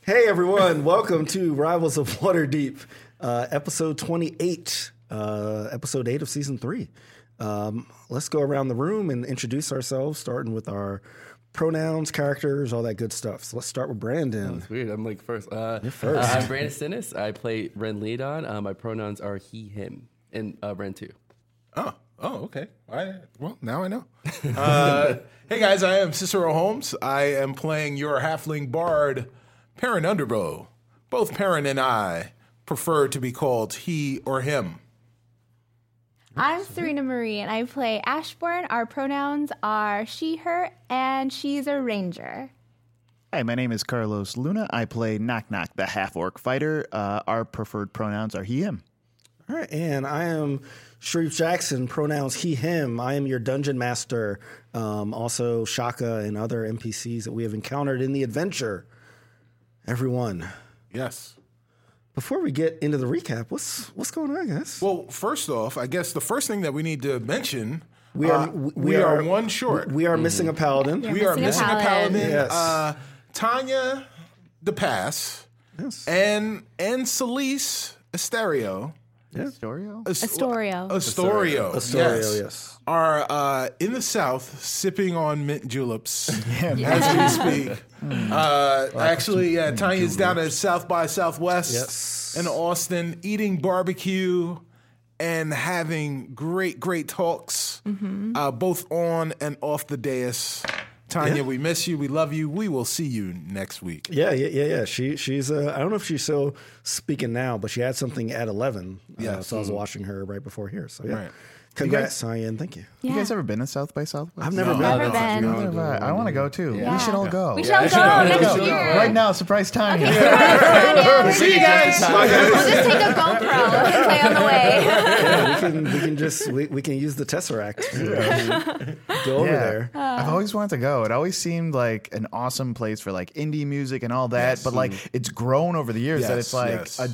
Hey everyone, welcome to Rivals of Waterdeep, uh, episode 28, uh, episode 8 of season 3. Um, let's go around the room and introduce ourselves, starting with our pronouns, characters, all that good stuff. So let's start with Brandon. It's weird. I'm like first. Uh, first. uh, I'm Brandon Stennis. I play Ren Leadon. Uh, my pronouns are he, him, and uh, Ren too. Oh, oh, okay. I well now I know. Uh, hey guys, I am Cicero Holmes. I am playing your halfling bard, Perrin Underbow. Both Perrin and I prefer to be called he or him. I'm Serena Marie and I play Ashbourne. Our pronouns are she, her, and she's a ranger. Hi, my name is Carlos Luna. I play Knock Knock, the half orc fighter. Uh, our preferred pronouns are he, him. All right, and I am Sharif Jackson, pronouns he, him. I am your dungeon master, um, also Shaka and other NPCs that we have encountered in the adventure. Everyone, Yes. before we get into the recap, what's what's going on, guys? Well, first off, I guess the first thing that we need to mention We are uh, we, we are, one short. We are missing a paladin. Yeah. We are missing a paladin. Yes. Uh, Tanya, the pass, Yes. and and Celise Asterio. Astorio? As- Astorio. Astorio. Astorio, yes. Are uh, in the South sipping on mint juleps Yeah. as we speak. uh, actually, uh, Tanya's down at South by Southwest Yes. in Austin eating barbecue and having great, great talks, uh, both on and off the dais. Tanya, we miss you. We love you. We will see you next week. Yeah, yeah, yeah, yeah. She she's uh, I don't know if she's still speaking now, but she had something at eleven. Yeah, Yeah. so I was watching her right before here. So yeah, Mm-hmm. Right. congrats, Cyan. Thank you. You guys ever been to South by Southwest? I've never been. there. Never been. Neither have I. I want to go too. We should all go. We shall go next year. Right now, surprise time. See you guys. We'll just take a GoPro and play on the way. Yeah, we can we can just we, we can use the tesseract. to, uh, Go over there. I've always wanted to go. It always seemed like an awesome place for like indie music and all that, but like it's grown over the years that Yes, it's like yes. a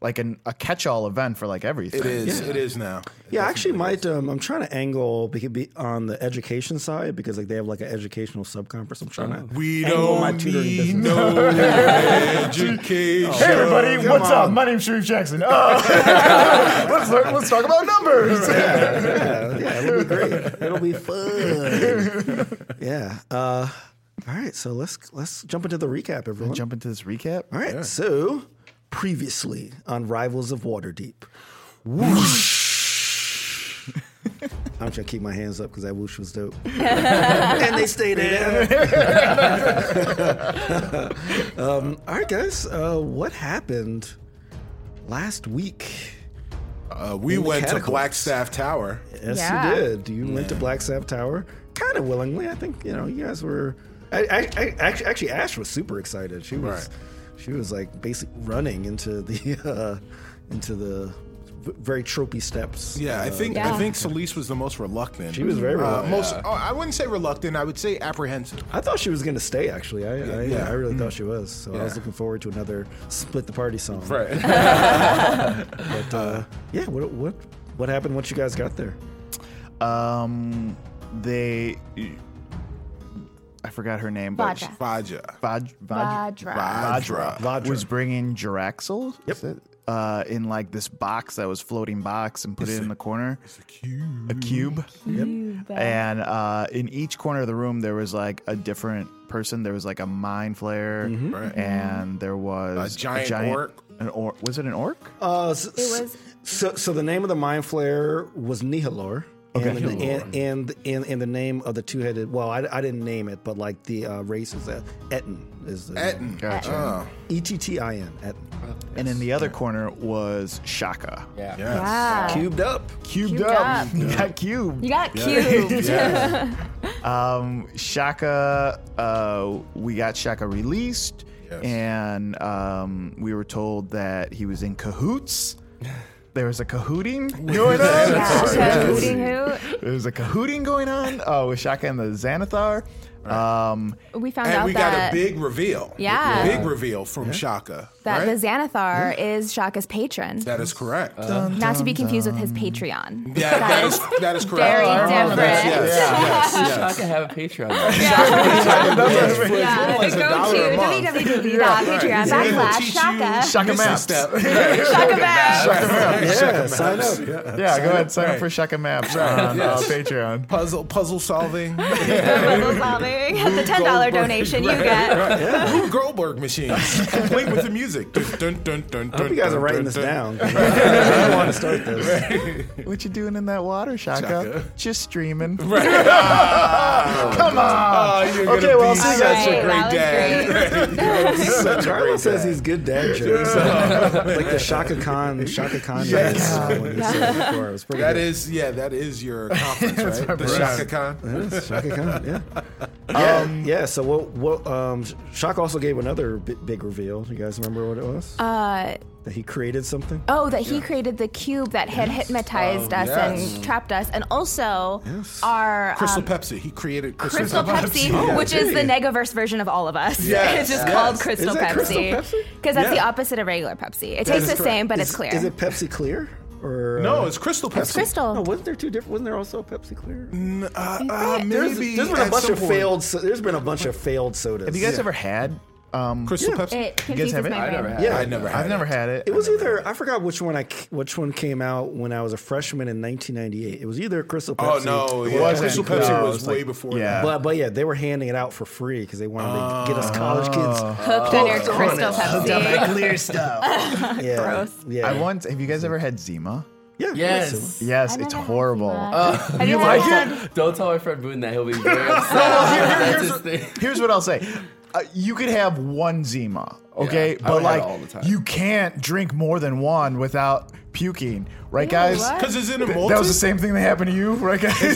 like an, a catch-all event for like everything. It is. It is now. Yeah, I actually might. Um, I'm trying to angle be- be on the education side because like they have like an educational subconference. I'm trying to. We angle don't my tutoring need business. no education. Hey everybody, what's up? My name's Sharif Jackson. Oh. let's learn, let's talk about numbers. yeah, yeah, it'll be great. It'll be fun. yeah. Uh, all right, so let's let's jump into the recap, everyone. Jump into this recap. All right, so previously on Rivals of Waterdeep. Whoosh. I'm trying to keep my hands up because that whoosh was dope. and they stayed in. um, all right, guys, uh, what happened last week? Uh, we In the went to catacombs. Blackstaff Tower. Yes, Yeah. you did. You went to Black Sabbath Tower kind of willingly. I think you know you guys were. I, I, I actually, actually, Ash was super excited. She was, Right. she was like basically running into the, uh, into the v- very tropey steps. Uh, Yeah, I think Yeah. I think Celise was the most reluctant. She was very uh, reluctant. most. Oh, I wouldn't say reluctant. I would say apprehensive. I thought she was going to stay. Actually, I, I, Yeah. Mm. I really thought she was. So I was Yeah. looking forward to another split the party song. Right. But uh, yeah, what what what happened once you guys got there? Um, they, I forgot her name, but she- Vajra. Faja. Vaj, Vaj, Vajra. Vajra. Vajra. was bringing Jiraxel. Yep. uh, in like this box that was floating box and put it in the corner. A cube. And uh, in each corner of the room, there was like a different person. There was like a mind flayer, Right. and there A was giant orc. An orc was it an orc? Oh, Uh, s- It was- so. So the name of the mind flare was Nihilor. And, the, and, and and and the name of the two-headed well I, I didn't name it but like the uh, race is that Etin is the Etin. Gotcha. Oh, E T T I N Etin and in the other corner was Shaka. Yeah. yes. Wow. cubed up Cubed, Cubed up. up. You got cubed. You got cubed. Um, Shaka, uh, we got Shaka released, Yes. and um, we were told that he was in cahoots. There was a cahooting going on. Yeah, Sorry. so hooting hoot. There was a cahooting going on uh, with Shaka and the Xanathar. Um, We found And out we got that a big reveal. Yeah. Big reveal from Shaka. that right? the Xanathar is Shaka's patron. that is correct. Not to be confused with his Patreon. yeah, that is, that is correct. very Oh, different. that's- Yes, yes, Shaka yes. have a Patreon. Yeah, It's a go dollar a to E, month. www.patreon backslash Shaka. Shaka Maps. Shaka back. Oh, Yeah, sign up. Yeah, go ahead. Sign up for Shaka Maps on uh, Patreon. Puzzle, puzzle solving. Puzzle solving. At the $10 donation you get. Rube Goldberg machines, complete with the music. Dun, dun, dun, dun, I hope you guys are writing this down. I want to start this. What you doing in that water, Shaka? Shaka. Just streaming. Come on. Oh, you're Okay, gonna well, be see you such guys a soon. great Alright, that was dad. You're gonna be such a Charlie great says dad. he's good dad jokes. like the Shaka Khan, Shaka Khan. uh, Yes. It was pretty That good. is, yeah, that is your conference, right? the Shaka Khan. That is Shaka Khan, yeah. Um, Yeah, yeah. So what? What? Um, Shaka also gave another bi- big reveal. You guys remember what it was? Uh, that he created something. Oh, that he created the cube that had hypnotized us yes. and trapped us, and also Yes. our Crystal um, Pepsi. He created Crystal, Oh, Crystal Pepsi, which is the Negaverse version of all of us. Yes. it's just Yes. called Crystal Is that Crystal Pepsi Pepsi? because that's the Yeah. opposite of regular Pepsi. It is tastes the correct. same, but Is- it's clear. Is it Pepsi Clear? Or No, uh, it's Crystal Pepsi. Crystal. no? Wasn't there two different? Wasn't there also a Pepsi Clear? Uh, uh, There's, maybe there's been a at bunch some of point. failed. So, there's been a bunch of failed sodas. Have you guys ever had? Um, Crystal Pepsi. It guys confuses have it? my I brain. never had Yeah. I never had. I've never had it. It was either I forgot which one I c- which one came out when I was a freshman in 1998. It was either Crystal Oh Pepsi. no, yeah. wasn't Crystal close. Pepsi was Like, way before. yeah. that. But, but yeah, they were handing it out for free because they wanted to get us college kids Hooked on your Hooked on Crystal it. Pepsi. clear stuff. Yeah, Gross. Yeah, I once. Have you guys ever had Zima? Yeah, Yes. Yes, it's never had horrible. Uh, Zima. you you like had- it? Don't tell my friend Boone that he'll be very upset. That's his thing. Here's what I'll say. Uh, you could have one Zima, okay, I but would have it like all the time. you can't drink more than one without puking, right, Ew, guys? what? Because it's in a That was the multi. same thing that happened to you, right, guys? Do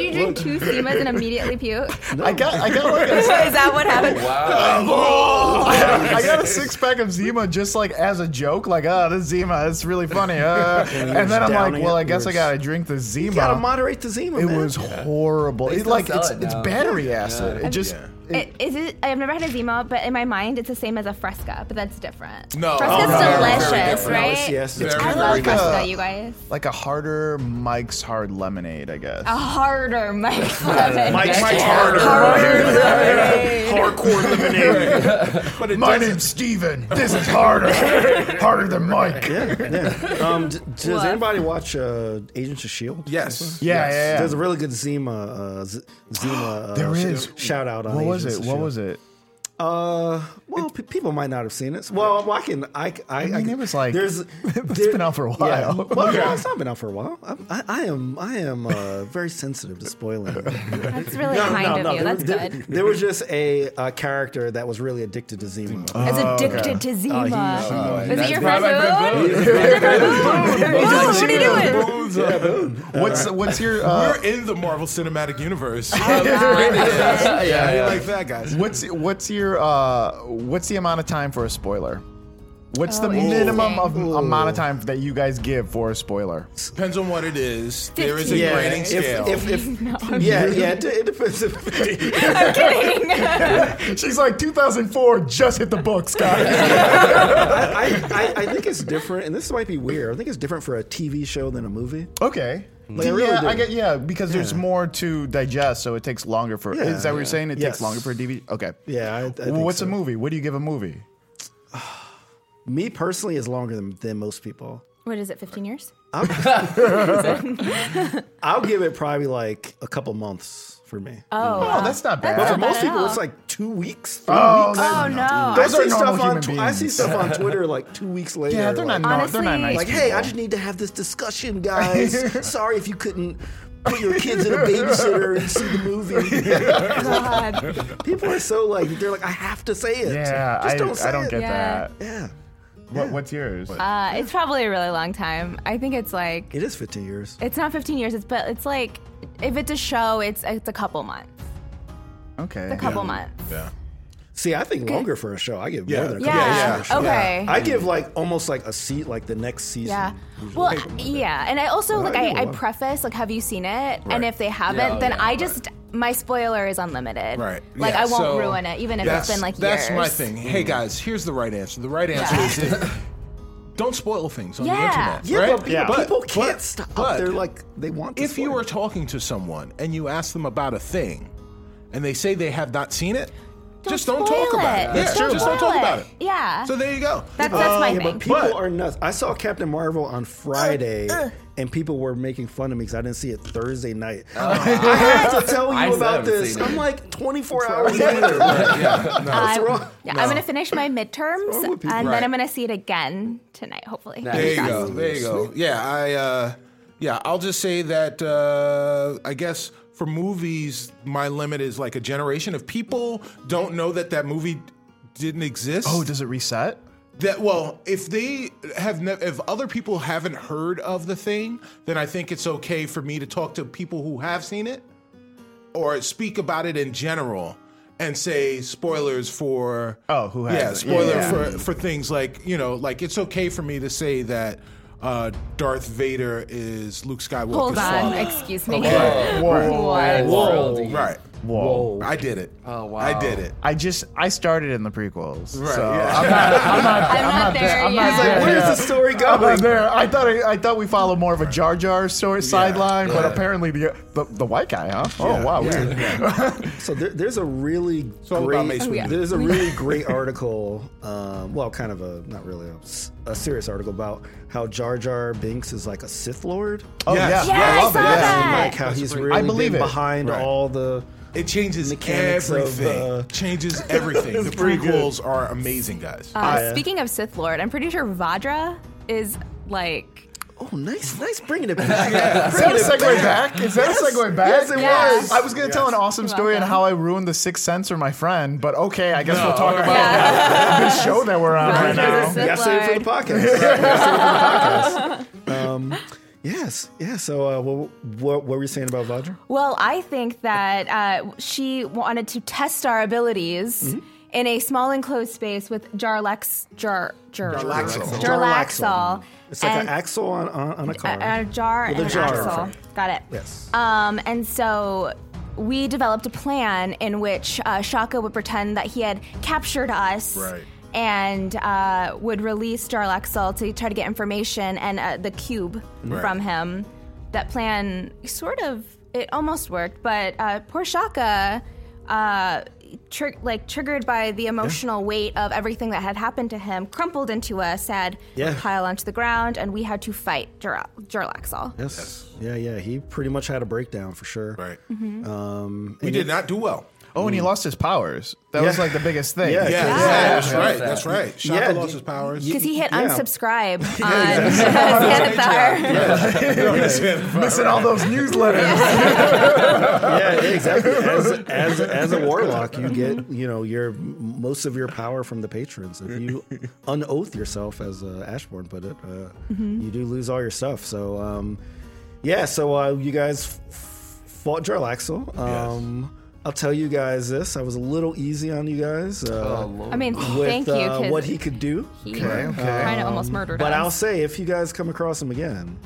you drink two Semas and immediately puke? Is I got, I got like a that what happened? Oh. I got a six pack of Zima just like as a joke, like, oh, this Zima, it's really funny. Uh. And then I'm downing like, well, it, I guess I you're gotta drink the Zima. You gotta moderate the Zima. it man. was horrible. It, still like sell it's, it it's now. battery acid. It just It, is it? I've never had a Zima, but in my mind, it's the same as a Fresca, but that's different. No. Fresca's Oh, very, very delicious, different. No, right? it's- yes, it's Very, I very love good. Fresca, you guys. like a harder Mike's Hard Lemonade, I guess. A harder Mike Lemon. Mike's Mike's harder. Harder lemonade. Hardcore lemonade. but it My doesn't- name's Steven. This is harder. harder than Mike. Yeah, Um, d- does What? anybody watch uh, Agents of Shield? Yes. yeah, yeah. There's a really good Zima. Uh, Z- Zima. Uh, There sh- is. Shout out uh, on what was it? Agents What of S.H.I.E.L.D.. was it? E Uh, well, pe- people might not have seen it. Well, well, I can. I, I, I, mean, it was like- there's. it's there- been out for a yeah. while. Well, no, it's not been out for a while. I, I, I am. I am uh, very sensitive to spoiling. That's really kind of you. There, That's there- good. there was just a, uh character that was really addicted to Zima. Oh, It's addicted to he- Zima. Is it That's your my friend friend Boone. Boone? Boone, what are you doing? What's what's your uh, We're in the Marvel Cinematic Universe. Yeah, yeah, I yeah. like that, guys. What's what's your uh what's the amount of time for a spoiler? What's the Oh, interesting. minimum of amount of time that you guys give for a spoiler? Depends on what it is. There is a Yeah. grading If- scale. If, if, yeah, yeah, it, it depends. If, I'm kidding. She's like 2004 just hit the books, guys. I, I, I think it's different, and this might be weird. I think it's different for a TV show than a movie. okay. I yeah, really do. I get yeah because there's more to digest, so it takes longer for. is that what you're saying? It Yes. takes longer for a DVD. Okay. Yeah, I, I think What's so. a movie? What do you give a movie? Me personally is longer than, than most people. What is it, 15 years? I'll give it probably like a couple months for me. Oh, Oh, that's not bad. but for not bad most at people, all. it's like two weeks. three Oh, weeks. that's- Oh, no. Those I are see normal stuff on. human Tw- I see beings. stuff on Twitter like two weeks later. yeah, they're like, not. no- they're not Honestly- nice. Like, hey, I people. just need to have this discussion, guys. Sorry if you couldn't put your kids in a babysitter and see the movie. Oh, God. People are so like, they're like, I have to say it. Yeah, just I don't say I don't it. get Yeah. that. Yeah, What, what's yours? Uh, it's probably a really long time. I think it's like, it is 15 years. it's not 15 years, it's but it's like, if it's a show, it's it's a couple months. okay. A couple months. yeah. See, I think longer for a show. I give Yeah. more than a couple Yeah, hours yeah, for a show. okay. I give like almost like a seat, like the next season. Yeah. usually. Well, I- yeah, and I also like I I, give a I lot. preface like, have you seen it? And if they haven't, Yeah, oh, then yeah, I right. just my spoiler is unlimited. Right. Like Yeah, I won't so ruin it, even if it's that's- been like That's years. my thing. Hey guys, here's the right answer. The right answer is that don't spoil things on Yeah. the internet. yeah, right? but people, people But- can't but- stop. but They're like they want. To if you are talking to someone and you ask them about a thing and they say they have not seen it, just don't spoil talk about it. it. Yeah, That's true. just don't Spoil talk about it. it. Yeah. So there you go. Uh, That's that's my yeah, thing. but people But- are nuts. I saw Captain Marvel on Friday, Uh, and people were making fun of me because I didn't see it Thursday night. I have to tell you I still about haven't this. seen it. I'm like 24 hours later. Like, I'm, wrong? yeah, Uh, I'm gonna finish my midterms with and people? then Right. I'm gonna see it again tonight, hopefully. There you Crossed. go. There you go. Yeah, I uh yeah, I'll just say that uh I guess for movies my limit is like a generation If people don't know that that movie didn't exist. Oh, does it reset? that well, if they have ne- if other people haven't heard of the thing, then I think it's okay for me to talk to people who have seen it or speak about it in general and say spoilers for Oh, who yeah, hasn't? spoiler Yeah. for for things like you know, like it's okay for me to say that uh, Darth Vader is Luke Skywalker's Hold on, father. excuse me. Okay. What? Whoa. Right. Whoa. I did it. Oh, wow. I did it. I just I started in the prequels. Right. So yeah. I'm, not there I'm yet. not there. Where's Yeah. the story I'm not going? there. I thought I, I thought we follow more of a Jar Jar story sideline, but Yeah. apparently the, the the white guy, huh? Oh wow, weird. So there, there's a really all about great Mace Windu. there's a really great article, um, well, kind of a not really a, s- a serious article about how Jar Jar Binks is like a Sith Lord, Oh Yes. yeah, Yeah, I love saw it. that. and like how he's really believe been it. behind Right. all the. It changes Mechanics of, everything. uh, changes everything. the prequels are amazing, guys. Uh, Speaking of Sith Lord, I'm pretty sure Vadra is like Oh, nice, nice bringing it back. Is that a segue back? Is that a segue back? Yes, it Yeah. was. I was gonna tell an awesome story on welcome. how I ruined the sixth sense for my friend, but okay, I guess No, we'll talk all about this show that we're on right Roger. now. Sith Yeah, save it for the podcast. Yeah, save it for the podcast. Um, yes, yeah. So, uh, what, what, what were you saying about Vajra? Well, I think that uh, she wanted to test our abilities in a small enclosed space with Jarlex Jar Jar Jarlaxle. Jarlaxol. It's like and an axle on, on, on a car. a, a jar With a and jar. an axle. Got it. Yes. Um, and so we developed a plan in which uh, Shaka would pretend that he had captured us. Right. And uh, would release Jarlaxle to try to get information and uh, the cube Right. from him. That plan sort of it almost worked, but uh, poor Shaka, uh, tr- like triggered by the emotional weight of everything that had happened to him, crumpled into a sad Yeah. pile onto the ground, and we had to fight Jar- Jarlaxle. yes. Yeah, yeah. He pretty much had a breakdown for sure. Right. mm-hmm. Um, We and did not do well. Oh, and he lost his powers. That was Yeah. like the biggest thing. Yeah. Yeah. Yeah, that's right. That's right. Shaka Yeah, lost d- his powers. Because he hit Yeah. unsubscribe on Xanathar. Missing all those newsletters. yeah, exactly. As, as, as a warlock, you get you know your most of your power from the patrons. If you unoath yourself, as uh, Ashbourne put it, uh, you do lose all your stuff. So um, yeah, so uh, you guys f- fought Jarlaxle. Um, I'll tell you guys this: I was a little easy on you guys. Uh, Oh, I mean, with thank you. uh, 'cause what he could do. he okay. kind of almost murdered But I'll us. say, if you guys come across him again,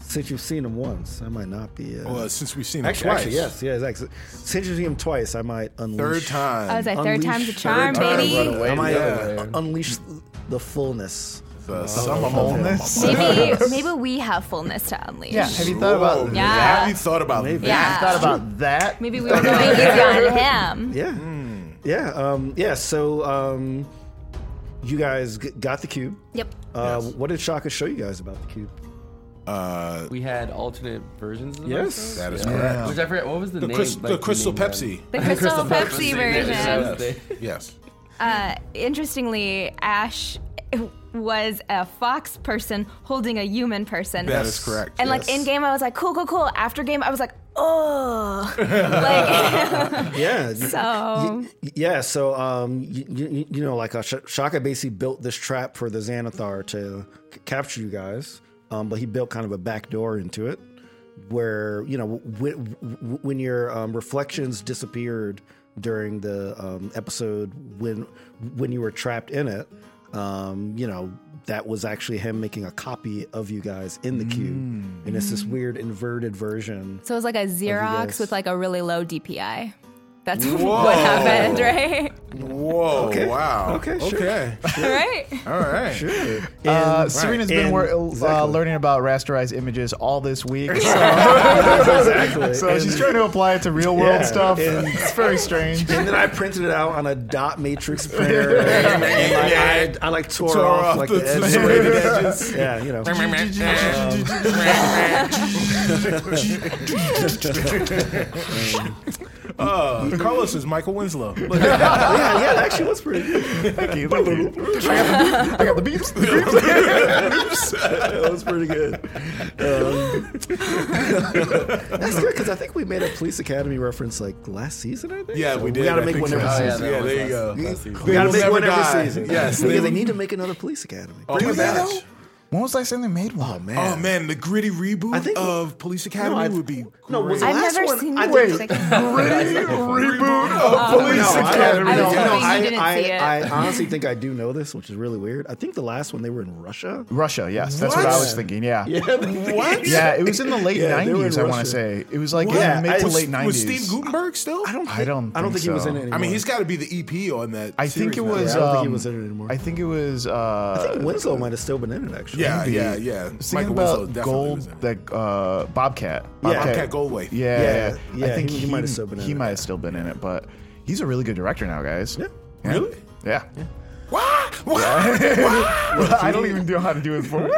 since you've seen him once, I might not be. Uh, Well, since we've seen him Actually, twice, actually, yes, yes, actually. Since you've seen him twice, I might unleash. third time. I was like, third unleash- time's a charm, time, baby. run away I might together. uh, unleash the fullness. The sum uh, of Fullness? all. Maybe, maybe we have fullness to unleash. Yeah. Have you thought about Whoa, that? Yeah. Have you thought about Maybe. Yeah. Have you thought about that? Maybe we were going to be easy on him. Yeah, yeah, um, yeah. So um, you guys g- got the cube. Yep. Uh, What did Shaka show you guys about the cube? Uh, We had alternate versions of Yes. that. that is correct. Which I forget what was the, The, name. crys- like, the Crystal name of Pepsi. The Crystal, Pepsi, that version. was the- Yes. Uh, interestingly, Ash was a fox person holding a human person. That is correct, And like yes. in game, I was like, cool, cool, cool. After game, I was like, oh. like, Yeah. so. Y- Yeah, so um, you, you, you know, like uh, Sh- Shaka basically built this trap for the Xanathar to c- capture you guys, um, but he built kind of a back door into it, where you know w- w- w- when your um, reflections disappeared during the um, episode when when you were trapped in it. Um, you know that was actually him making a copy of you guys in the cube, Mm. and it's this weird inverted version. So it was like a Xerox guys. with like a really low DPI. That's Whoa. what happened, right? Whoa! Okay. Wow. Okay, sure. Okay. right? All right. Sure. Uh, And- And- Serena's been wor- uh, exactly. learning about rasterized images all this week, so, exactly. so And- she's trying to apply it to real world Yeah. stuff. And- it's very strange. and then I printed it out on a dot matrix printer. and I, I, I like tore, Tore off, off like the the, serrated edges. yeah, you know. Uh, Carlos is Michael Winslow. Look yeah, yeah, it actually was pretty. Thank you, thank you. I got the beeps. I got the beeps. That was pretty good. Um, that's good because I think we made a police academy reference like last season. I think. Yeah, So we did. We gotta I make think one so. every Oh, yeah, season. that Yeah, was there you last- go. last season. We gotta make They will one never every die. season. Yes, because they they, will- Oh. need to make another police academy. Do Bring it that. back. though? When was the last time they made one? man. Oh man, the gritty reboot I think- of Police Academy I- would be great. No, was the I've last never one- seen I the think- music. reboot of Oh, Police No, I, Academy. I, I was no, hoping you I, didn't I- see it. I honestly think I do know this, which is really weird. I think the last one they were in Russia. Russia, yes, that's what? What? I was thinking. Yeah. yeah, What? it was in the late Yeah, they were in '90s. I want Russia. to say it was like What? in the mid I- to was- late '90s. Was Steve Gutenberg still? I don't. I Think, don't I don't think think he was so. in it. Anymore. I mean, he's got to be the EP on that. I think series it now. was. Yeah, I don't think he um, was in it anymore. I think it was. Uh, I think Winslow might have still been in it actually. Yeah, yeah, yeah. I was thinking about Gold, that uh, Bobcat. Yeah. Bobcat Goldthwait. Yeah, Yeah, yeah. yeah, I think he- he, he might have still been in He it, might have still been in it, but he's a really good director now, guys. Yeah. Really? Yeah. What? What? I don't even know how to do it for.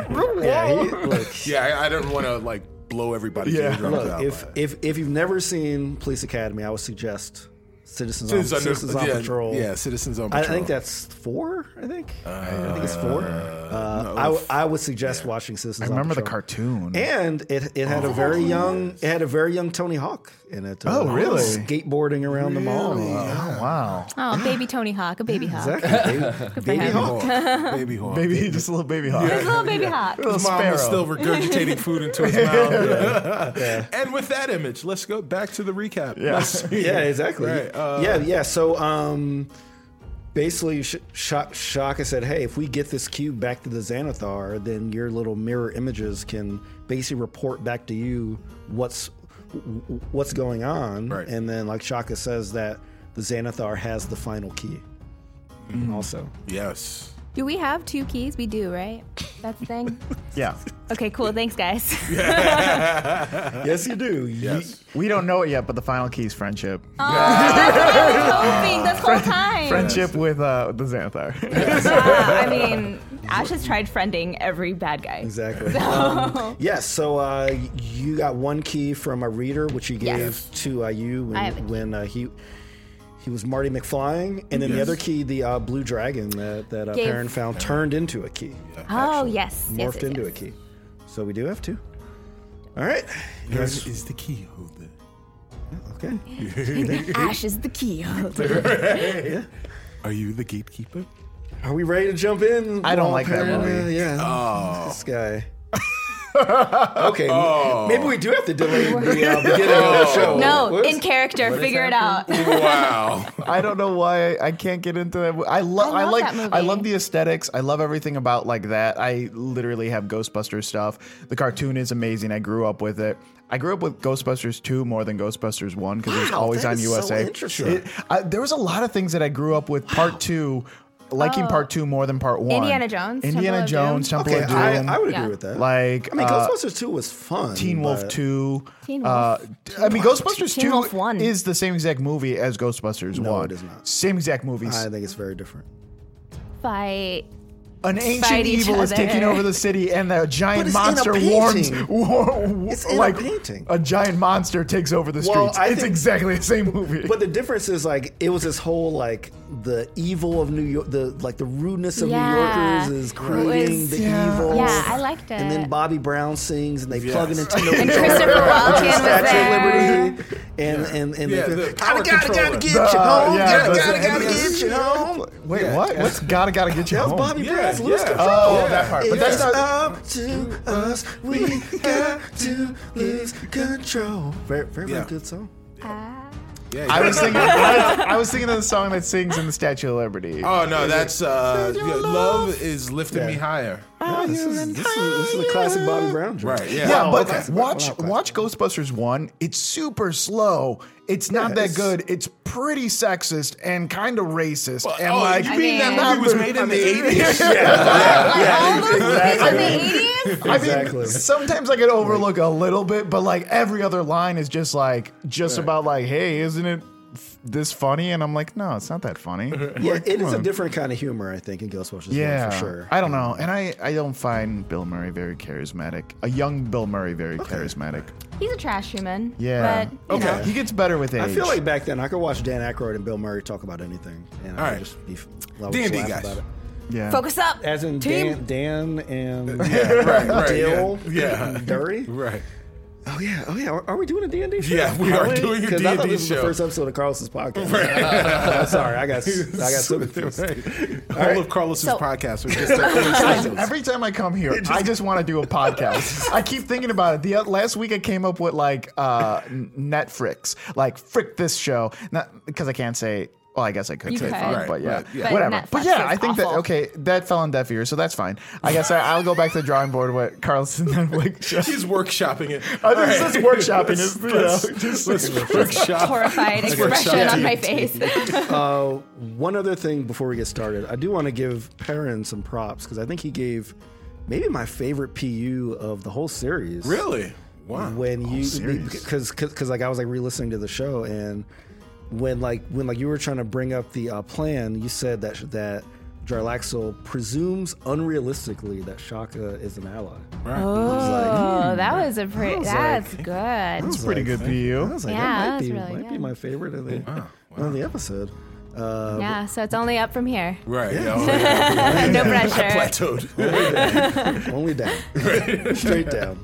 Yeah, he- look, Yeah, I, I didn't want to like blow everybody's Yeah. eardrums look out. if if if you've never seen Police Academy, I would suggest Citizens, Citizens, on, under, Um, Citizens on yeah, Patrol. Yeah, Citizens on I, I Patrol. think that's four. I think I think it's four. Uh, no, I w- I would suggest watching Citizens. I remember on the Patrol. cartoon. And it, it Oh, had a very young it had a very young Tony Hawk in it. uh, Oh, really? Skateboarding around the mall. Oh, wow. Oh, baby Tony Hawk, a baby Hawk. Exactly. Baby- Good for Baby him. Hawk. Hawk. Baby Hawk. Baby, just a little baby hawk. His little baby Hawk. Little His mom was sparrow. still regurgitating food into his mouth. And with that image, let's go back to the recap. Yeah. Let's- yeah, exactly. Right, uh, yeah, yeah. So um, basically, Sh- Sh- Shaka said, "Hey, if we get this cube back to the Xanathar, then your little mirror images can basically report back to you what's w- w- what's going on." Right. And then, like Shaka says, that the Xanathar has the final key. Mm-hmm. Also, Yes. Do we have two keys? We do, right? That's the thing. Yeah. Okay, cool. Thanks, guys. yes, you do. Yes. We don't know it yet, but the final key is friendship. Hoping this whole time. friendship with uh, the Xanathar. Yeah, I mean, Ash has tried friending every bad guy. Exactly. Um, yes. So uh, you got one key from a reader, which you gave Yes. to uh, you I have a key. when, when uh, he he was Marty McFlying, and then the other key, the uh, blue dragon that that uh, Gave- Perrin found, turned into a key, Oh, yes. morphed yes, yes, into a yes. key. So we do have two. All right. Yes. is the key holder. Okay. Ash is the key holder. Are you the gatekeeper? Are we ready to jump in? I don't Well, like that Perrin, movie. uh, yeah. Oh, This guy. okay. Maybe we do have to delay the uh, beginning of the show. No, Whoops. in character, figure it out. Wow. I don't know why I, I can't get into that. mo- I, lo- I I love like. that movie. I love the aesthetics. I love everything about like that. I literally have Ghostbusters stuff. The cartoon is amazing. I grew up with it. I grew up with Ghostbusters two more than Ghostbusters one because it was Wow, always that on is so USA. interesting. It- I, there was a lot of things that I grew up with. Part two, liking part two more than part one. Oh. Indiana Jones, Temple Indiana of Jones, Doom. Temple Okay, of Doom. I, I would agree Yeah. with that. like I mean, uh, Ghostbusters Two was fun. Teen Wolf but- Two. Teen uh, Wolf. I mean, Ghostbusters Teen Two Wolf one. is the same exact movie as Ghostbusters No, One. it is not. Same exact movies. I think it's very different. Fight. An Fight ancient each evil is other. taking over the city, and the giant it's in a monster painting. warns. war- It's in a like painting. a giant monster takes over the Well, streets. I it's think- exactly the same movie. But the difference is like it was this whole like the evil of New York, the like the rudeness of Yeah. New Yorkers is It creating was- the Yeah. evil. Yeah, I liked And then it. Bobby Brown sings, and they plug it Yes. into the And Christopher Walken was Statue there. of Liberty, and and and Yeah, they- the gotta power gotta gotta controller. get you Uh, home, yeah, gotta that's gotta it. gotta Yeah. get you home. Wait, what? What's gotta gotta get you That was home? Bobby Yeah, Brown's Lose yeah. Control. Oh, that part. But It's that's not. up to us. We got to lose control. Very, very, very Yeah. good song. Ah. Yeah, I was thinking. I was thinking of the song that sings in the Statue of Liberty. Oh no, that's uh, yeah, love is lifting me higher. Yeah, this, is, this, is, this is a classic Bobby Brown joint. Right. Yeah, Yeah. but watch watch Ghostbusters one. It's super slow. It's not that good. It's pretty sexist and kind of racist. and oh, like, you mean that I movie was made in the eighties? All those movies in the 80s? I Exactly. mean, sometimes I could overlook a little bit, but like every other line is just like just about like, hey, isn't it f- this funny? And I'm like, no, it's not that funny. Yeah, it is a different kind of humor, I think, in Ghostbusters. Yeah, yeah, for sure. I don't know, and I I don't find Bill Murray very charismatic. A young Bill Murray very charismatic. He's a trash human. Yeah. But, you okay. know. He gets better with age. I feel like back then I could watch Dan Aykroyd and Bill Murray talk about anything, and I All would right. just be I would D&D just laugh guys. about it. yeah. Focus up. As in team. Dan, Dan and right, right, Dale, yeah, yeah. Dury. Right. Oh yeah, oh yeah. Are, are we doing a D and D show? Yeah, we are we? doing a 'Cause I thought D&D this was the show. first episode of Carlos's podcast. I'm sorry, I got I got so confused. All, right. of Carlos's So- podcasts are just that Every time I come here, I just want to do a podcast. I keep thinking about it. The uh, last week I came up with like uh, n- Netflix, like frick this show, not because I can't say. Well, I guess I could You say could. fuck, Right, but yeah, right, yeah. But whatever. Netflix but yeah, is I think that awful. okay, that fell on deaf ears, so that's fine. I guess I, I'll go back to the drawing board with Carlson Netflix show. She's workshopping it. I think it's just workshopping is, you know. Let's, let's workshop. Horrified expression on my face. One other thing before we get started, I do want to give Perrin some props because I think he gave maybe my favorite PU of the whole series. Really? Wow. Oh, when you serious? because because like I was like re-listening to the show and when like when like you were trying to bring up the uh, plan, you said that that Jarlaxle presumes unrealistically that Shaka is an ally. Right. Oh, that was a pretty. That's good. It's pretty good I PU. was like, Yeah, that might that's be really might be good. my favorite of the of the episode. Uh, Yeah, so it's only up from here. Right. Yeah. oh, yeah. no pressure. Plateaued. only down, straight down.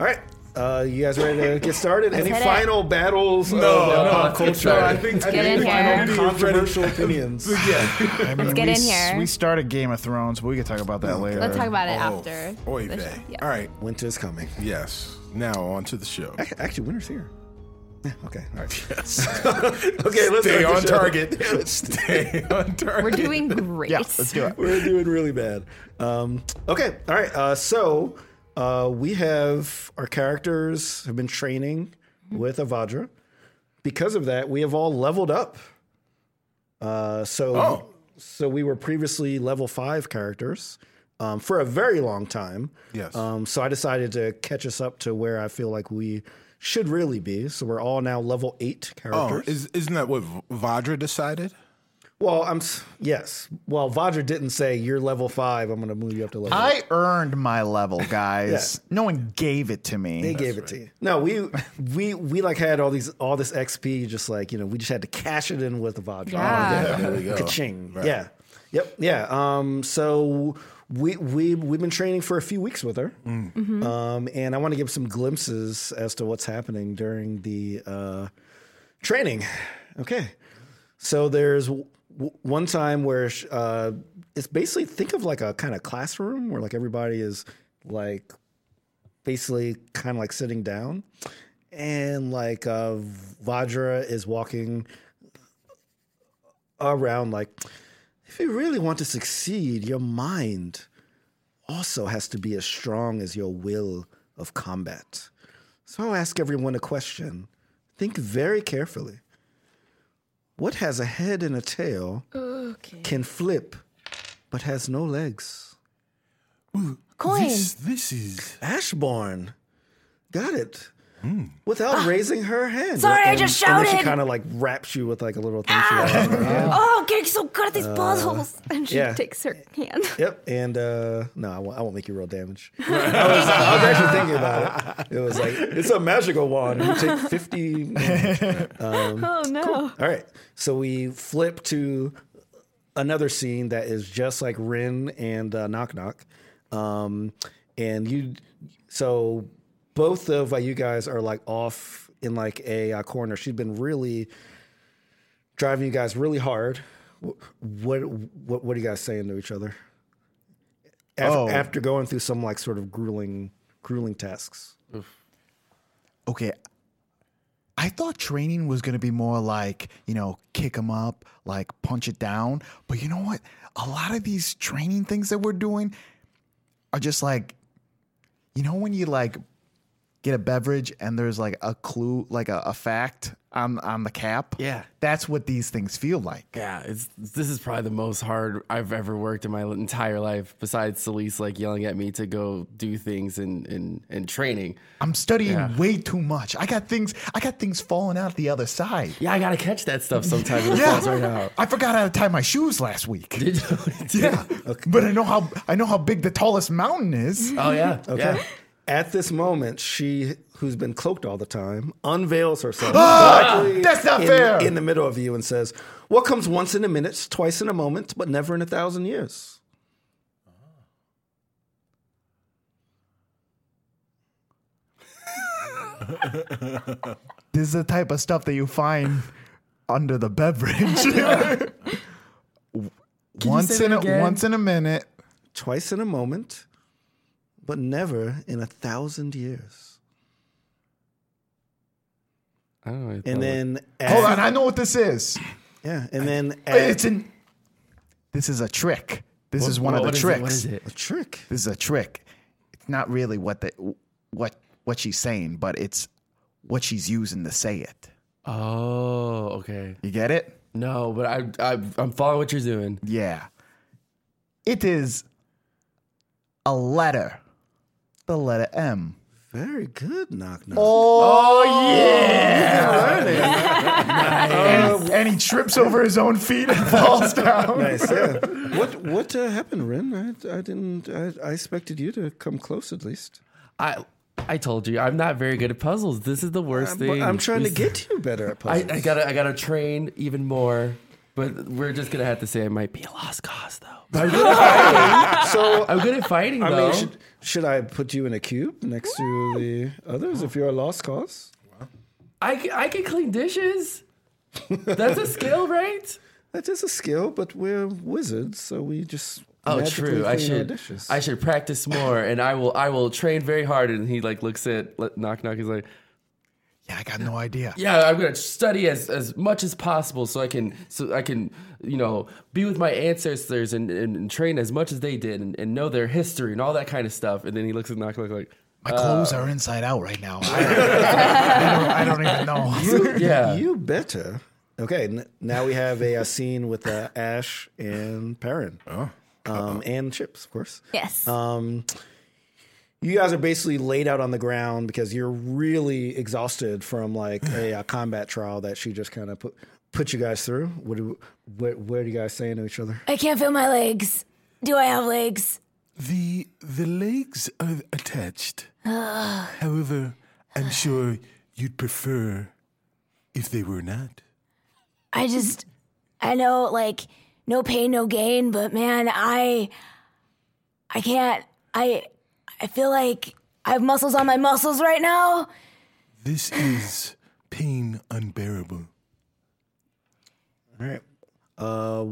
All right, uh, you guys ready to get started? Any hit it. final battles? No, of, uh, no, pop culture. No, I think, I get think in final here. controversial opinions. Yeah. I mean, get we, in s- here. We started Game of Thrones, but we can talk about that later. Let's talk about it Oh, after. Oy the vey. show. Yeah. All right. Winter's coming. Yes. Now on to the show. Ac- Actually, winter's here. Yeah, okay. All right. Yes. Okay, let's Stay start the on show. target. Stay on target. We're doing great. Yeah, let's do it. We're doing really bad. Um, okay. All right. Uh, so uh, we have our characters have been training with Avadra. Because of that, we have all leveled up. Uh, so, Oh. so we were previously level five characters um, for a very long time. Yes. Um, so I decided to catch us up to where I feel like we should really be. So we're all now level eight Oh, characters. is, isn't that what Vadra decided? Well, I'm s- yes. Well, Vajra didn't say you're level five. I'm going to move you up to level. I earned my level, guys. No one gave it to me. they gave it to you. No, we we we like had all these all this XP. Just like you know, we just had to cash it in with Vajra. Yeah. Oh, There we go. Ka-ching. Yeah. Yep. Yeah. Um, so we we we've been training for a few weeks with her, Mm. um, and I want to give some glimpses as to what's happening during the uh, training. Okay. So there's w- w- one time where sh- uh, it's basically think of like a kind of classroom where like everybody is like basically kind of like sitting down, and like uh, Vajra is walking around like if you really want to succeed your mind also has to be as strong as your will of combat so i'll ask everyone a question think very carefully what has a head and a tail Okay. can flip but has no legs Coin. This, this is. ashborn got it without raising her hand Ah. Sorry, I just and then she shouted. kind of like wraps you with like a little thing she wraps around her hand. Oh, I'm getting so good at these puzzles. And she yeah. takes her hand. Yep. And uh, no, I won't, I won't make you roll damage. I, was, I was actually thinking about it. It was like, it's a magical wand. You take 50. damage. Oh, no. All right. So we flip to another scene that is just like Rin and uh, Knock Knock. Um, and you, so both of uh, you guys are like off in like a uh, corner. She's been really driving you guys really hard. Wh- What what what are you guys saying to each other? After, Oh. after going through some like sort of grueling grueling tasks. Okay. I thought training was going to be more like, you know, kick them up, like punch it down. But you know what? A lot of these training things that we're doing are just like, you know, when you like get a beverage and there's like a clue, like a, a fact on, on the cap? Yeah. That's what these things feel like. Yeah, it's this is probably the most hard I've ever worked in my entire life. Besides Celise like yelling at me to go do things and and, and training. I'm studying way too much. I got things, I got things falling out the other side. Yeah, I gotta catch that stuff sometime. when it falls right Yeah, out. I forgot how to tie my shoes last week. "Oh." Did you? Yeah, but I know how I know how big the tallest mountain is. Oh yeah. Okay. Yeah. At this moment, she, who's been cloaked all the time, unveils herself. directly Ah! that's not in, fair. In the middle of you and says, What comes once in a minute, twice in a moment, but never in a thousand years? This is the type of stuff that you find under the beverage. once say in that a, again? once in a minute. Twice in a moment, but never in a thousand years. Oh, I don't know. I And thought- then, at, Oh. Hold on, I know what this is. Yeah. And then, at It's an. This is a trick. This is one What- of the what is tricks. it? What is it? a trick. This is a trick. It's not really what the what what she's saying, but it's what she's using to say it. Oh, okay. You get it? No, but I, I I'm following what you're doing. Yeah. It is a letter. The letter M. Very good, knock knock. Oh, yeah. and, and he trips over his own feet and falls down. Nice, yeah. What what uh, happened, Rin? I, I didn't. I, I expected you to come close at least. I I told you I'm not very good at puzzles. This is the worst But thing. I'm trying to This- get you better at I, puzzles. I gotta I gotta train even more. But we're just gonna have to say I might be a lost cause though. But I'm good at fighting. so I'm good at fighting I though. mean, should, should I put you in a cube next to the others if you're a lost cause? I c- I can clean dishes. That's a skill, right? That is a skill, but we're wizards, so we just Oh, magically true. I clean our should dishes. I should practice more, and I will I will train very hard. And he like looks at let- knock knock. He's like, Yeah, I got no idea. yeah, I'm gonna study as as much as possible so I can so I can you know be with my ancestors and, and, and train as much as they did and, and know their history and all that kind of stuff. And then he looks at knock knock like. My Uh, clothes are inside out right now. I don't, I don't even know. You, Yeah. you better. Okay, n- now we have a, uh scene with uh, Ash and Perrin, um, and Chips, of course. Yes. Um, you guys are basically laid out on the ground because you're really exhausted from like a, uh combat trial that she just kind of put put you guys through. What do what, what are you guys saying to each other? I can't feel my legs. Do I have legs? The the legs are attached. However, I'm sure you'd prefer if they were not. I just, I know, like, no pain, no gain. But man, I, I can't. I, I feel like I have muscles on my muscles right now. This is pain unbearable. All right. Uh,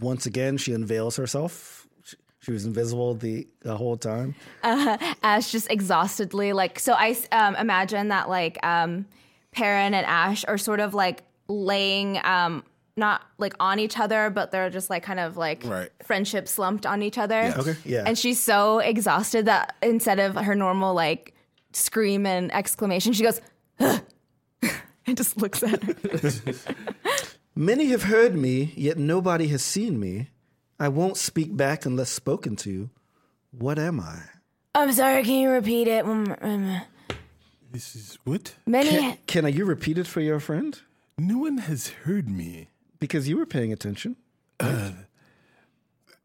once again, she unveils herself. She, she was invisible the, the whole time. Ash just exhaustedly like so I um, imagine that like um Perrin and Ash are sort of like laying um not like on each other but they're just like kind of like Right. friendship slumped on each other. Okay, yeah. And she's so exhausted that instead of her normal like scream and exclamation she goes "Ugh," and just looks at her. Many have heard me, yet nobody has seen me. I won't speak back unless spoken to. What am I? I'm sorry. Can you repeat it? Mm, mm. This is what? Many. Can, can you repeat it for your friend? No one has heard me. Because you were paying attention.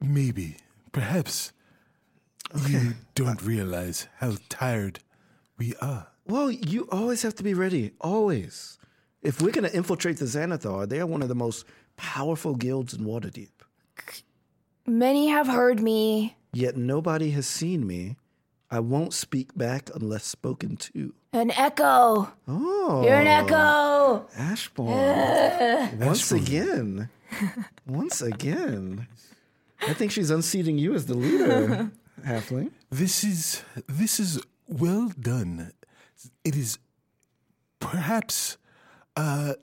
Maybe, perhaps, you don't realize how tired we are. Well, you always have to be ready. Always. If we're going to infiltrate the Xanathar, they are one of the most powerful guilds in Waterdeep. Many have heard me. Yet nobody has seen me. I won't speak back unless spoken to. An echo. Oh, You're an echo. Ashbourne. Once again. Once again. I think she's unseating you as the leader, Halfling. This is this is well done. It is perhaps uh,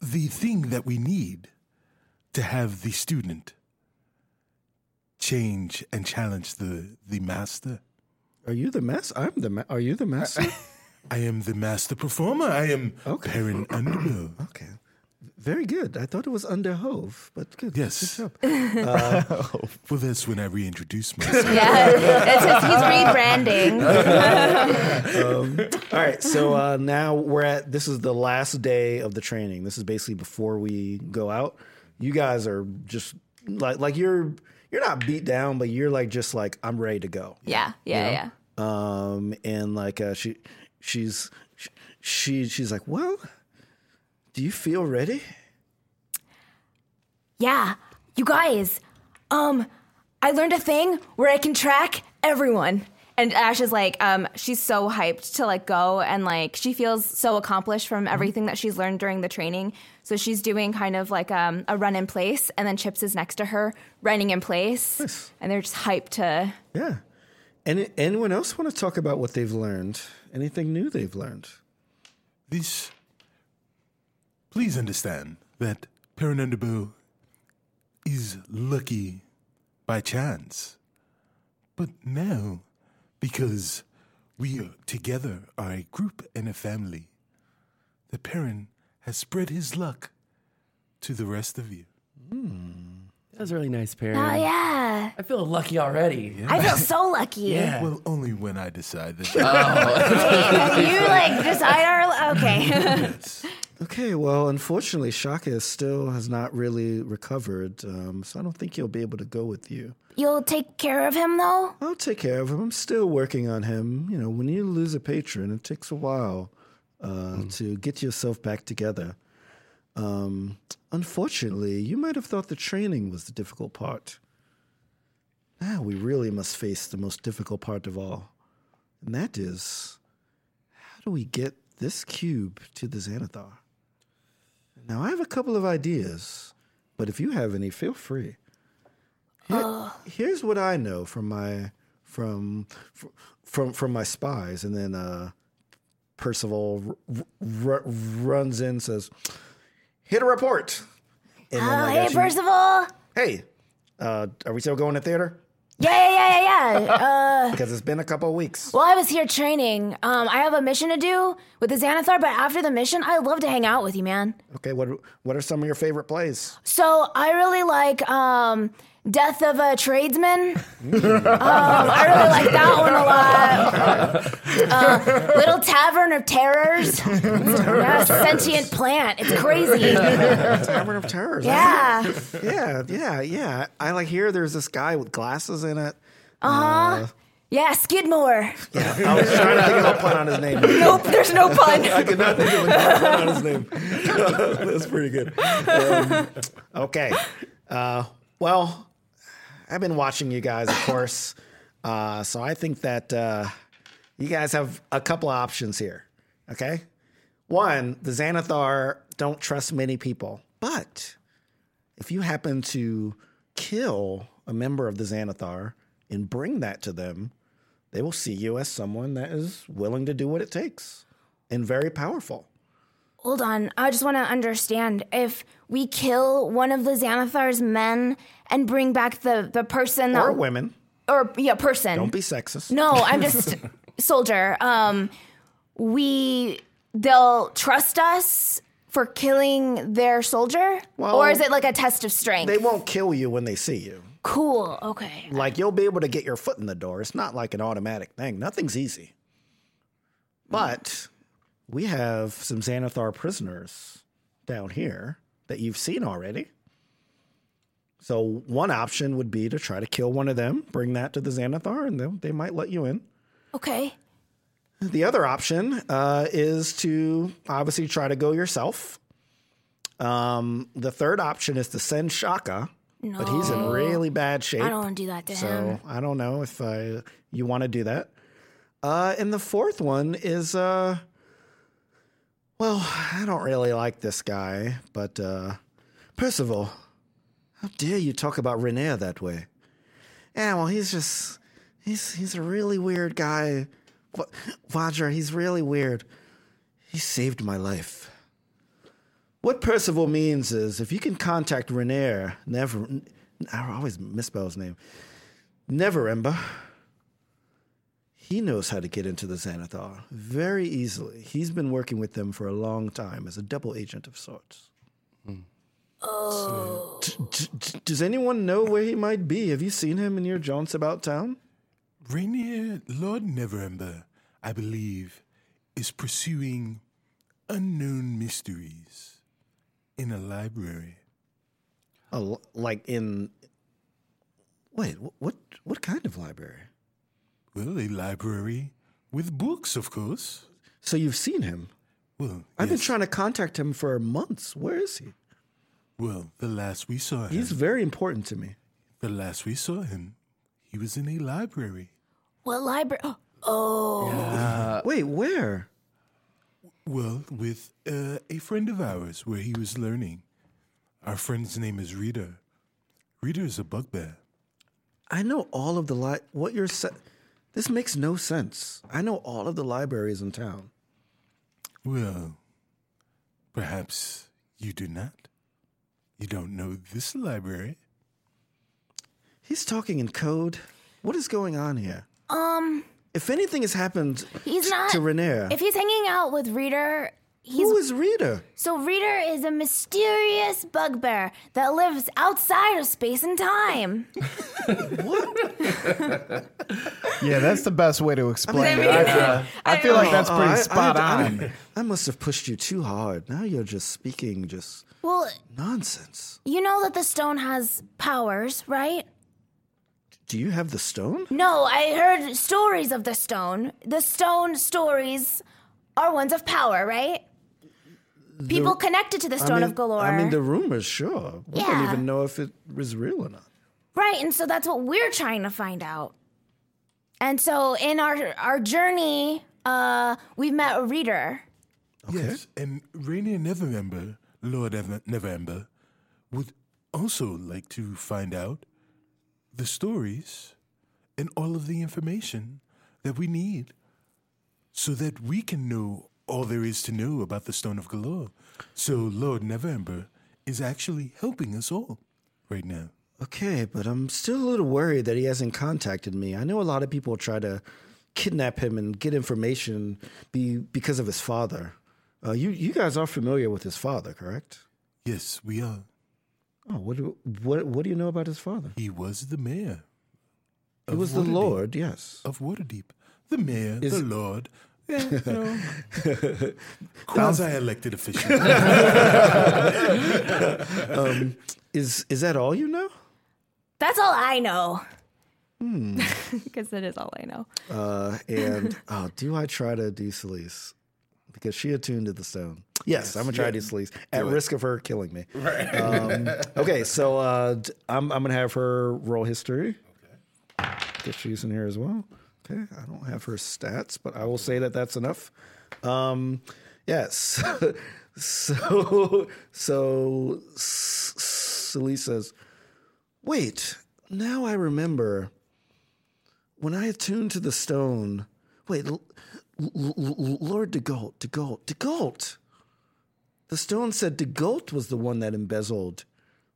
the thing that we need to have the student change and challenge the, the master. Are you the master? I'm the. Ma- are you the master? I am the master performer. I am Okay. Baron Underhill. Okay. Very good. I thought it was under Hove, but good. Yes. Good job. Well, that's when I reintroduce myself. Yeah, it's his, he's rebranding. Um, All right. So uh, now we're at this is the last day of the training. This is basically before we go out. You guys are just like like you're you're not beat down, but you're like just like I'm ready to go. Yeah, yeah, yeah. um, and like uh, she, she's sh- she she's like, well, do you feel ready? Yeah, you guys. Um, I learned a thing where I can track everyone. And Ash is like, um, she's so hyped to like go and like she feels so accomplished from everything that she's learned during the training. So she's doing kind of like um, a run in place, and then Chips is next to her running in place, and they're just hyped to. Yeah. And anyone else want to talk about what they've learned? Anything new they've learned? This. Please understand that Paranundabo is lucky by chance. But now, because we are together are a group and a family, the Perrin has spread his luck to the rest of you. That was really nice, Perry. Oh yeah, I feel lucky already. I feel so lucky. Yeah. Well, only when I decide that. you like decide our okay. Yes. Okay, well, unfortunately, Shaka still has not really recovered, um, so I don't think he'll be able to go with you. You'll take care of him though. I'll take care of him. I'm still working on him. You know, when you lose a patron, it takes a while uh, to get yourself back together. Um, unfortunately, you might have thought the training was the difficult part. Now Ah, we really must face the most difficult part of all, and that is how do we get this cube to the Xanathar? Now, I have a couple of ideas, but if you have any, feel free. Uh. Here's what I know from my from fr- from from my spies, and then uh, Percival r- r- runs in, says, "Hit a report." And then Oh I hey got you- Percival. Hey, uh, are we still going to theater? Yeah yeah yeah yeah yeah. Because it's been a couple of weeks. Well, I was here training. Um, I have a mission to do with the Xanathar, but after the mission, I love to hang out with you, man. Okay, what what are some of your favorite plays? So I really like um, Death of a Tradesman. um, I really like that one a lot. Uh, Little Tavern of Terrors. Yeah, sentient plant. It's crazy. Tavern of Terrors. Yeah. yeah, yeah, yeah. I like here. There's this guy with glasses in it. Yeah, Skidmore. I was trying to think of a pun on his name. Nope, there's no pun. could not think of a pun on his name. That's pretty good. Um, okay. Uh, well, I've been watching you guys, of course. Uh, so I think that uh, you guys have a couple of options here. Okay. One, the Xanathar don't trust many people, but if you happen to kill a member of the Xanathar and bring that to them, they will see you as someone that is willing to do what it takes and very powerful. Hold on. I just want to understand if we kill one of the Xanathar's men and bring back the, the person that Or women. or yeah, person. Don't be sexist. No, I'm just soldier. Um, we they'll trust us for killing their soldier, Well- or is it like a test of strength? They won't kill you when they see you. cool. Okay. Like you'll be able to get your foot in the door. It's not like an automatic thing. Nothing's easy. But we have some Xanathar prisoners down here that you've seen already. So one option would be to try to kill one of them, bring that to the Xanathar, and they, they might let you in. Okay. The other option uh, is to obviously try to go yourself. Um, the third option is to send Shaka, but he's in really bad shape. Oh. I don't want to do that to him. so I don't know if uh, you want to do that. Uh, and the fourth one is, uh, well, I don't really like this guy, but uh, Percival, how dare you talk about Renair that way? Yeah, well, he's just he's he's a really weird guy. Va- Vajra, he's really weird. He saved my life. What Percival means is if you can contact Renair, never, I always misspell his name, Neverember, he knows how to get into the Xanathar very easily. He's been working with them for a long time as a double agent of sorts. Oh. does anyone know where he might be? Have you seen him in your jaunts about town? Rainier Lord Neverember, I believe, is pursuing unknown mysteries in a library. A l like in. Wait, wh- what? What kind of library? Well, a library with books, of course. So you've seen him. Well, I've been yes. trying to contact him for months. Where is he? Well, the last we saw him, He's very important to me. the last we saw him, he was in a library. What library? Oh, Wait, where? Well, with uh, a friend of ours where he was learning. Our friend's name is Rita. Rita is a bugbear. I know all of the li- what you're sa- This makes no sense. I know all of the libraries in town. Well, perhaps you do not. You don't know this library. He's talking in code. What is going on here? Um, if anything has happened he's t- not. to Renair, If he's hanging out with Reader, he's who is Rita? so Reader is a mysterious bugbear that lives outside of space and time. Yeah, that's the best way to explain I it. mean, I, I feel like that's Oh, pretty I- I- spot I- on. I must have pushed you too hard. Now you're just speaking just Well, nonsense. you know that the stone has powers, right? Do you have the stone? No, I heard stories of the stone. The stone stories are ones of power, right? People connected to the stone I mean, of galore. I mean, the rumors, sure. We don't Yeah. even know if it was real or not. Right, and so that's what we're trying to find out. And so in our our journey, uh, we've met a reader. Yes, and Rainier Neverember, Lord Ever- Neverember, would also like to find out the stories and all of the information that we need so that we can know all there is to know about the Stone of Galore. So Lord Neverember is actually helping us all right now. Okay, but I'm still a little worried that he hasn't contacted me. I know a lot of people try to kidnap him and get information be, because of his father. Uh, you you guys are familiar with his father, correct? Yes, we are. Oh, what do, what what do you know about his father? He was the mayor. He was the Waterdeep- Lord, yes. Of Waterdeep. The mayor, Is- the Lord. Yeah, you know. Quasi elected official. Um, Is is that all you know? That's all I know. Hmm. because that is all I know. Uh, and oh, do I try to do Celise? Because she attuned to the stone. Yes, I'm gonna try to do Celise at risk of her killing me. Right. Um, okay, so uh, d- I'm I'm gonna have her roll history. Okay. Get she's in here as well. Okay, I don't have her stats, but I will say that that's enough. Um, yes. so so S- S- Celise says, "Wait, now I remember." when I attuned to the stone, wait, L- L- L- Lord de Gault, de Gault, de Gault. The stone said de Gault was the one that embezzled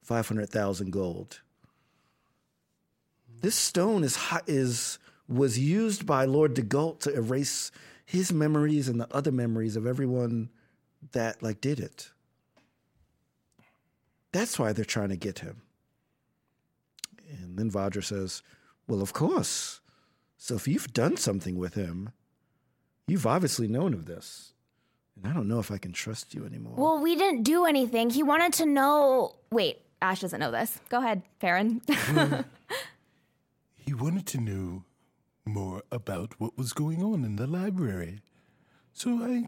500,000 gold. This stone is, hi- is was used by Lord de Gault to erase his memories and the other memories of everyone that like did it. That's why they're trying to get him. And then Vajra says, Well, of course. So if you've done something with him, you've obviously known of this. And I don't know if I can trust you anymore. Well, we didn't do anything. He wanted to know. Wait, Ash doesn't know this. Go ahead, Farron. he wanted to know more about what was going on in the library. So I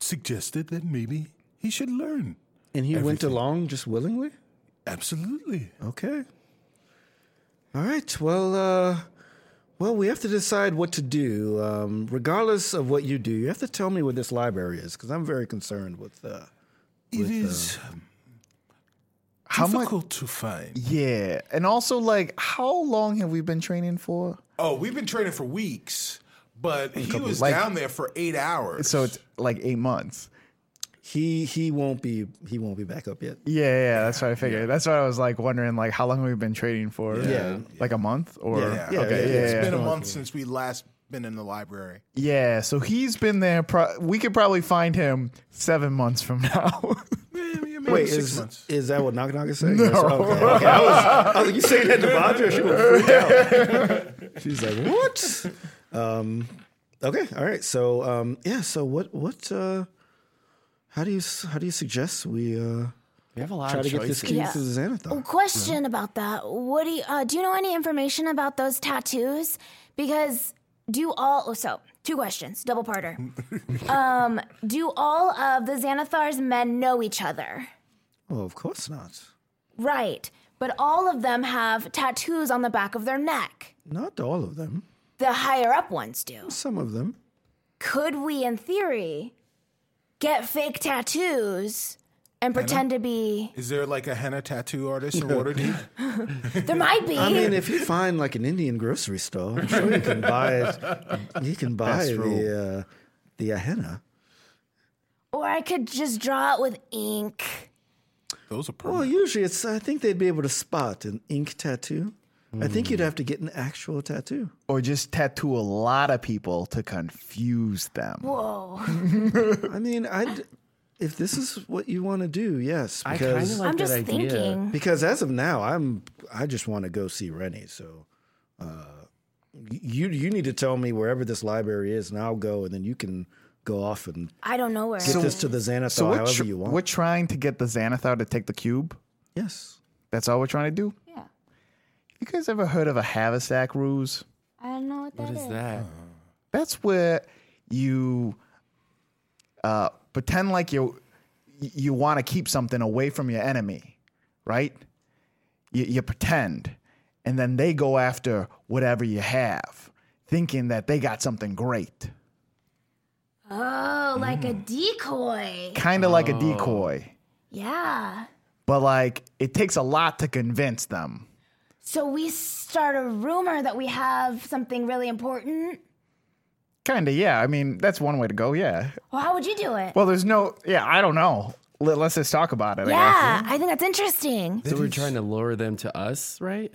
suggested that maybe he should learn. and he went everything. along just willingly? Absolutely. Okay. All right. Well, uh, well, we have to decide what to do. Um, regardless of what you do, you have to tell me where this library is because I'm very concerned with. Uh, It is um, How much? difficult to find. Yeah, and also like, how long have we been training for? Oh, we've been training for weeks, but he was Like- down there for eight hours. So it's like eight months. He he won't be he won't be back up yet. Yeah, yeah, that's what I figured. That's what I was like wondering, like how long have we been trading for? Yeah. like a month or Yeah. Yeah, okay, yeah, It's yeah. been a Yeah. month since we last been in the library. Yeah, so he's been there. Pro- we could probably find him seven months from now. Wait, six is, months. is that what Knock Knock is saying? Yes, Okay, okay. I, was, I was like, you saying that to Badra? She would freak out. She's like, what? Um, okay, all right. So um, yeah, so what what uh, how do you s- how do you suggest we uh, We have a lot try to get this key Yeah. to the Xanathar? Oh, Question about that. What do you, uh, do you know any information about those tattoos? Because do all oh, so two questions, double parter. um, do all of the Xanathar's men know each other? Oh, of course not. Right, but all of them have tattoos on the back of their neck. Not all of them. The higher up ones do. Some of them. Could we, in theory, get fake tattoos and pretend to be? Is there like a henna tattoo artist in Waterdeep? There might be. I mean, if you find like an Indian grocery store, I'm sure you can buy it. You can buy Best the rule. uh, the uh, henna. or I could just draw it with ink. Those are Well, permanent. usually it's. I think they'd be able to spot an ink tattoo. I think Hmm. you'd have to get an actual tattoo. or just tattoo a lot of people to confuse them. Whoa. I mean, I'd, if this is what you want to do, yes. I kind of Because like I'm that just idea. thinking. because as of now, I'm. I just want to go see Rennie. So, uh, y- you you need to tell me wherever this library is, and I'll go, and then you can go off and I don't know where. get this to the Xanathar So we're, however tr- you want. we're trying to get the Xanathar to take the cube. yes. That's all we're trying to do. Yeah. You guys ever heard of a haversack ruse? I don't know what that What is that? That's where you uh, pretend like you you want to keep something away from your enemy, right? You, you pretend, and then they go after whatever you have, thinking that they got something great, Oh, like a decoy. kind of like a decoy. Yeah. But like, it takes a lot to convince them. So we start a rumor that we have something really important. Kind of, yeah. I mean, that's one way to go, yeah. Well, how would you do it? Well, there's no, yeah. I don't know. Let, let's just talk about it. I guess. yeah, I think that's interesting. So we're trying to lure them to us, right?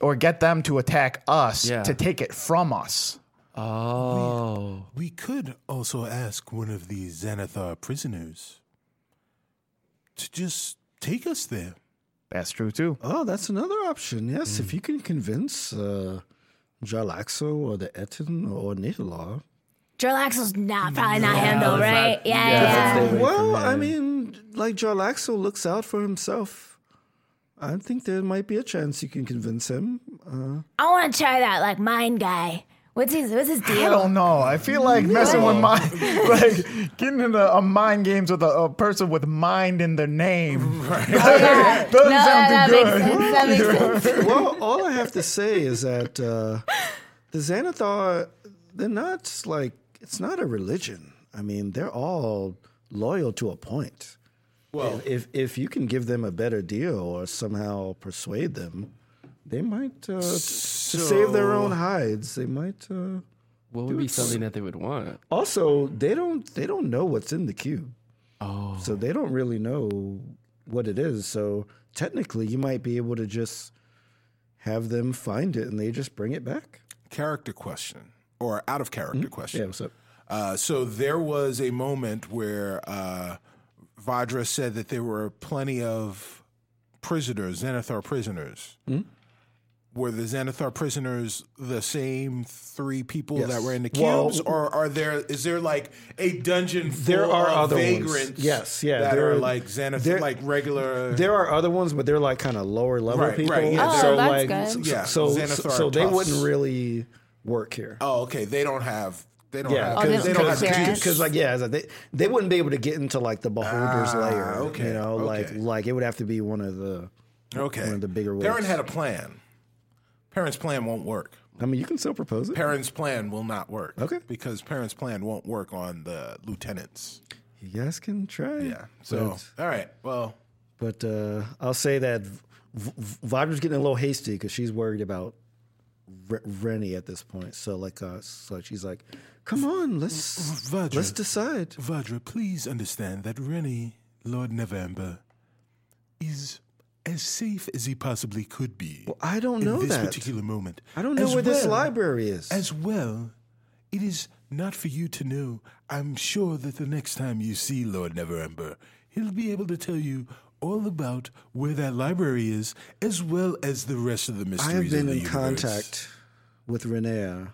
or get them to attack us Yeah. to take it from us. Oh, We could also ask one of the Xanathar prisoners to just take us there. That's true too. Oh, that's another option. Yes, Hmm. if you can convince uh, Jalaxo or the Etin or Nitalar. Drill Axel's not probably not him though, let's right? not- yeah, yeah, yeah. let's yeah. stay away Well, from I him. mean, like Jalaxo looks out for himself. I think there might be a chance you can convince him. I want to try that, like mine guy. What's his What's his I deal? don't know. I feel like messing with mind, like getting into a mind games with a, a person with mind in their name. Yeah. Doesn't no, sound that too makes good. sense. That makes sense. well, all I have to say is that uh, the Xanathar, they're not like, it's not a religion. I mean, they're all loyal to a point. Well, if if you can give them a better deal or somehow persuade them, they might uh, to save their own hides. They might. Uh, what would be something that they would want? also, they don't they don't know what's in the cube. Oh. So they don't really know what it is. So technically you might be able to just have them find it and they just bring it back. Character question or out of character question. Yeah, what's up? Uh, so there was a moment where uh, Vajra said that there were plenty of prisoners, Xanathar prisoners. Hmm? Were the Xanathar prisoners the same three people Yes. that were in the Well- cubes, or are there? Is there like a dungeon full There are of other ones. vagrants? Yes, yeah, that there are, are- like Xanathar, there- like regular. There are other ones, but they're like kind of lower level uh, Right, people. right, yeah, and Oh, so that's like good. so- Yeah, so so, Xanathar so they Tufts. wouldn't really work here. oh, okay. They don't have. They don't Yeah, Oh, have. Oh, they because don't have clearance. because like yeah, it's like they they wouldn't be able to get into like the beholder's layer. Ah, okay, you know, like okay. like it would have to be one of the. okay. one of the bigger Perrin ways. had a plan. Parents' plan won't work. I mean, you can still propose it. parents' plan will not work. Okay. Because parents' plan won't work on the lieutenants. You guys can try. Yeah. So, all right. Well, But uh, I'll say that v- v- Vajra's getting a little hasty because she's worried about Re- Rennie at this point. So like, uh, so she's like, "Come on, let's Vajra. let's decide." Vadra, please understand that Rennie, Lord Nevamber, is as safe as he possibly could be. Well, I don't in know this that. particular moment. I don't know As where this well- library is. As well, it is not for you to know. I'm sure that the next time you see Lord Neverember, he'll be able to tell you all about where that library is, as well as the rest of the I have mysteries. been of the in universe. contact with Renea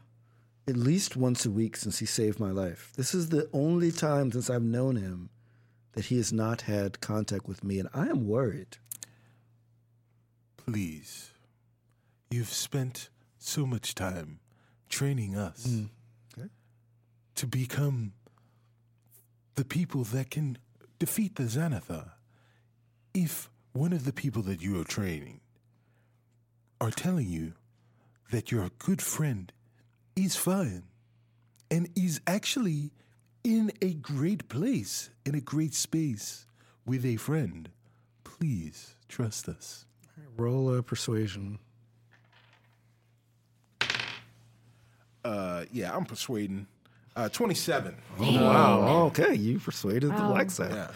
at least once a week since he saved my life. This is the only time since I've known him that he has not had contact with me, and I am worried. Please, you've spent so much time training us Okay. to become the people that can defeat the Xanathar. If one of the people that you are training are telling you that your good friend is fine and is actually in a great place, in a great space with a friend, please trust us. Roll a persuasion. Uh, yeah, I'm persuading. Uh, 27. Wow. Okay, you persuaded the black side. Yeah.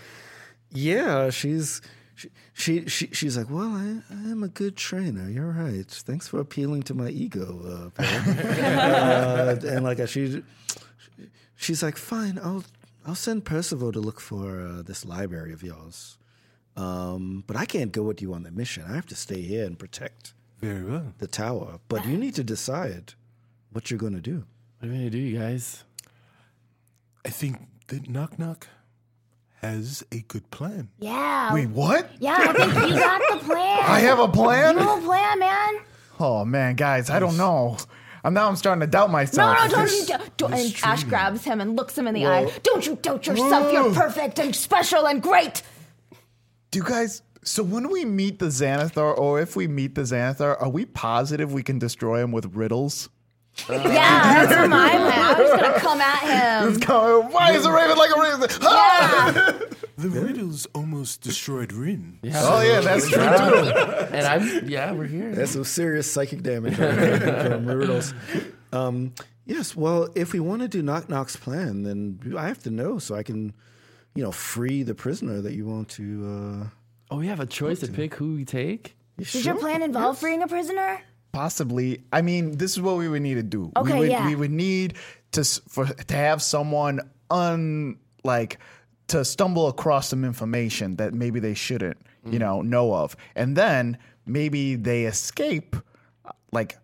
Yeah, she's she, she she she's like, well, I, I am a good trainer. You're right. Thanks for appealing to my ego, uh, Perrin." uh, and like she, she's like, fine. I'll I'll send Percival to look for uh, this library of yours. Um, but I can't go with you on the mission. I have to stay here and protect Very well. the tower. But you need to decide what you're going to do. What are we gonna do, you guys? I think that Knock Knock has a good plan. Yeah. Wait, what? Yeah, I think you got the plan. I have a You plan? have a plan, man. Oh man, guys, I don't know. I'm now I'm starting to doubt No, myself. No, This- don't you? Don't, don't, this and Ash tree. grabs him and looks him in the eye. Don't you doubt yourself. You're perfect and special and great. Do you guys? So when we meet the Xanathar, or if we meet the Xanathar, are we positive we can destroy him with riddles? Yeah, that's what my plan. I'm just gonna come at him. Go, Why is a raven like a raven? Ah! Yeah. The riddles almost destroyed Rin. Yeah. Oh yeah, that's true. and I'm yeah, we're here. That's some serious psychic damage right there from Riddles. Um, yes, well, if we want to do Knock Knock's plan, then I have to know so I can, you know, free the prisoner that you want to. Uh, Oh, we have a choice to pick who we take. Does your plan involve freeing a prisoner? Possibly. I mean, this is what we would need to do. Okay, we would, yeah. We would need to s- for to have someone un like to stumble across some information that maybe they shouldn't, you know, know of, and then maybe they escape, uh, like.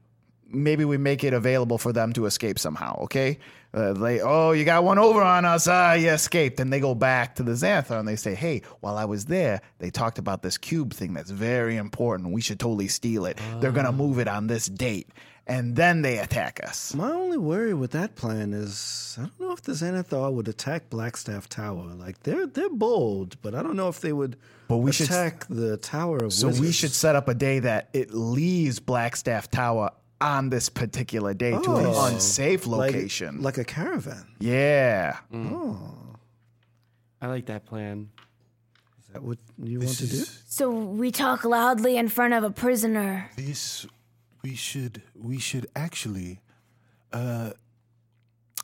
Maybe we make it available for them to escape somehow, okay? Uh, they, oh, you got one over on us. Ah, you escaped. And they go back to the Xanathar and they say, hey, while I was there, they talked about this cube thing that's very important. We should totally steal it. They're going to move it on this date. And then they attack us. My only worry with that plan is I don't know if the Xanathar would attack Blackstaff Tower. Like they're they're bold, but I don't know if they would. But we should- attack the Tower of So we Wizards. should set up a day that it leaves Blackstaff Tower on this particular day to Oh. an unsafe like, location. like Mm. a caravan. yeah. I like that plan. Is that what you want to do? So we talk loudly in front of a prisoner. This we should we should actually uh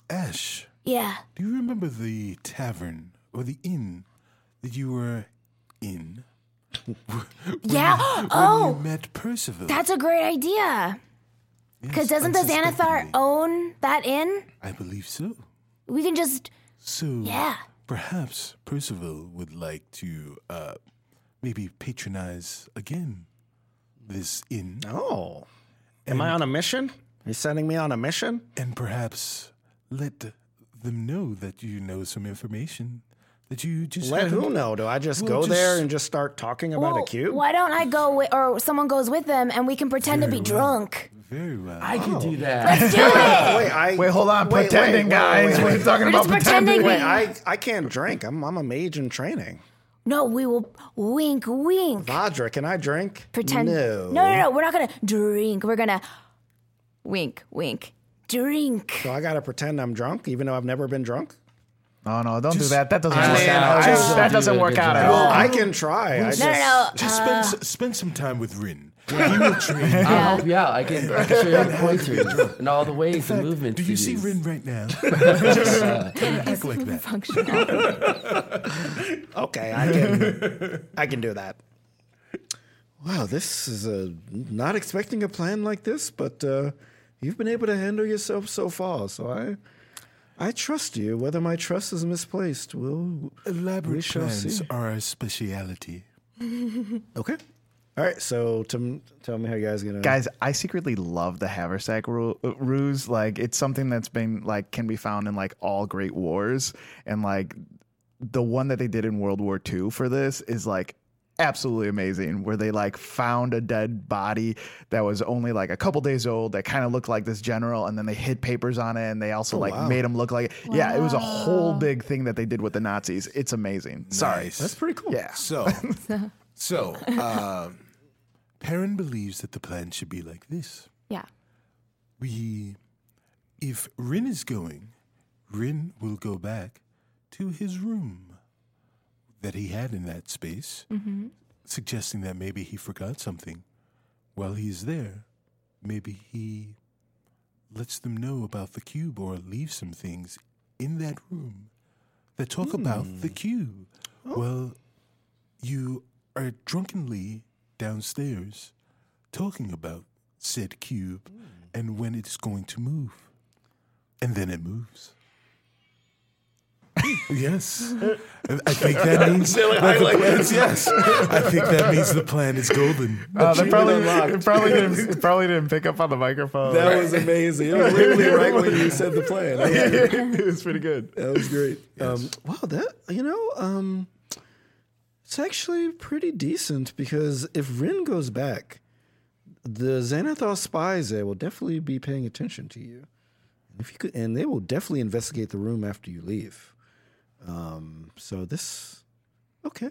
Ash, Yeah. do you remember the tavern or the inn that you were in? Yeah. Oh, Oh, you met Percival. that's a great idea. Because Yes, doesn't the Xanathar unsuspectingly. own that inn? I believe so. We can just. So Yeah. perhaps Percival would like to uh, maybe patronize again this inn, Oh, am I on a mission? Are you sending me on a mission? and perhaps let them know that you know some information that you just Let haven't- who know? Do I just Well, go there just- and just start talking about Well, a cube? Why don't I go with, or someone goes with them, and we can pretend to be drunk. Very well. I can Oh. do that. Do it. Wait, I, Wait, hold on. wait, pretending, wait, guys. Wait, wait, We're talking We're about just pretending. pretending. wait, I, I can't drink. I'm, I'm a mage in training. No, we will wink, wink. Vadra, can I drink? Pretend. No. no, no. no, We're not gonna drink. We're gonna wink, wink, drink. So I gotta pretend I'm drunk, even though I've never been drunk. No, no, don't do Just- that. That doesn't I work mean, out. I That- just that don't do doesn't a work good out at job. all. I can try. I just, No, no, no. Just spend, s- spend some time with Rin. When you were dreaming. I'll help you out. I can, I can show you all the pointers and all the ways and movements. Do to you see use. Rin right now? Just act like that. Functional. Okay, I can I can do that. Wow, this is a not expecting a plan like this, but uh, you've been able to handle yourself so far. So I I trust you. Whether my trust is misplaced, we'll we Elaborate shall plans see. are a speciality. Okay. All right. So Tim, tell me how you guys are gonna Guys, I secretly love the haversack ru- uh, ruse. Like, it's something that's been like can be found in like all great wars, and like the one that they did in World War II for this is like absolutely amazing. Where they like found a dead body that was only like a couple days old that kind of looked like this general, and then they hid papers on it, and they also like made him look like it. Yeah, it was a whole big thing that they did with the Nazis. It's amazing. Sorry. Nice. That's pretty cool. Yeah. So, so, um, Perrin believes that the plan should be like this. yeah. We, if Rin is going, Rin will go back to his room that he had in that space, suggesting that maybe he forgot something. While he's there, maybe he lets them know about the cube or leaves some things in that room that talk about the cube. Well, you are drunkenly downstairs talking about said cube and when it's going to move. And then it moves. yes. I think that means that the plan's- yes. I think that means the plan is golden. Uh, they probably, it probably didn't. It probably didn't pick up on the microphone. That was amazing. It was literally right when you said the plan. I love it. it was pretty good. That was great. Um, wow, that you know, um, it's actually pretty decent because if Rin goes back, the Xanathar spies there will definitely be paying attention to you. If you could, and they will definitely investigate the room after you leave. Um, so this, okay,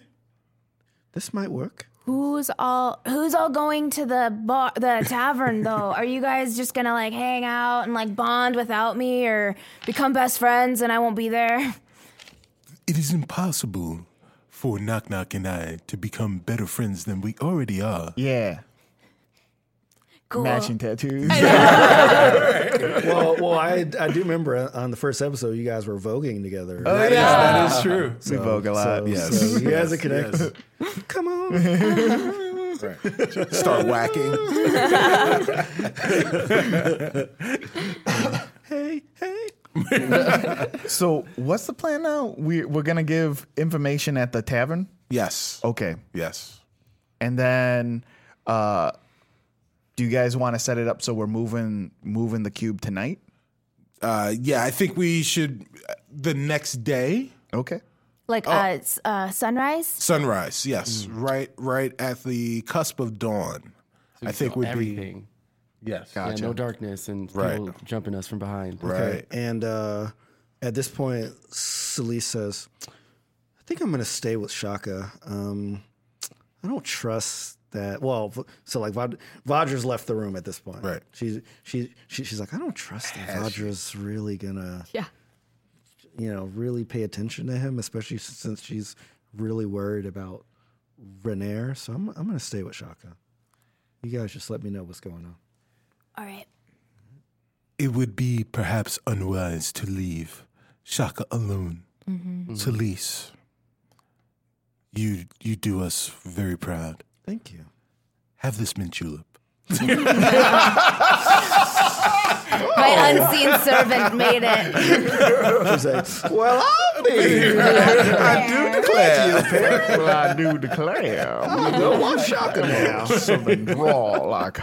this might work. Who's all who's all going to the bar the tavern though? Are you guys just gonna like hang out and like bond without me or become best friends and I won't be there? It is impossible for Knock Knock and I to become better friends than we already are. Yeah, Cool. matching tattoos. Well, well, I I do remember on the first episode you guys were voguing together. that is true. we vogue a lot. So- yes. so you guys are connected. Come on. Start whacking. hey, hey. So what's the plan now? We we're gonna give information at the tavern. Yes. Oh, Okay, Yes. and then uh, do you guys want to set it up so we're moving moving the cube tonight? Uh, yeah, I think we should. uh, The next day, Okay. Like Oh. uh, s- uh, sunrise. sunrise. Yes, Mm. right, right at the cusp of dawn. I think would be everything. yes. Yeah, no darkness and Right. people jumping us from behind. Right. And uh, at this point, Celise says, I think I'm going to stay with Shaka. Um, I don't trust that. Well, v- so like Vod- Vajra's left the room at this point. Right. She's, she, she, she's like, I don't trust that Vajra's really going to, Yeah. you know, really pay attention to him, especially since she's really worried about Renair. So I'm, I'm going to stay with Shaka. You guys just let me know what's going on. All right. It would be perhaps unwise to leave Shaka alone. Celise, you you do us very proud. Thank you. Have this mint julep. My Oh. unseen servant made it. She's like, well, I'll be. I do declare. well, I do declare. I don't want shocker now. Something raw, like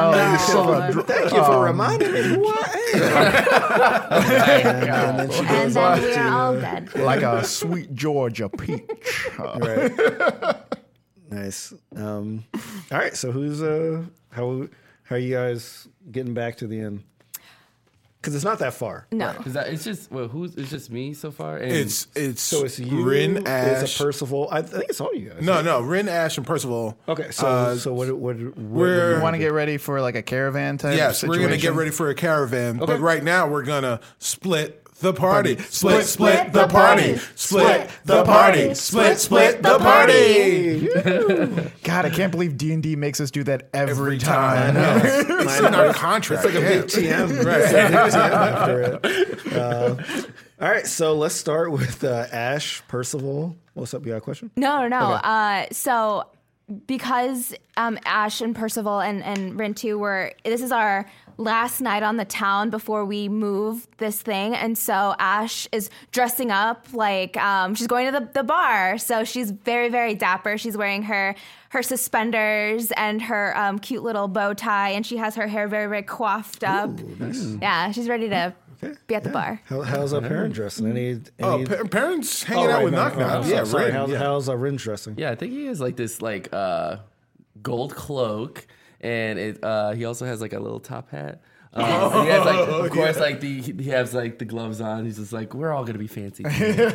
Thank you um, for reminding me who I am. and then she And goes off then we to, are all uh, dead. like a sweet Georgia peach. Uh, Nice. Um, all right. So who's uh how how are you guys getting back to the inn? Because it's not that far. No. Because it's just well, who's it's just me so far. And It's it's So it's you. Rin It's Ash. a Percival. I think it's all you guys. no, no, Rin Ash and Percival. Okay. So Uh, so what what, what we're- Want to get ready for like a caravan type? Yes, situation? we're gonna get ready for a caravan, but right now we're gonna split the party. Split, split the party. Split the party. Split, split the party. God, I can't believe D and D makes us do that every, time. It's in our contract. It's like a TM. after it. Uh, all right, so let's start with uh, Ash Percival. What's up? You got a question? No, no. Uh, so because um, Ash and Percival and and Rintu were this is our last night on the town before we move this thing, and so Ash is dressing up like um, she's going to the, the bar. So she's very very dapper. She's wearing her her suspenders and her um, cute little bow tie, and she has her hair very very coiffed up. Yeah, she's ready to be at the bar. How, how's our parent dressing? Any? any Oh, pa- parents hanging Oh, out right, with no, knock no, no, knock. I'm Yeah, sorry. right. How's, yeah. how's our Rin dressing? Yeah, I think he has like this like uh, gold cloak, and it, uh, he also has like a little top hat. Um, and he has like, of course, like the he has like the gloves on. He's just like, we're all gonna be fancy. today."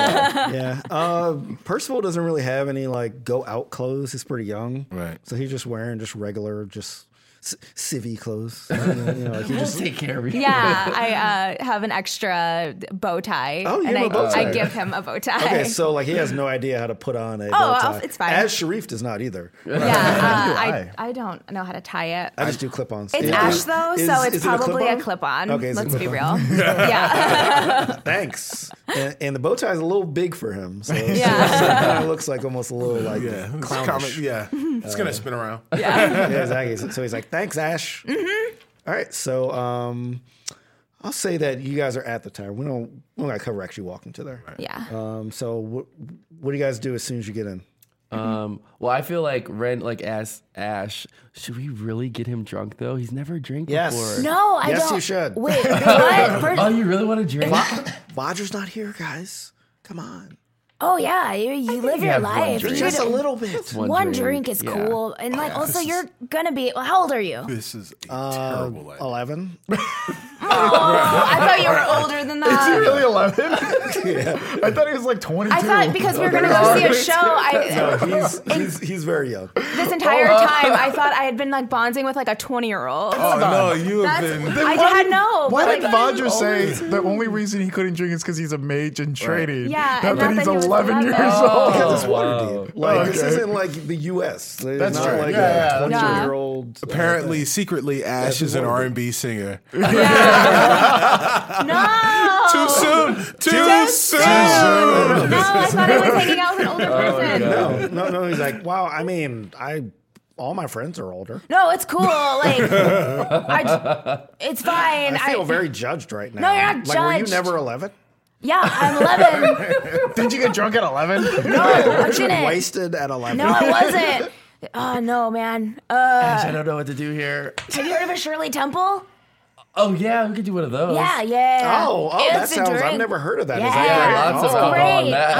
yeah. Uh, Percival doesn't really have any like go out clothes. He's pretty young, Right. So he's just wearing just regular just c- civvy clothes. You know, you know, like he we'll just- take care of you. Yeah, I uh, have an extra bow tie. Oh, you and have I a bow tie. I give him a bow tie. okay, so like he has no idea how to put on a. Oh, I'll- it's fine. As Sharif does not either. Yeah, uh, I, I don't know how to tie it. I just do clip-ons. It's Is- Ash though, is- so it's is it probably a clip on. Okay, is it let's a be real. clip-on? yeah. Thanks. And, and the bow tie is a little big for him, so Yeah. kind of looks like almost a little like Yeah, it's clownish. comic- yeah. it's gonna spin around. yeah, exactly. So- So he's like, "Thanks, Ash." Mm-hmm. All right, so um, I'll say that you guys are at the tire. We don't we don't got cover actually walking to there. Yeah. Um, so what what do you guys do as soon as you get in? Um, well, I feel like Ren like asked Ash, should we really get him drunk though? He's never drank Yes. before. No, I Yes, don't. you should. Wait, what? First- Oh, you really want to drink? Roger's not here, guys. Come on, oh yeah, you, you live your have one life. drink. You're just a little bit. One, drink. is yeah. cool, and like also you're gonna be. Well, how old are you? This is a terrible idea. Eleven. Oh, I thought you were older than that. Really, eleven? I thought he was like twenty-two. I thought because we were gonna go see a show. No, I he's he's he's very young. this entire Oh. time I thought I had been like bonding with like a twenty year old. Oh no, you have That's- been. I Why had did- no. Why but, did like, oh, Vajra say the only reason he couldn't drink is because he's a mage in training? Yeah, not and that not he's that he was 11 years 11. old. Because it's Waterdeep. Like this Oh. Okay. isn't like the U.S. It's That's not true. like Yeah, a twenty yeah, true. year old. Apparently, secretly, Ash is an Waterdeep. R and B singer. No. Too soon. Too, soon. No, I thought I was hanging out with an Oh, older person. uh, no, no, no. He's like, wow. I mean, I all my friends are older. No, it's cool. Like, I, it's fine. I feel very judged right now. No, you're not like, Were you judged. never 11? yeah, I'm 11. Did you get drunk at 11? Oh, No, I didn't. Wasted at 11. No, I wasn't. Oh no, man. Uh, Ash, I don't know what to do here. have you heard of a Shirley Temple? Oh yeah, we could do one of those. Yeah, yeah. Oh, oh, that It's a sounds. I've drink. never heard of that. Is Yeah. that Lots of Oh. alcohol in Great. that.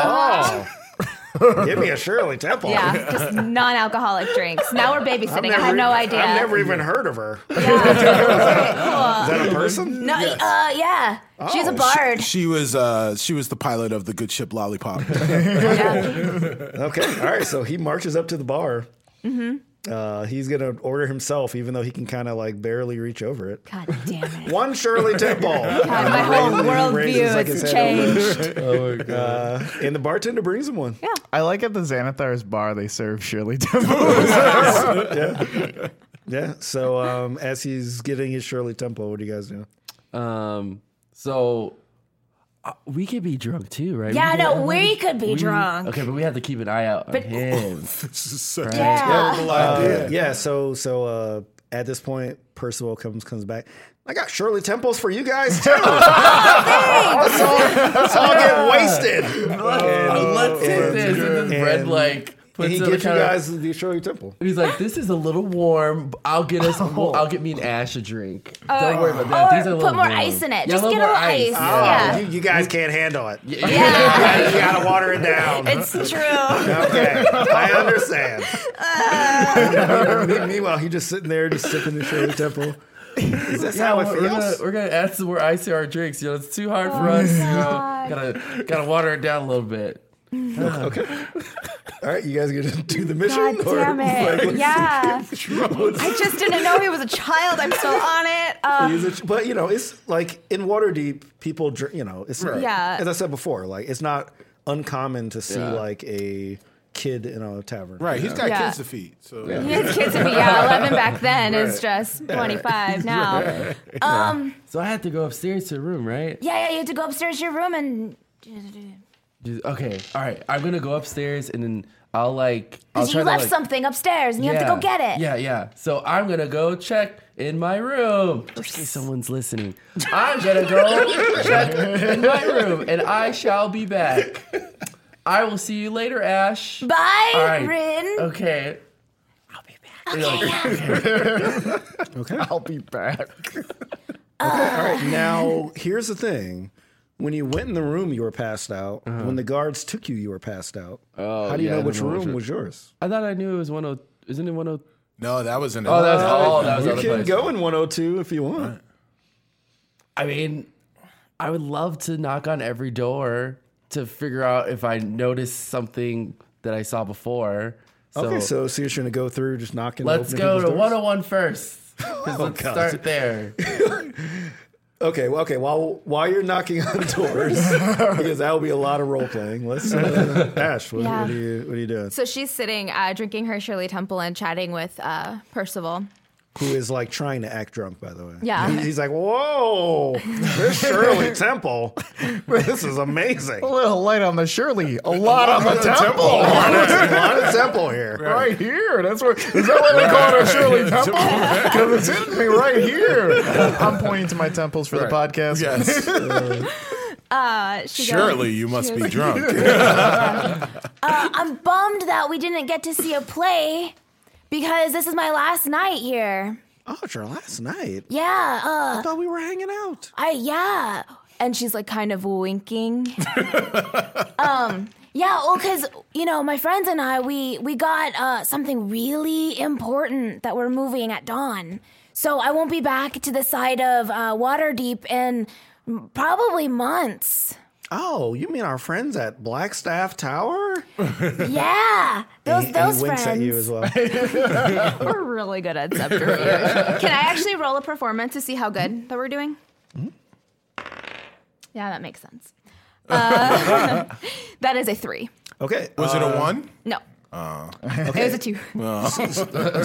Oh. Give me a Shirley Temple. Yeah, just non-alcoholic drinks. Now we're babysitting. I've never, e- I had no I've idea. never even heard of her. Is that a person? No, uh, yeah. She's a bard. She was uh, she was the pilot of the good ship Lollipop. Okay. All right. So he marches up to the bar. Mm-hmm. Uh, he's gonna order himself, even though he can kind of like barely reach over it. God damn it. One Shirley Temple. God, my whole He raises, worldview like, his has head over. changed. Oh my god. Uh, and the bartender brings him one. I like at the Xanathar's bar they serve Shirley Temple. Yeah. So um, as he's getting his Shirley Temple, what do you guys do? Um, so uh, we could be drunk too, right? Yeah, We could- no, we could be drunk. Okay, but we have to keep an eye out on him. this is such Yeah. a terrible Oh, idea. Uh, Yeah. So so uh, at this point, Percival comes comes back. I got Shirley Temples for you guys too. Oh, let's, all, let's all get wasted. Oh, And, let's take this. And then Red and- like puts and he it on the gives you counter. guys the Shirley Temple. He's like, this is a little warm. but I'll get us. well, I'll get me and Ash a drink. Don't worry about that. Oh. or These are a put little more warm. ice in it. Yeah, Just little get a more little ice. Yeah. Yeah. Oh, You, you guys can't handle it. You Yeah. gotta water it down. It's true. Okay, I understand. Me- Meanwhile, he's just sitting there, just sipping the Shirley Temple. Is this Yeah, how we're, it we're feels? gonna we're gonna add Oh some more ice to our drinks. You know, it's too hard for us. You know, gotta gotta water it down a little bit. Okay. All right, you guys are gonna do the mission? God damn it. yeah. What's- I just didn't know he was a child. I'm still on it. Uh, It is a ch- but you know, it's like in Waterdeep, people, dr- you know, it's Right. Yeah. As I said before, like it's not uncommon to see Yeah. like a kid in a tavern. Right, he's got Yeah. kids to feed. So Uh, he has kids to be, yeah, 11 back then is just 25 now. Um, So I had to go upstairs to the room, right? yeah, yeah, you have to go upstairs to your room and. Just- Okay. All right. I'm gonna go upstairs and then I'll like. I'll Because you try to, left like- something upstairs and you have to go get it. Yeah, yeah. So I'm gonna go check in my room. Just in case someone's listening. I'm gonna go check in my room, and I shall be back. I will see you later, Ash. Bye, All right. Rin. Okay. I'll be back. Okay. I'll be back. All right. Now, here's the thing: when you went in the room, you were passed out. When the guards took you, you were passed out. Uh-huh. Oh, How do you yeah, I know don't which know room which- was yours? I thought I knew it was oh, 10. Isn't it 10? no, that was an. Oh, that was oh, that was the You other can place. go in 102 if you want. I mean, I would love to knock on every door to figure out if I noticed something that I saw before. So, okay, so see so you're gonna go through, just knocking. and let's opening go people's to doors? Oh, 101 first. 'Cause let's God. start there. oh- Okay, well, okay. While while you're knocking on doors, because that will be a lot of role playing. Let's uh, Ash. What, Yeah. what are you what are you doing? So she's sitting, uh, drinking her Shirley Temple and chatting with uh, Percival. Who is like trying to act drunk, by the way? Yeah. He- he's like, "Whoa, this Shirley Temple, this is amazing." A little light on the Shirley, a lot on the temple. Honestly, a lot of temple here. Right here. That's what. Is that why they call it a Shirley Temple? Because it's hitting me right here. I'm pointing to my temples for Right. the podcast. Yes, Uh, she goes- surely you she must goes, be drunk. Uh, I'm bummed that we didn't get to see a play because this is my last night here. Oh, it's our last night. Yeah, I uh, thought we were hanging out. I yeah. And she's like kind of winking. Um, Yeah, well, because you know, my friends and I, we we got uh, something really important that we're moving at dawn, so I won't be back to the side of uh, Waterdeep in probably months. Oh, you mean our friends at Blackstaff Tower? Yeah, those he, those he winks friends. at you as well. We're really good at sub reviews. Can I actually roll a performance to see how good that we're doing? Yeah, that makes sense. Uh, that is a three. Okay, Was it a one? No. It was a two.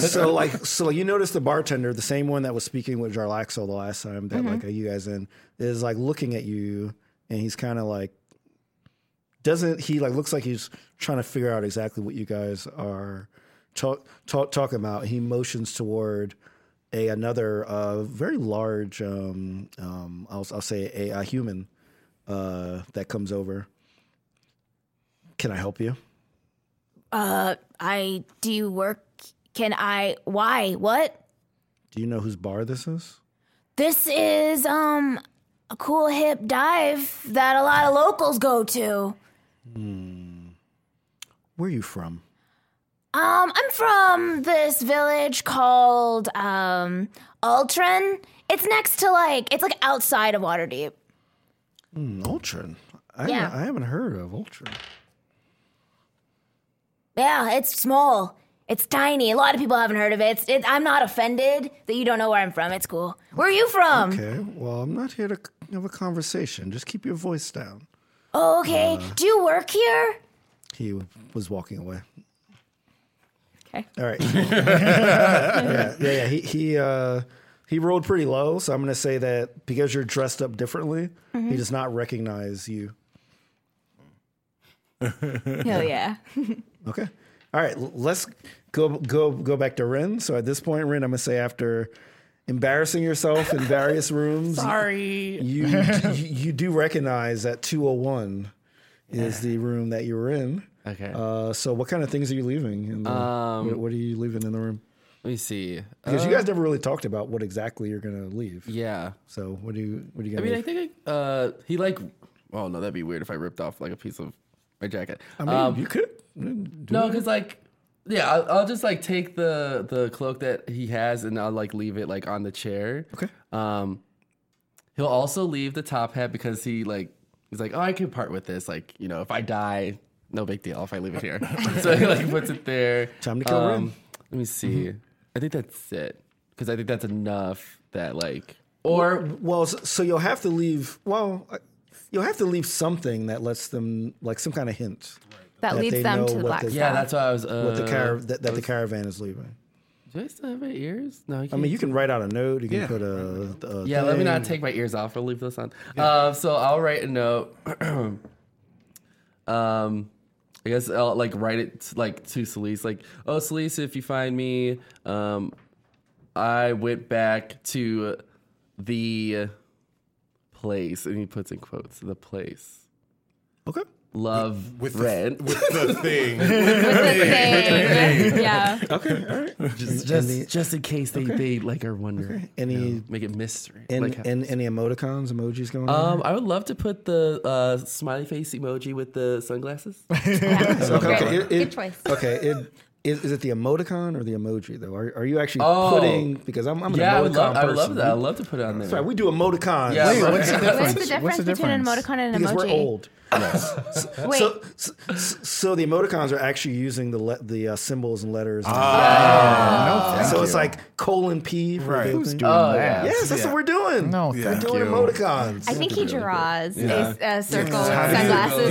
so like so like you notice the bartender, the same one that was speaking with Jarlaxo the last time that like are you guys in is like looking at you and he's kind of like doesn't he like looks like he's trying to figure out exactly what you guys are talk, talk talking about. He motions toward a another uh, very large um, um, I'll I'll say a, a human uh, that comes over. Can I help you? I do you work? Can I? Why? What? Do you know whose bar this is? This is um a cool hip dive that a lot of locals go to. Where are you from? Um, I'm from this village called um Ultron. It's next to like it's like outside of Waterdeep. Ultron. I, Yeah. haven't, I haven't heard of Ultron. Yeah, it's small. It's tiny. A lot of people haven't heard of it. It's, it I'm not offended that you don't know where I'm from. It's cool. Where are you from? Okay, well, I'm not here to c- have a conversation. Just keep your voice down. Oh, okay. Do you work here? He was walking away. Okay. All right. yeah, yeah, yeah. He he uh, he rolled pretty low, so I'm going to say that because you're dressed up differently, he does not recognize you. Hell yeah. Okay. All right. l- Let's go go go back to Ren. So at this point, Ren, I'm gonna say after embarrassing yourself in various rooms, sorry, you you, you do recognize that 201 is the room that you were in. Okay. Um, Uh, so what kind of things are you leaving? In the, what, what are you leaving in the room? Let me see. Because you guys never really talked about what exactly you're gonna leave. uh, Yeah. So what do you what are you I gonna? mean, I leave? think I, uh, he like. Oh no, that'd be weird if I ripped off like a piece of my jacket. I mean, um, you could. No, because like, yeah, I'll, I'll just like take the the cloak that he has and I'll like leave it like on the chair. Okay. Um, he'll also leave the top hat because he like he's like, oh, I can part with this. Like, you know, if I die, no big deal if I leave it here. so he like puts it there. Um, Time to kill Ren. Mm-hmm. Let me see. I think that's it because I think that's enough that like or Well, s- so you'll have to leave. Well, uh, you'll have to leave something that lets them, like some kind of hint. That That leads they them know to the what black they- spot. yeah, that's why I was. Uh, What the car- that, that the caravan is leaving. Do I still have my ears? No, I can't. mean, you can write out a note. You can Yeah. put a, a Yeah, let thing. me not take my ears off. I'll leave those on. Uh, so I'll write a note. um, I guess I'll like write it like to Celise, like, "Oh, Celise, if you find me, um, I went back to the place," and he puts in quotes, "the place." Okay. Love With the- red. With the thing. With the thing. yeah. Okay. All right. just, the- just, just in case they, they like are wondering. Any Make it mystery. and, like, and any emoticons, emojis going on? Um, I would love to put the uh, smiley face emoji with the sunglasses. okay. Great. it- it- Good choice. Okay. It, is, is it the emoticon or the emoji though? Are, are you actually Oh. putting because I'm, I'm an yeah, emoticon I would love. I person. would love that. I would love to put it on there. Sorry, we do emoticons. Yeah, Wait, what's the What's the difference, What's the between an difference? emoticon and an because emoji? we're old. Wait, So, so, so the emoticons are actually using the le- the uh, symbols and letters. no, thank so it's you. like colon P. For Right. the who's thing. Uh, doing Oh, that? Yes, that's what we're doing. No, we're thank doing you. emoticons. I think he draws a, a circle How with do you- sunglasses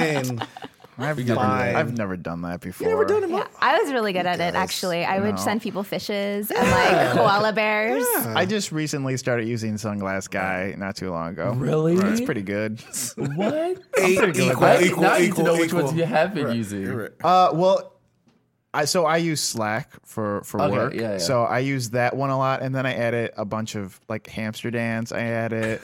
Yeah, on it. Fine. I've never, Fine. I've never done that before. you never done Yeah, emoticons. I was really good at it actually. I would No. send people fishes and like koala bears. I just recently started using Sunglass Guy not too long ago. Really? It's pretty good. What? Eight I equal, equal, now I need to equal, know which equal. ones you have been using. You're right. Uh, well, I so I use Slack for for Okay, work. yeah, yeah. So I use that one a lot, and then I added a bunch of like hamster dance. I added,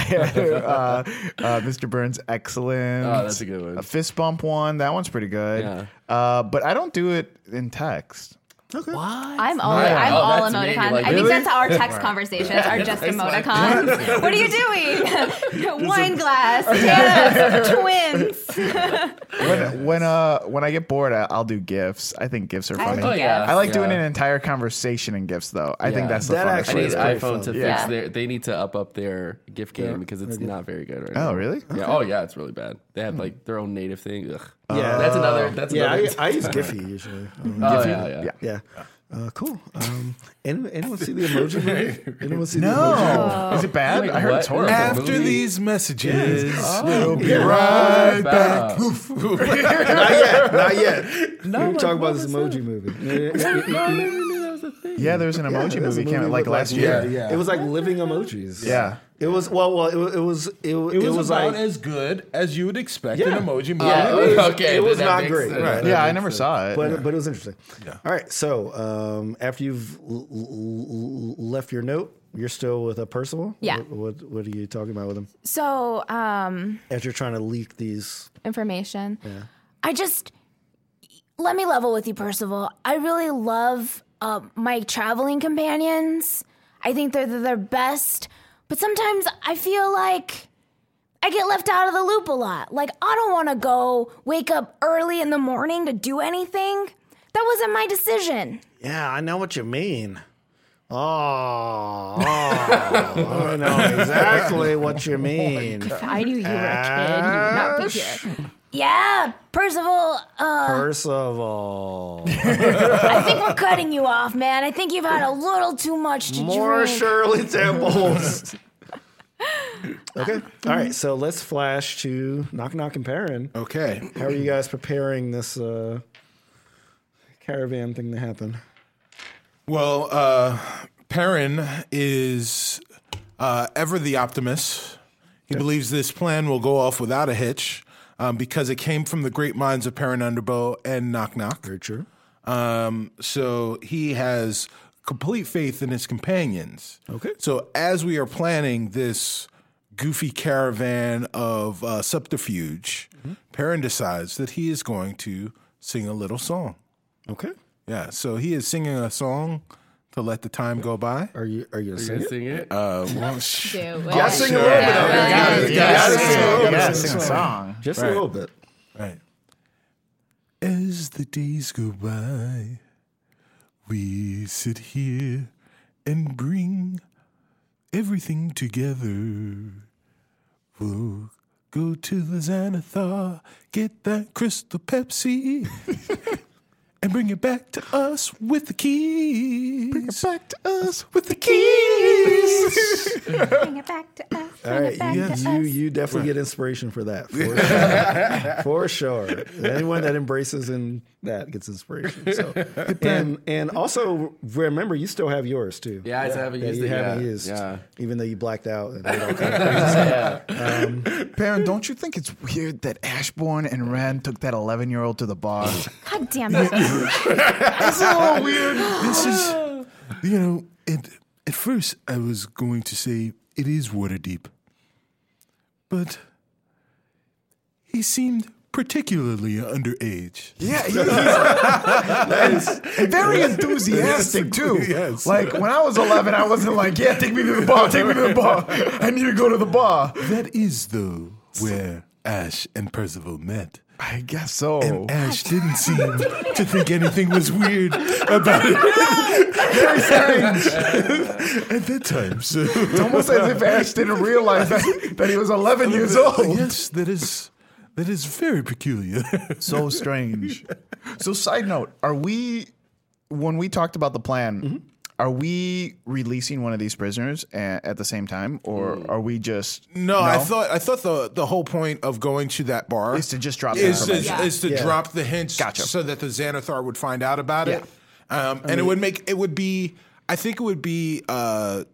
added uh, uh, Mr. Burns excellent. Oh, that's a good one. A fist bump one. That one's pretty good. Yeah. Uh, but I don't do it in text. I'm all I'm Oh, all that's me. emoticon. Like, I think really? that's our text conversations are just It's like- emoticons. what are you doing? Wine glass, Thanos, twins. When when uh when I get bored, I, I'll do gifs. I think gifs are funny. Oh yeah. I like doing yeah. an entire conversation in gifs though. I Yeah. think that's the That funnest I actually way need to is do it. pretty iPhone to fun. fix Yeah. their. They need to up up their gift game because it's not very good right now. Oh really? Yeah. Oh yeah, it's really bad. They have like their own native thing. Ugh. Yeah. That's another. That's Yeah, another. I, I use Giphy usually. Um, oh, yeah, yeah. Yeah. yeah. Uh, cool. Um, anyone, anyone see the emoji movie? Anyone see the emoji movie? No, is it bad? Wait, I heard what? it's horrible. Af- After Movie. these messages, uh, we'll be Right right back. back. Not yet. Not yet. No, we were like, talking about what this was emoji that? movie. No, I never knew that was a thing. Yeah, there was an emoji Yeah, there's a movie came out like with, last yeah, year. Yeah. It was like living emojis. Yeah. It was well, well. It, wa- it was it, wa- it It was, was about like as good as you would expect Yeah. an emoji movie. Yeah. it was- okay. it was then that not makes great. sense. Right. Yeah, I never saw it. but but it was interesting. All right, so um, after you've l- l- l- left your note, you're still with a Percival. Yeah. What, what what are you talking about with him? So, um, As you're trying to leak these, information. I just let me level with you, Percival. I really love uh, my traveling companions. I think they're the- their best, but sometimes I feel like I get left out of the loop a lot. Like I don't want to go wake up early in the morning to do anything. That wasn't my decision. yeah, I know what you mean. Oh, I know exactly what you mean. Ah, If I knew you were a kid, you would not be here. Yeah, Percival, uh, Percival, I think we're cutting you off, man. I think you've had a little too much to more drink. Shirley Temples. okay, all right. So let's flash to knock knock and Perrin. Okay. How are you guys preparing this uh, caravan thing to happen? Well, uh, Perrin is uh, ever the optimist. He believes this plan will go off without a hitch um, because it came from the great minds of Perrin Underbow and Knock Knock. Very true. Um, so he has complete faith in his companions. Okay. So as we are planning this goofy caravan of uh, subterfuge, Mm-hmm. Perrin decides that he is going to sing a little song. Okay. Yeah, so he is singing a song to let the time go by. Are you are you gonna Can sing I it? sing it? Uh, well, sh- Do Yeah, it. sing a little bit. of it. Yeah, You gotta sing a little You bit of gotta it. sing a song. Just a little bit. right. As the days go by, we sit here and bring everything together. We'll Go to the Xanathar, get that crystal Pepsi, and bring it back to us with the keys. Bring it back to us with the keys. Bring it back to us. Bring All it right, back you, to us. you you definitely get inspiration for that for sure. for sure, anyone that embraces and that gets inspiration. So, and and also remember, you still have yours too. Yeah, I still haven't that used you it haven't yet. used, Yeah. even though you blacked out. And did all kinds Baron, don't you think it's weird that Ashbourne and Ren took that 11 year old to the bar? God damn it. It's Oh, a little weird. This is, you know, at, at first I was going to say it is water deep, but he seemed particularly underage. yeah, he- he's very enthusiastic, too. Yes. Like, when I was 11, I wasn't like, yeah, take me to the bar, take me to the bar. I need to go to the bar. That is, though, where Ash and Percival met. I guess so. And Ash didn't seem to think anything was weird about it Very strange. at that time. So, Almost as if Ash didn't realize that, that he was 11 years old. yes, that is that is very peculiar. So strange. so, side note, are we, when we talked about the plan, are we releasing one of these prisoners a- at the same time, or are we just No, I thought I thought the the whole point of going to that bar Is to just drop the is to, information. is to Yeah. drop the hints Gotcha. so that the Xanathar would find out about it. Um, and it mean- would make it would be I think it would be uh,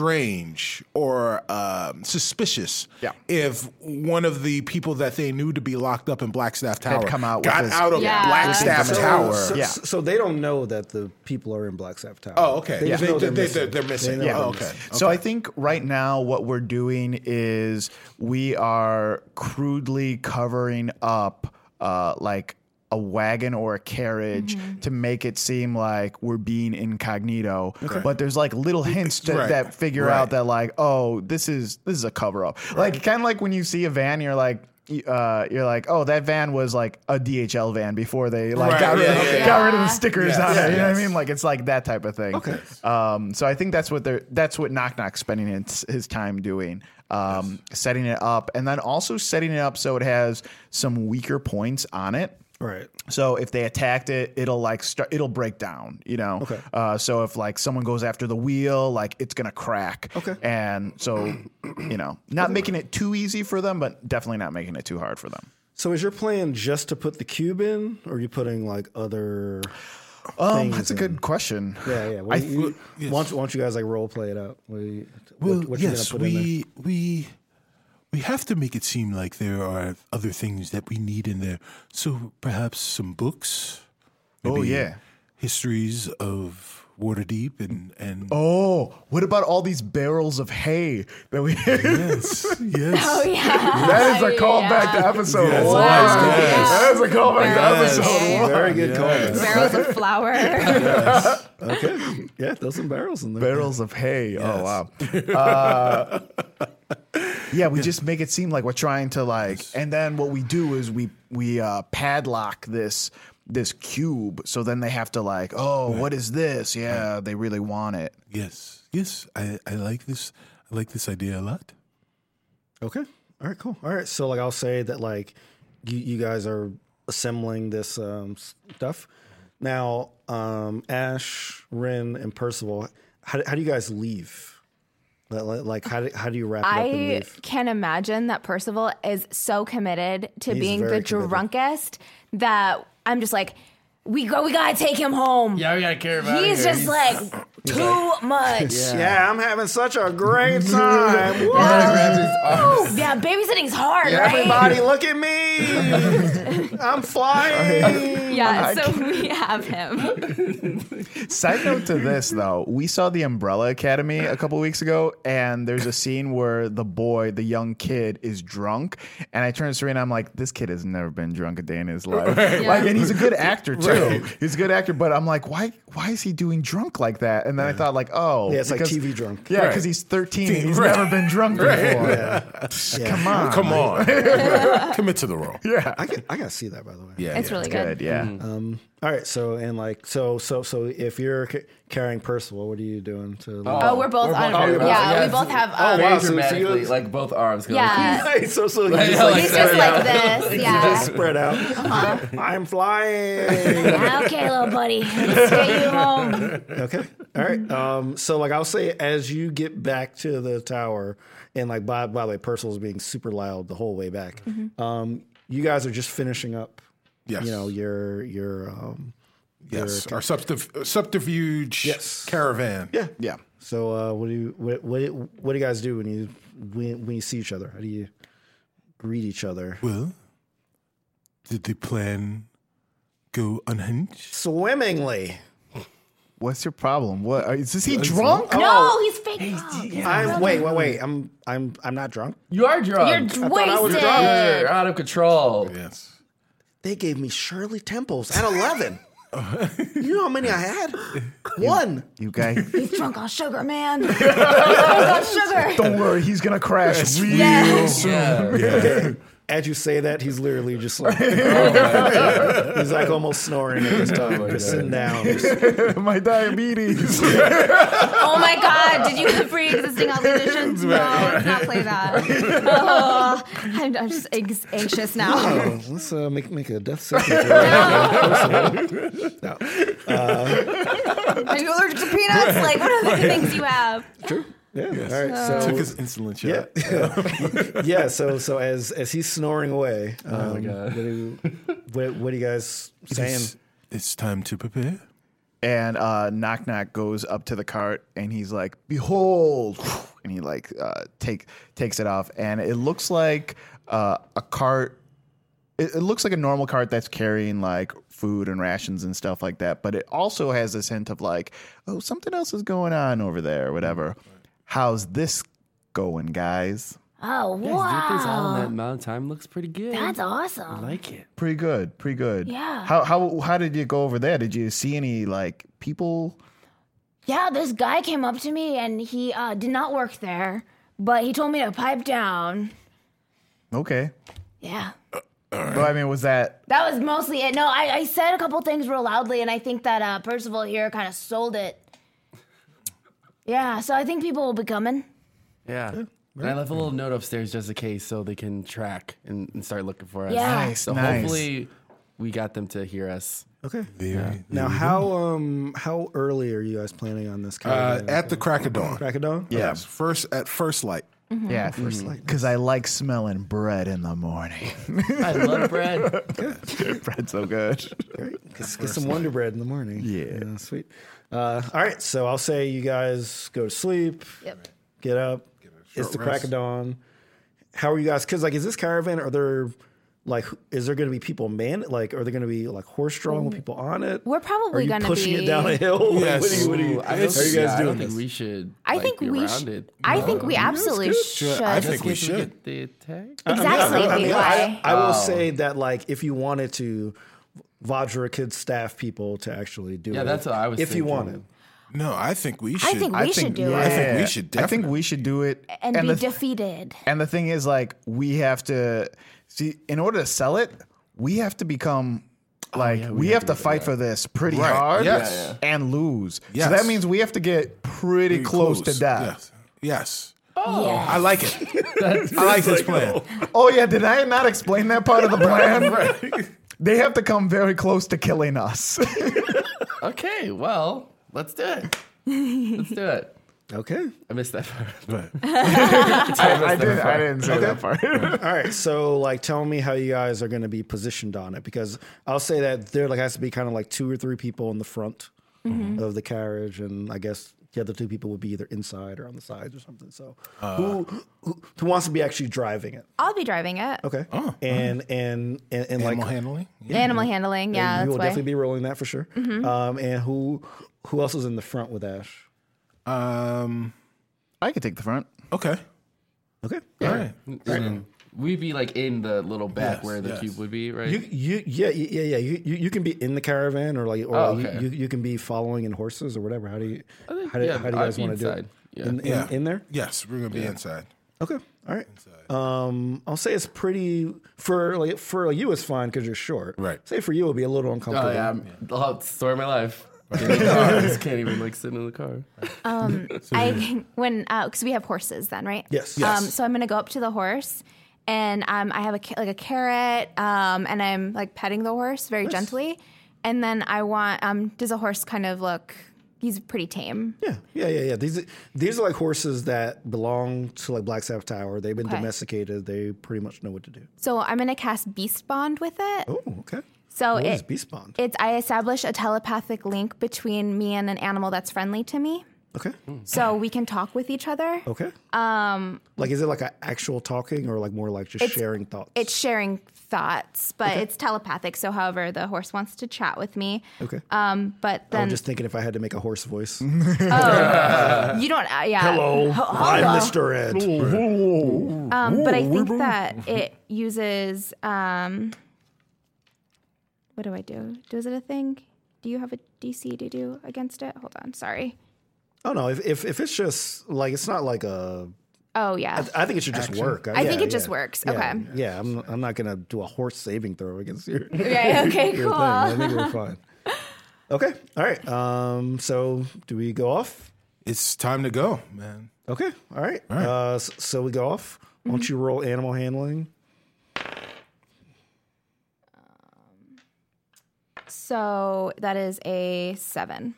strange or um, suspicious Yeah. if one of the people that they knew to be locked up in Blackstaff Tower come out with got his- out of Yeah. Blackstaff With his Tower. So, Yeah. so they don't know that the people are in Blackstaff Tower. Oh, okay. They just They- they- know they're they- missing. they're- they're missing. They know Yeah. they're Oh, okay. missing. So I think right now what we're doing is we are crudely covering up uh, like a wagon or a carriage to make it seem like we're being incognito. But there's like little hints to, Right. that figure out that like oh this is this is a cover up. Like kind of like when you see a van you're like. y- Uh, you're like, oh, that van was like a DHL van before they like Right, got, rid, yeah, yeah, got yeah. rid of the stickers on it. You know what yes. I mean? Like it's like that type of thing. Okay. Um, so I think that's what they're that's what Knock Knock's spending his, his time doing, um, setting it up, and then also setting it up so it has some weaker points on it. Right. So if they attacked it, it'll like start, it'll break down, you know. Okay. Uh, so if like someone goes after the wheel, like it's gonna crack. Okay. And so, you know, not making it too easy for them, but definitely not making it too hard for them. So is your plan just to put the cube in, or are you putting like other? Um, Things that's a and- good question. Yeah, yeah. What do you- why, don't, why don't you guys like role play it out? What, do you- what- Well, what you yes, gonna put in there? we we we have to make it seem like there are other things that we need in there. So perhaps some books. Oh, yeah. histories of Waterdeep and and Oh, what about all these barrels of hay that we? yes, yes. Oh yeah. That is a callback to episode Yes. one. Wow. Yes. That is a callback Yes. to episode one. Very good call. Barrels of flour. Okay. Yeah, throw some barrels in there. Barrels of hay. Oh wow. Uh, yeah, we just make it seem like we're trying to like, and then what we do is we we uh, padlock this this cube. So then they have to like, oh, what is this? Yeah, they really want it. Yes, yes, I, I like this. I like this idea a lot. Okay. All right. Cool. All right. So like I'll say that like you, you guys are assembling this um, stuff now. Um, Ash, Ren, and Percival. How, do- how do you guys leave? Like- Like, like, how do, how do you wrap it up and I leave? can imagine that Percival is so committed to being very the committed. drunkest that I'm just like, We go. We gotta take him home. Yeah, we gotta care about He's just like too much. Yeah. Yeah, I'm having such a great time. Woo! babysitting's hard, right? Everybody, look at me! I'm flying. yeah, so we have him. Side note to this though, we saw the Umbrella Academy a couple weeks ago, and there's a scene where the boy, the young kid, is drunk, and I turn to Serena, I'm like, this kid has never been drunk a day in his life, like, and he's a good actor too. He's a good actor, but I'm like, why, why is he doing drunk like that? And then I thought like, oh, Yeah, it's like because- TV drunk. Yeah, because he's 13, and he's Right. never been drunk before. Yeah. Come on, Come on, commit to the role. I, can, I gotta see that, by the way. Yeah. It's yeah. really good. Good, yeah. Um, all right. So and like so so so if you're ca- carrying Percival, what are you doing to? Oh, we're both on. both- yeah, yeah, we it's- both have. Um, wow, so- so dramatically, you- like both arms. go Yeah. Right, so so you Like, just like, like, He's just spread like out. this. You Yeah. Uh-huh. just spread out. I'm flying. Yeah, okay, little buddy. Let's get you home. Okay. All right. Um, so like I'll say as you get back to the tower and like by by the way, Percival's being super loud the whole way back. Um, you guys are just finishing up Yes. you know, your your um yes. Our subterf- subterfuge Yes. caravan. Yeah. Yeah. So uh what do you what what, what do you guys do when you when, when you see each other? How do you greet each other? Well, did the plan go unhinged? Swimmingly. What's your problem? What are, is this? He drunk? No, he's fake. Oh, drunk. I wait, wait, wait. I'm I'm I'm not drunk. You are drunk. You're You're I was wasted. drunk. out of control. Yes. They gave me Shirley Temples at 11. you know how many I had? One. You guys. He's drunk on sugar, man. He's drunk on sugar. Don't worry, he's gonna crash. real Yeah. soon. Yeah. As you say that, he's literally just like, he's like almost snoring at this time, just sitting down. My diabetes. Oh my God! Did you have pre-existing obligations? No, let's not play that. Oh, I'm, I'm just ex- anxious now. Oh, let's uh, make make a death sentence. no. Are you allergic to peanuts? Like, what are the things you have? Yeah. All right. So Took his insulin shot. yeah, yeah. So so as as he's snoring away, um, God. what, do, you- what what are you guys saying? It's, it's time to prepare. and uh, knock knock goes up to the cart and he's like behold and he like uh, take takes it off and it looks like uh, a cart it, it looks like a normal cart that's carrying like food and rations and stuff like that but it also has this hint of like oh something else is going on over there or whatever how's this going guys Oh, Things out in wow. that amount of time looks pretty good. That's I awesome. like it. pretty good pretty good Yeah. how, how how did you go over there did you see any like people Yeah, this guy came up to me and he uh, did not work there, but he told me to pipe down. okay Yeah. well, i mean was that That was mostly it. No, I, I said a couple things real loudly, and I think that uh, Percival here kind of sold it. Yeah, so I think people will be coming. Yeah. And I left a little note upstairs just in case so they can track and, and start looking for us. Yeah. Nice, So nice. hopefully we got them to hear us. Okay. Very- Now, how um how early are you guys planning on this? Uh, caravan? at the crack of dawn. crack of dawn. Yeah. Yes. First at first light. Mm-hmm. Yeah, because I like smelling bread in the morning. I love bread. Bread's so good. Let's get some Wonder Bread in the morning. Yeah. sweet. Uh, all right, so I'll say you guys go to sleep. Yep. Get up. It's the crack of dawn. How are you guys? Because like, is this caravan? Are there like, is there going to be people man? Like, are there going to be like horse drawn with people on it? We're are probably you gonna pushing be- it down a hill? Yes. what are you, what are you, Ooh, I how are don't- you yeah, guys I don't doing think this? we should. I like, think be we. around Sh- it. I think we absolutely should. I think we should. Get the attack. exactly. I, mean, I, why? I will say that like, if you wanted to, Vajra could staff people to actually do it. Yeah, that's what I was If you thinking. wanted. No, I think we should. I think we should do I it think we should I think we should do it. and, be the, th- defeated. and the thing is, like, we have to see in order to sell it, we have to become like Oh, we, have to fight for this pretty Right. hard Yes. Yeah, and lose. Yes. So that means we have to get pretty, close, to death. Yes. Yes. yeah. I like it. I like this plan. Oh yeah, did I not explain that part of the plan? They have to come very close to killing us. Okay, well, let's do it. let's do it. Okay. I missed that part. I, did, I didn't say that part. All right, so like, tell me how you guys are going to be positioned on it because I'll say that there like has to be kind of like two or three people in the front Mm-hmm. of the carriage, and I guess the other two people would be either inside or on the sides or something. So Uh, who, who who wants to be actually driving it? I'll be driving it. Okay, and, and and and Oh, Animal like handling. Animal handling. Yeah, you will that's why. Mm-hmm. definitely be rolling that for sure. Um, and who who else is in the front with Ash? Um. I could take the front. Okay. Okay, All right. Mm. We'd be like in the little back Yes, where the yes. cube would be, right? You, you yeah y- yeah yeah you, you, you can be in the caravan or like or Oh, you- okay. you, you, can be following in horses or whatever. How do you how do, yeah, how do you I'd guys be want to do it? inside. Yeah. In, in, Yeah. in there? Yes, we're gonna be inside. Okay. All right. Um, I'll say it's pretty for like for you it's fine because you're short. Right. Say for you it'll be a little uncomfortable. Oh, yeah, I'm, oh, it's the story of my life. In the car. I just can't even like sit in the car. I when because we have horses then, right? Yes. Um, so I'm gonna go up to the horse, and um, I have a ca- like a carrot, um, and I'm like petting the horse very gently, and then I want um, does a horse kind of look? He's pretty tame. Yeah, yeah, yeah, yeah. These these are like horses that belong to like Black Sabbath Tower. They've been Okay. domesticated. They pretty much know what to do. So I'm gonna cast Beast Bond with it. Oh, okay. So What it, is Beast Bond? It's I establish a telepathic link between me and an animal that's friendly to me, okay, so we can talk with each other. okay. Um, like is it like an actual talking or like more like just sharing thoughts? It's sharing thoughts, but it's telepathic. So however the horse wants to chat with me. okay. Um, but I'm then just thinking if I had to make a horse voice. you don't. Uh, yeah. Hello, Ho- I'm hello. Mr. Ed. Um, but I think that it uses. Um, what do I do? Does it a thing? Do you have a DC to do against it? Hold on, sorry. Oh no, if, if if it's just like it's not like a. Oh yeah. I think it should just work. I think it just works. Yeah, Okay. Yeah, I'm, I'm not gonna do a horse saving throw against you. Okay. Okay. your Cool. thing. I think we're fine. Okay. All right. Um, so do we go off? It's time to go, man. Okay. All right. Uh, s- so, we go off. Why Mm-hmm. don't you roll animal handling? So that is a seven.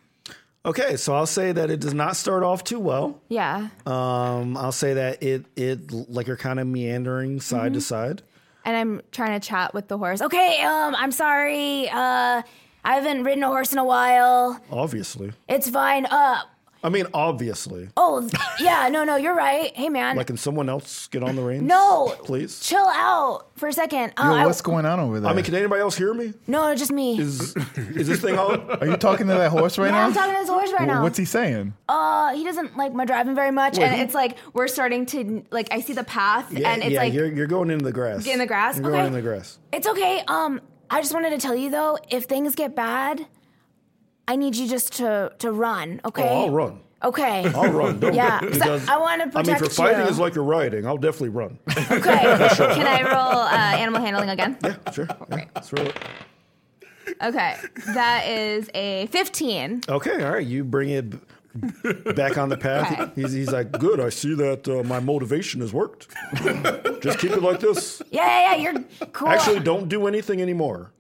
Okay. So I'll say that it does not start off too well. Yeah. Um, I'll say that it it like you're kind of meandering side Mm-hmm. to side. And I'm trying to chat with the horse. Okay. Okay, um, I'm sorry. Uh, I haven't ridden a horse in a while. Obviously. It's fine. Uh, I mean, obviously. oh, yeah, no, no, you're right. Hey, man, Like, can someone else get on the reins? No. please. chill out for a second. Uh, Yo, I- what's going on over there? I mean, can anybody else hear me? no, just me. Is is this thing on? Are you talking to that horse right Yeah, I'm now? talking to this horse right now. What's he saying? uh, he doesn't like my driving very much, And and it's like we're starting to like I see the path, Yeah, and it's yeah, like you're you're going into the grass. in the grass? You're going Okay. in the grass. it's okay. Um, I just wanted to tell you though, if things get bad, I need you just to to run. Okay. Oh, I'll run. Okay. I'll run. Don't Yeah, worry. 'cause I- I wanna I mean, for protect fighting you. is like you're riding. I'll definitely run. okay. Can I roll uh, animal handling again? sure. Yeah, let's roll it. Okay, that is a fifteen. Okay. All right. You bring it b- back on the path. Okay. He's, he's like, good. I see that uh, my motivation has worked. Just keep it like this. Yeah, yeah, yeah, you're cool. Actually, don't do anything anymore.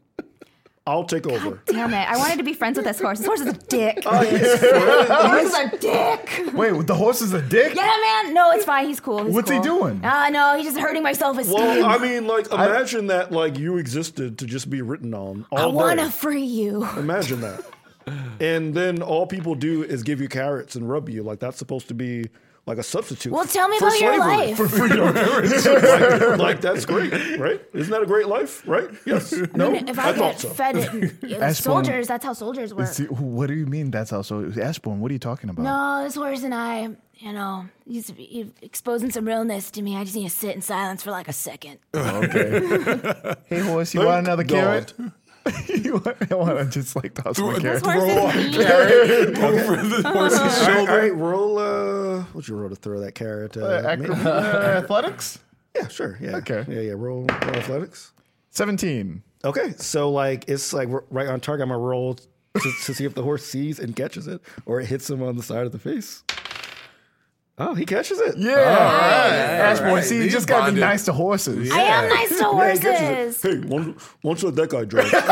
I'll take over. Damn it! I wanted to be friends with this horse. This horse is a dick. Oh, this is a dick. Wait, the horse is a dick? Yeah, man. No, it's fine. He's cool. He's What's he cool. doing? Uh, no, he's just hurting my self esteem. Well, I mean, like, imagine that, like, you existed to just be written on all I want day. to free you. Imagine that. And then all people do is give you carrots and rub you. Like, that's supposed to be like a substitute. Well, tell me for about your slavery. life. like, like, that's great, right? Isn't that a great life, right? Yes. No, if I, I, thought get so. fed it, yeah, Ashbourne- soldiers, that's how soldiers work. Is he- what do you mean that's how? So, Ashbourne, what are you talking about? No, this horse and I, you know, he's, he's exposing some realness to me. I just need to sit in silence for like a second. Hey, horse, you Thank want another God. carrot? you want, I want to just like toss my carrot. Roll Horse is mean. over the horse's All right, all shoulder. right, roll. Uh, what'd you roll to throw that carrot? Uh, Uh, maybe- acro- uh, athletics? yeah, sure. Yeah. Okay. Yeah, yeah. Roll, roll athletics. 17. Okay, so like it's like r- right on target. I'm gonna roll to, to see if the horse sees and catches it, or it hits him on the side of the face. Oh, he catches it. Yeah. Ashbourne, right. see, you He's just got to bonded. be nice to horses. I am nice to Yeah, he catches horses. it. Hey, why don't- why don't you let that guy drive?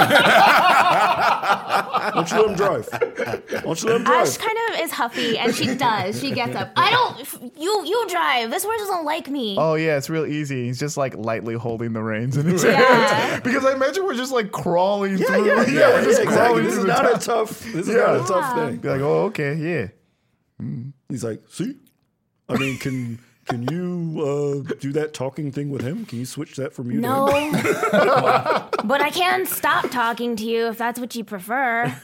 why don't you let him drive? Why don't you let him Ash drive? kind of is huffy, and she does. She gets up. I don't. f- You you drive. This horse doesn't like me. Oh, yeah, it's real easy. He's just like lightly holding the reins in his Yeah. hands. Because I imagine we're just like crawling Yeah, through. yeah, yeah, we're yeah, just exactly. crawling This through is the not top. a tough. This is not a tough thing. Be like, oh, okay, yeah. He's like, see, I mean, can can you uh, do that talking thing with him? Can you switch that from you? no. to him? but I can stop talking to you if that's what you prefer.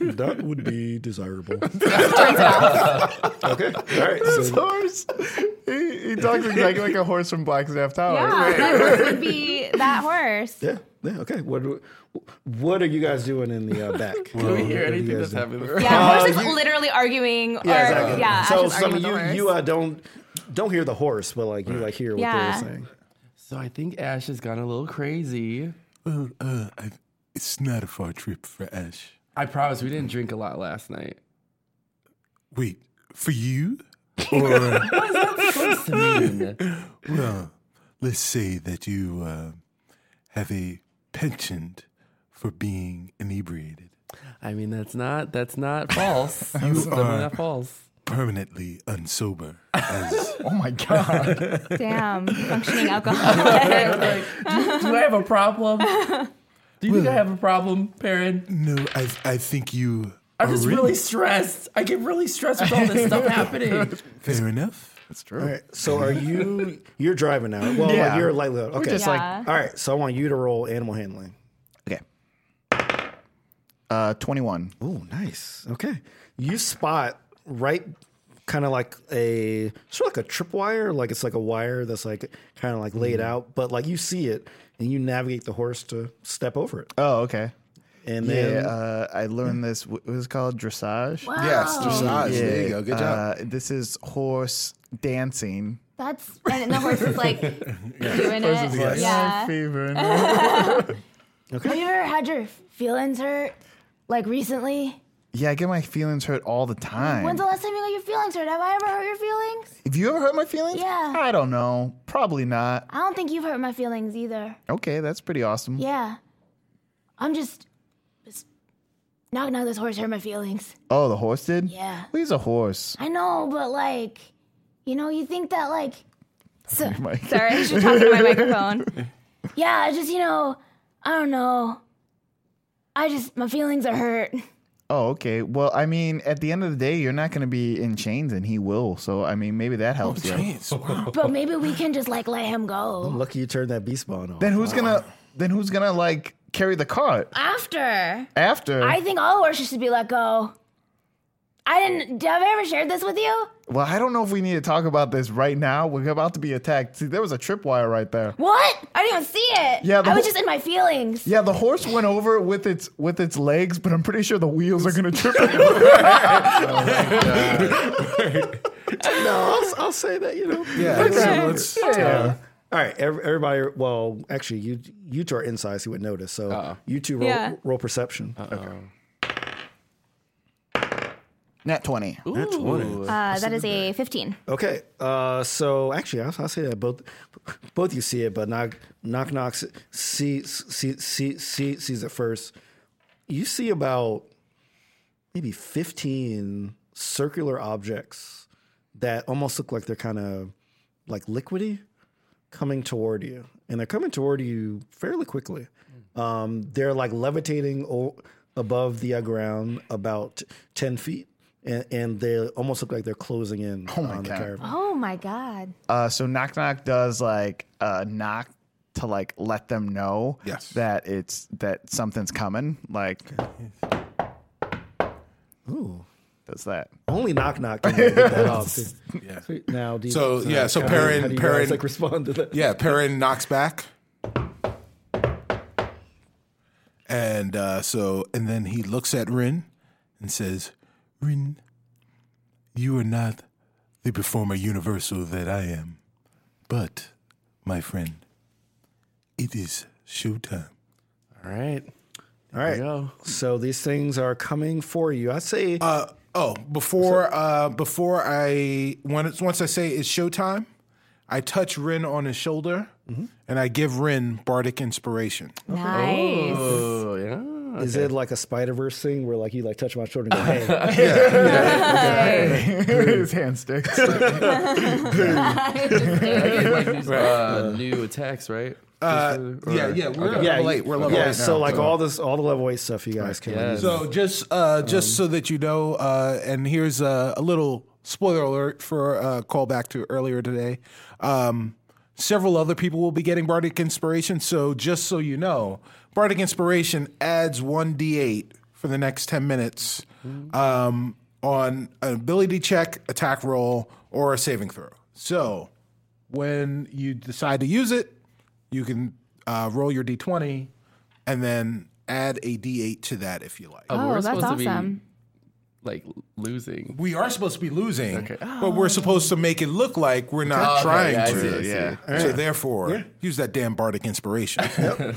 that would be desirable. okay, all right. So This horse, he, he talks exactly like a horse from Black Staff Tower. Yeah, that horse would be that horse. Yeah. Yeah. Okay. What do- What are you guys doing in the uh, back? Do we hear anything that's happening? Yeah, horse is literally arguing. or, Uh, Yeah. Exactly. yeah Ash so is so I mean, arguing with you the horse. you uh, don't don't hear the horse, but like you like hear what Yeah. they're saying. So I think Ash has gone a little crazy. Well, uh, I, it's not a far trip for Ash. I promise we didn't drink a lot last night. Wait, for you? Or, Supposed to mean. well, let's say that you uh, have a penchant for being inebriated, I mean that's not that's not false. You that's are- not false. permanently unsober. As, Oh my god. Damn, uh, functioning alcoholic. Like, do, do I have a problem? Do you think I have a problem, Perrin? no, I, I think you. I'm are just ready. Oh, really stressed. I get really stressed with all this stuff happening. Fair enough. That's true. All right. So are you? You're driving now. Well, like, Yeah. you're lightly. Okay. just like- Yeah. All right. So I want you to roll animal handling. Okay. Uh, 21. Oh, nice. Okay. You spot right kind of like a sort of like a tripwire, like it's like a wire that's like kind of like laid Mm-hmm. out, but like you see it and you navigate the horse to step over it. Oh, okay. And then Yeah, uh, I learned this. What was it called? Dressage? Wow. Yes, dressage. There you Oh. Yeah, go. Good job. Uh, this is horse dancing. That's and the horse is like doing it. Like, yeah. "My favorite." Have you ever had your feelings hurt? Like recently? yeah, I get my feelings hurt all the time. When's the last time you got your feelings hurt? Have I ever hurt your feelings? Have you ever hurt my feelings? Yeah. I don't know. Probably not. I don't think you've hurt my feelings either. Okay, that's pretty awesome. Yeah. I'm just. just knock, knock, this horse hurt my feelings. Oh, the horse did? Yeah. Well, he's a horse. I know, but like, you know, you think that, like, Mike. Sorry, I should talk to my microphone. yeah, I just, you know, I don't know. I just, my feelings are hurt. Oh, okay. Well, I mean, at the end of the day, you're not going to be in chains, and he will. So, I mean, maybe that helps you. Chance. Wow. But maybe we can just, like, let him go. lucky you turned that beast bond on. Then who's gonna? Then who's gonna like carry the cart After. after? I think all horses should be let go. I didn't. Have I ever shared this with you? well, I don't know if we need to talk about this right now. We're about to be attacked. See, there was a tripwire right there. What? I didn't even see it. Yeah, the I was whole- just in my feelings. Yeah, the horse went over with its with its legs, but I'm pretty sure the wheels are gonna trip it. no, I'll, I'll say that, you know. Yeah. let's- let's- Yeah. All right, ev- everybody. Well, actually, you you two are inside, so you would notice. So you two roll, Yeah. roll perception. Net twenty. Ooh. Uh, that is a 15. Okay, uh, so actually, I'll, I'll say that both both you see it, but knock knock knock s- see see see see sees it first. You see about maybe fifteen circular objects that almost look like they're kind of like liquidy coming toward you, and they're coming toward you fairly quickly. Um, they're like levitating o- above the uh, ground about ten feet. And, and they almost look like they're closing in on the God. caravan. Oh my god. Uh, so knock knock does like uh, knock to like let them know Yes. that it's that something's coming. Like, Ooh. does that? Only knock knock. Can get that off. Yeah. Now, do you, So, yeah, so how do you- Perrin- how do you Perrin- guys, like respond to that. Yeah, Perrin knocks back. And uh, so, and then he looks at Rin and says, Rin, you are not the performer universal that I am. But, my friend, it is showtime. All right. All right. go. So these things are coming for you. I say Uh, oh, before uh, before I once once I say it's showtime, I touch Rin on his shoulder and I give Rin bardic inspiration. Nice. Oh yeah. is it like a Spider Verse thing where like you like touch my shoulder and go, hey, His hand sticks. I get like these uh, new attacks, right? Uh, yeah, yeah, we're yeah, level you- eight. We're level yeah. eight now. so like all this, all the level eight stuff you guys can. use. Yes. So just uh, just so that you know, uh, and here's a, a little spoiler alert for a callback to earlier today. Um, several other people will be getting bardic inspiration. So just so you know, bardic inspiration adds one d8 for the next ten minutes um, on an ability check, attack roll, or a saving throw. So when you decide to use it, you can uh, roll your d20 and then add a d8 to that if you like. Oh, Oh, that's awesome. like losing. We are supposed to be losing, Okay. but we're supposed to make it look like we're Oh, not okay, trying yeah, I to. see, I see. yeah. So therefore, use that damn bardic inspiration.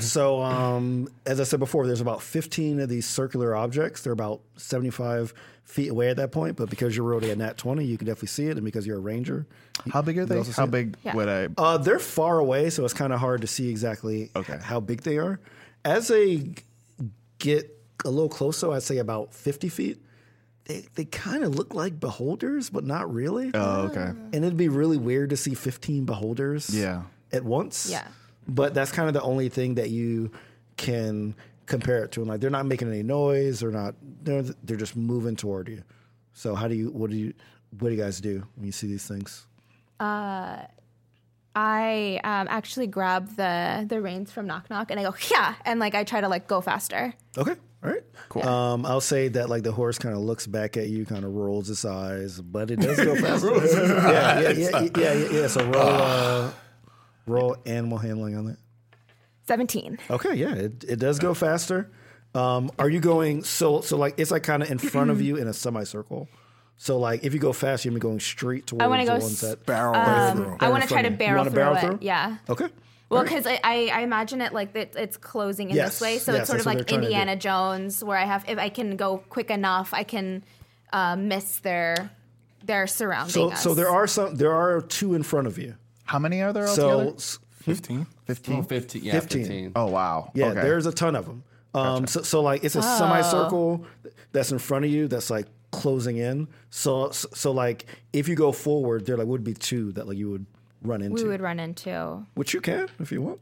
so um, as I said before, there's about 15 of these circular objects. They're about 75 feet away at that point, but because you're rolling a nat 20, you can definitely see it, and because you're a ranger, How big are they? How big would I? uh, they're far away, so it's kind of hard to see exactly Okay. h- how big they are. As they g- get a little closer, I'd say about 50 feet. They, they kind of look like beholders, but not really. Oh, okay. and it'd be really weird to see 15 beholders Yeah. at once. Yeah. But that's kind of the only thing that you can compare it to. And like, they're not making any noise. They're not, they're, they're just moving toward you. So how do you, what do you, what do you guys do when you see these things? I um, actually grab the the reins from Knock Knock and I go yeah, and like I try to like go faster. Okay. All right. Cool. Um, I'll say that like the horse kind of looks back at you, kind of rolls its eyes, but it does go faster. yeah, yeah, yeah, yeah, yeah, yeah, yeah. So roll, uh, roll animal handling on that. Seventeen. Okay, yeah, it, it does go faster. Um, are you going so so like it's like kind of in front of you in a semicircle? So like if you go fast, you're gonna be going straight towards I want to the go. one s- set. Barrel um, through. I want to in try front of Oh. to you. You barrel, wanna through, barrel it. through? Yeah. Okay. Well, because I, I, I imagine it like that it's closing in Yes, this way, so yes, it's sort that's of what they're like trying to do. Indiana Jones, where I have if I can go quick enough, I can uh, miss their their surrounding So us. so there are some there are two in front of you. How many are there So altogether? s- Fifteen. Oh, 15? 15. Yeah, 15. 15. Oh, wow. yeah, okay. there's a ton of them. Um, so, so like it's a semicircle that's in front of you that's like closing in. So so like if you go forward, there like would be two that like you would run into. we would run into. which you can if you want.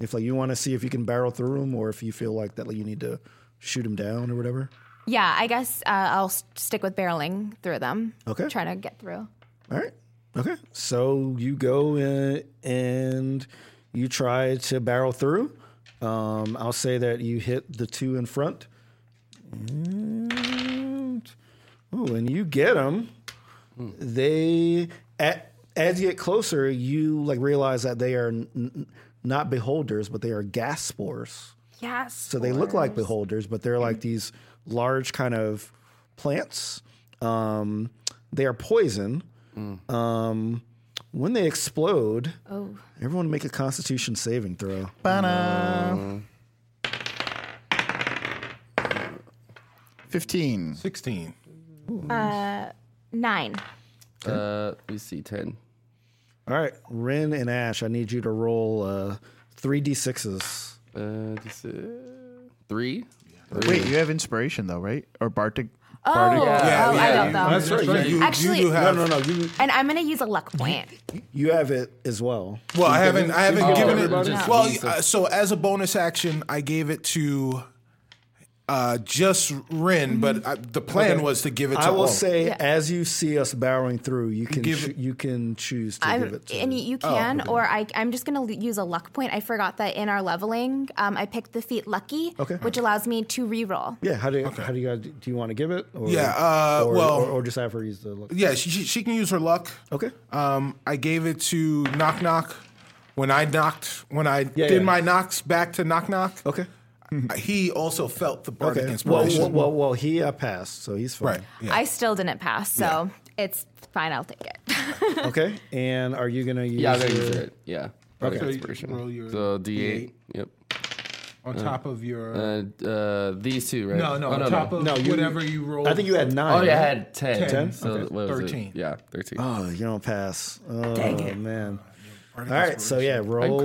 If like you want to see if you can barrel through them, or if you feel like that like, you need to shoot them down or whatever. Yeah, I guess uh, I'll s- stick with barreling through them. Okay. Trying to get through. All right. Okay. So you go uh, and you try to barrel through. Um, I'll say that you hit the two in front. And, ooh, and you get them. They at, as you get closer, you like realize that they are n- n- not beholders, but they are gas spores. Yes. So they look like beholders, but they're like these large kind of plants. Um, they are poison. Mm. Um, when they explode, Oh. everyone make a Constitution saving throw. Ba-da. 15. Sixteen. Mm. Nine. Uh, let me see, 10. All right, Ren and Ash, I need you to roll uh, three d sixes. Uh, this is three. Wait, you have inspiration, though, right? Or Bardic? Uh, Yeah, Oh, oh, yeah, I you- got That's them. right. You- You, Actually- do No, have. no, no. You And I'm gonna use a luck point. you have it as well. Well, I haven't. I haven't Oh, given it. everybody? No. Well, Jesus. uh, so as a bonus action, I gave it to uh, just Mm-hmm. Rin, but I, the plan was to give it to. I will all. say, Yeah. as you see us barreling through, you can Give choo- it- you can choose to give I'm, it to. Oh, and you, you can, or I, I'm just going to use a luck point. I forgot that in our leveling, um, I picked the feat lucky, Okay. which allows me to reroll. Yeah, how do you, how do you guys do you want to give it? Or, Yeah, uh, or, well- or, or just have her use the look. Yeah, she, she, she can use her luck. Okay. Um, I gave it to Knock Knock when I knocked when I Yeah, did yeah. my knocks back to Knock Knock. Okay. He also felt the bardic Okay. Well, inspiration. well, well, well, he uh, passed, so he's fine. right. Yeah. I still didn't pass, so it's fine. I'll take it. Okay. And are you gonna use? Yeah, I'm going to your- use it. Yeah. Okay. Bardic So you inspiration. roll your so D8. Yep. on top of your Uh, uh, these two, right? no no Oh, on top of No, you- whatever you roll. I think you had nine. Oh, yeah, I right? had 10. 10? So Okay. what was 13. It? Yeah, 13. Oh, you don't pass. Oh man. All right. So yeah, roll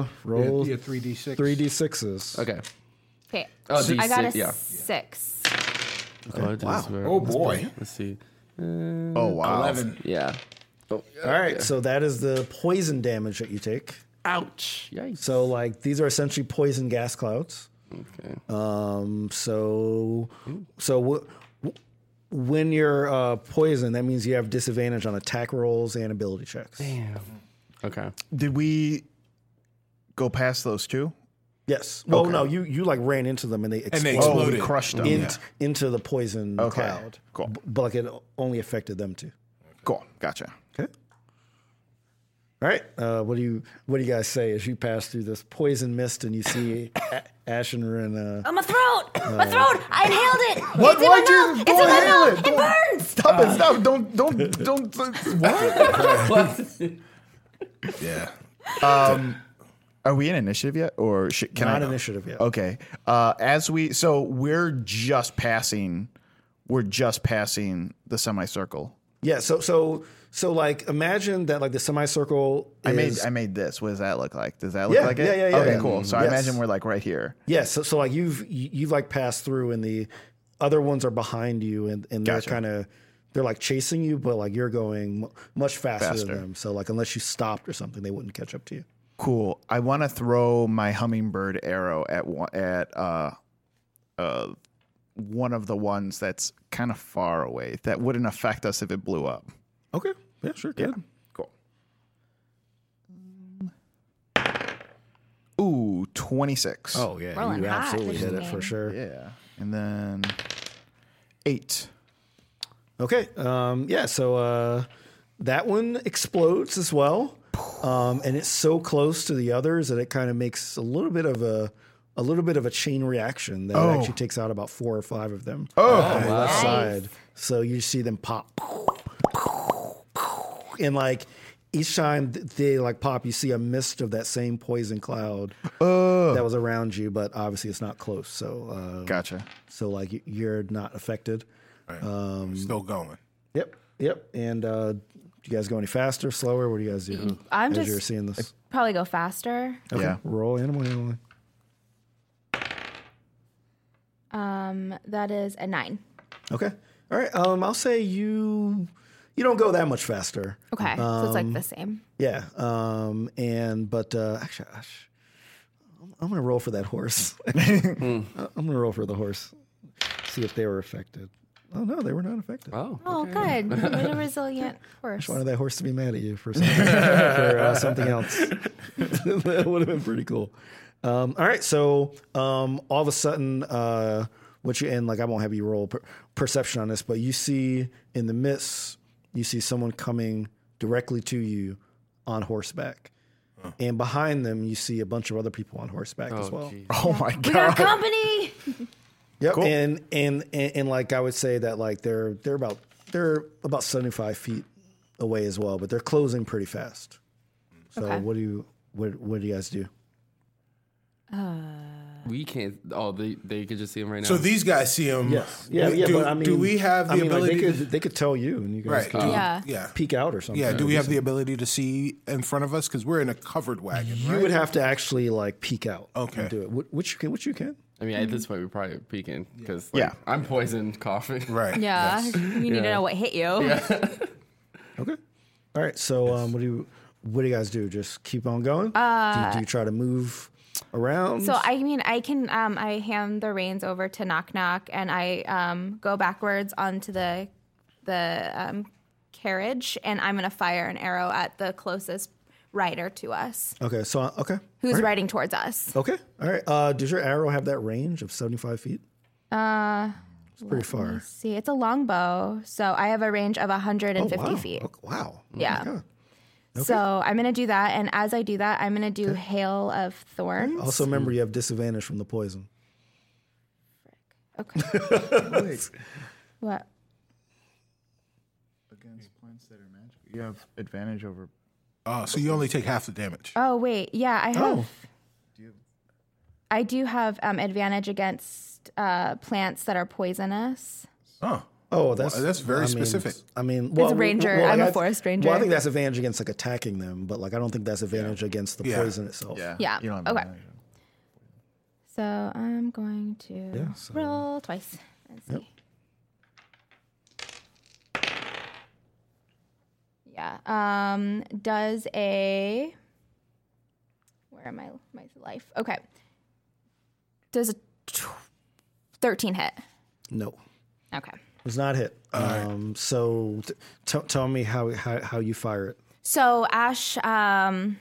uh, roll yeah three d six. three d sixes. Okay. okay. Oh, I D6, got a yeah. six. Oh, I did this very- Oh boy. Let's see. Oh, wow. Eleven. Yeah. Oh, All right. So that is the poison damage that you take. ouch. Yikes. So like these are essentially poison gas clouds. okay. Um, so, so w- w- when you're uh, poisoned, that means you have disadvantage on attack rolls and ability checks. okay. Did we go past those two? Yes. Well, no, you you like ran into them and they exploded, And they Oh, we Exploded. crushed them. in- into the poison Okay. cloud. Cool. B- But like it only affected them too. Cool. Gotcha. Okay. All right. Uh, what do you What do you guys say as you pass through this poison mist and you see A- Asher and uh, Oh, my throat! my throat! I inhaled it! What? It's Why'd in my you- mouth! don't It's in my inhale it. mouth! It Don't- Stop burns! it! Uh, Stop! Don't don't don't. What? Yeah. Are we in initiative yet, or should, can I? not know? initiative yet? Okay. Uh, as we so we're just passing, we're just passing the semicircle. Yeah. So so so like imagine that like the semicircle. Is, I made I made this. What does that look like? Does that look Yeah, like it? yeah, yeah, yeah, Okay, yeah. cool. So I Yes. imagine we're like right here. Yeah, so, so like you've you- you've like passed through, and the other ones are behind you, and, and Gotcha. they're kind of they're like chasing you, but like you're going mu- much faster, Faster. than them. So like unless you stopped or something, they wouldn't catch up to you. Cool. I want to throw my hummingbird arrow at one at uh, uh, one of the ones that's kind of far away that wouldn't affect us if it blew up. Okay, yeah, sure, good. Cool. Ooh, 26. Oh yeah, Rolling you hot absolutely this did it for game. sure. Yeah. And then eight. Okay, um, yeah, so uh, that one explodes as well, um, and it's so close to the others that it kind of makes a little bit of a a little bit of a chain reaction that it actually takes out about four or five of them. Uh, Oh, on the left Nice. side. So you see them pop. And like each time th- they like pop, you see a mist of that same poison cloud that was around you, but obviously it's not close. So, uh, Oh. gotcha. so like y- you're not affected. Um, Still going. Yep. Yep. And, uh, do you guys go any faster, slower? What do you guys do? I'm as just- you're seeing this. Probably go faster. Yeah. Roll animal handling. Um, that is a nine. Okay. All right. Um, I'll say you you don't go that much faster. Okay, so it's like the same. Yeah. Um, and but uh, actually, I sh- I'm- I'm gonna roll for that horse. I'm gonna roll for the horse. See if they were affected. Oh no, they were not affected. Oh. Oh, good. What a resilient horse. I wanted that horse to be mad at you for something, for, uh, something else. that would have been pretty cool. Um, all right, so um, all of a sudden, uh, what you and like, I won't have you roll per- perception on this, but you see in the midst, you see someone coming directly to you on horseback, and behind them, you see a bunch of other people on horseback as well. Oh my We god. got company! Yep. And, and and and like I would say that like they're they're about they're about seventy five feet away as well, but they're closing pretty fast. So Okay. what do you what what do you guys do? We can't. Oh, they they could just see him right now. So these guys see him. Yeah, do, yeah. but I mean, do we have the I mean, like, ability? they could they could tell you, and you guys right. could do- Yeah. Yeah. peek out or something. Yeah, do we have the ability to see in front of us? Because we're in a covered wagon, You right? would have to actually like peek out. Okay. And do it. Wh- Which you can. Which you can. I mean, at this point, we're probably peeking because Yeah. I'm poisoned, coughing. right. Yeah, yes. you need to know what hit you. Okay. All right. So um, what do you what do you guys do? Just keep on going. Uh, do, do you try to move around? So I mean, I can. Um, I hand the reins over to Knock Knock, and I um, go backwards onto the the um, carriage, and I'm gonna fire an arrow at the closest rider to us, okay. So uh, okay. who's All right. riding towards us. Okay. All right. Uh, does your arrow have that range of 75 feet? Uh, it's pretty far. See, it's a longbow, so I have a range of 150 Oh, wow. feet. Okay, Wow. Oh my Yeah. God. So I'm gonna do that, and as I do that, I'm gonna do hail of thorns. Also, remember you have disadvantage from the poison. Okay. what? Against points that are magic. You have advantage over. Oh, so you only take half the damage. Oh wait, yeah, I have. Oh. I do have um, advantage against uh, plants that are poisonous. Oh, Oh, that's Well, that's very I mean, specific. I mean, well, a ranger. well, I'm a I- forest ranger. Well, I think that's advantage against like attacking them, but like I don't think that's advantage against the Yeah. poison itself. Yeah, You don't have okay. advantage. So I'm going to so- roll twice. Let's see. Yeah. Um, does a where am I? My life. Okay. Does a tw- thirteen hit? No, Okay. it was not hit. Um, so t- t- tell me how, how how you fire it. So Ash um,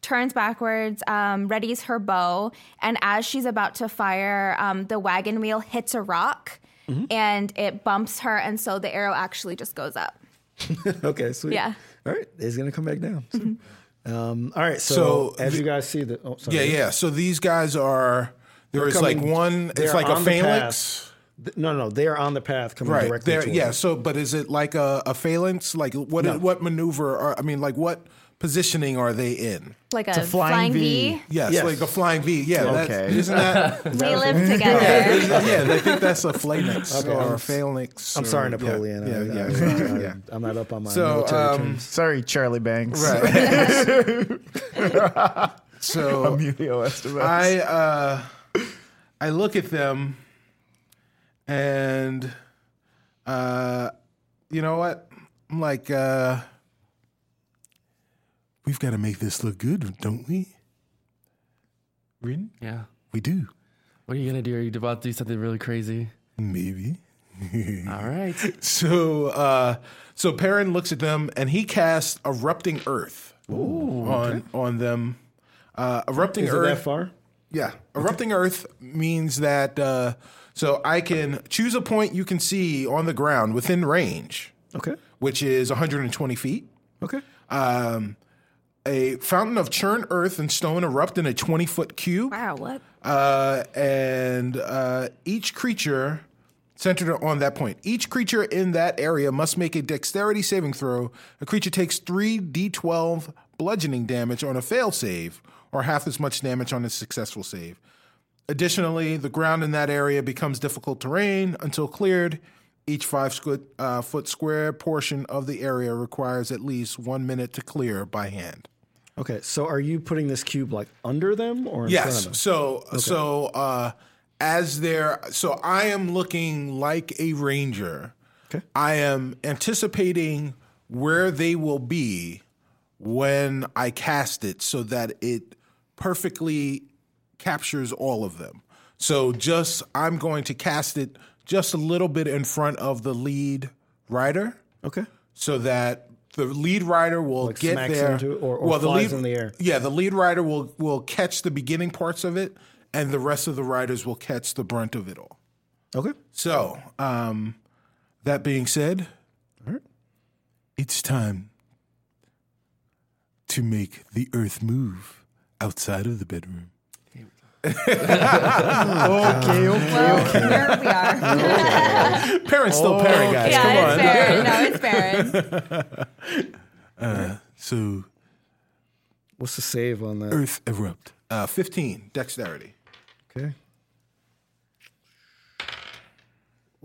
turns backwards, um, readies her bow, and as she's about to fire, um, the wagon Mm-hmm. wheel hits a rock and it bumps her, and so the arrow actually just goes up. okay, sweet. Yeah. All right, it's gonna come back down. So, Um, all right, so, So as the- you guys see the, oh, sorry. Yeah, yeah. So these guys are there is like coming- one. they're It's like a on the phalanx. Th- No, no, they are on the path coming Right directly. there, toward yeah. us. So, but is it like a, a phalanx? Like what? What maneuver? Are, I mean, like what positioning are they in? Like a, a flying flying, V. V. Yes, Yes. like a flying V. Yeah, that's, Okay. isn't that? They live together. yeah, they think that's a phalanx or I'm a s- phalanx. I'm or- sorry, Mm, yeah, Napoleon. Yeah, yeah. I, I, I, am not up on my So, military um, terms. Sorry, Charlie Banks. Right. so Emilio Estevez. I uh, I look at them, and uh, you know what? I'm like, uh, we've got to make this look good, don't we? Rin? Yeah. We do. What are you gonna do? Are you about to do something really crazy? Maybe. Ah. All right. So, uh, so Perrin looks at them and he casts erupting earth on on them. Uh, erupting Is it earth. that far? Yeah. Erupting Earth means that uh, so I can choose a point you can see on the ground within range, Okay. which is 120 feet. Okay. Um, a fountain of churned earth and stone erupt in a 20 foot cube. wow, what? Uh, and uh, each creature centered on that point. Each creature in that area must make a dexterity saving throw. A creature takes 3d12 bludgeoning damage on a failed save, or half as much damage on a successful save. Additionally, the ground in that area becomes difficult terrain until cleared. Each five squ- uh, foot square portion of the area requires at least one minute to clear by hand. Okay. So, are you putting this cube like under them or in front of them? Yes. So so uh, as there, so I am looking like a ranger. Okay. I am anticipating where they will be when I cast it, so that it perfectly captures all of them. So just I'm going to cast it just a little bit in front of the lead rider Okay. so that the lead rider will get smacks there. into it or- or flies in the air. Yeah, the lead rider will will catch the beginning parts of it, and the rest of the riders will catch the brunt of it all. Okay. So, um, that being said, it's time to make the earth move outside of the bedroom. okay, okay. Well, there we are. Parents still parent, guys. Come yeah, on. it's Baron. No, it's Baron. So, What's the save on that? earth erupt. Uh, 15, dexterity. Okay.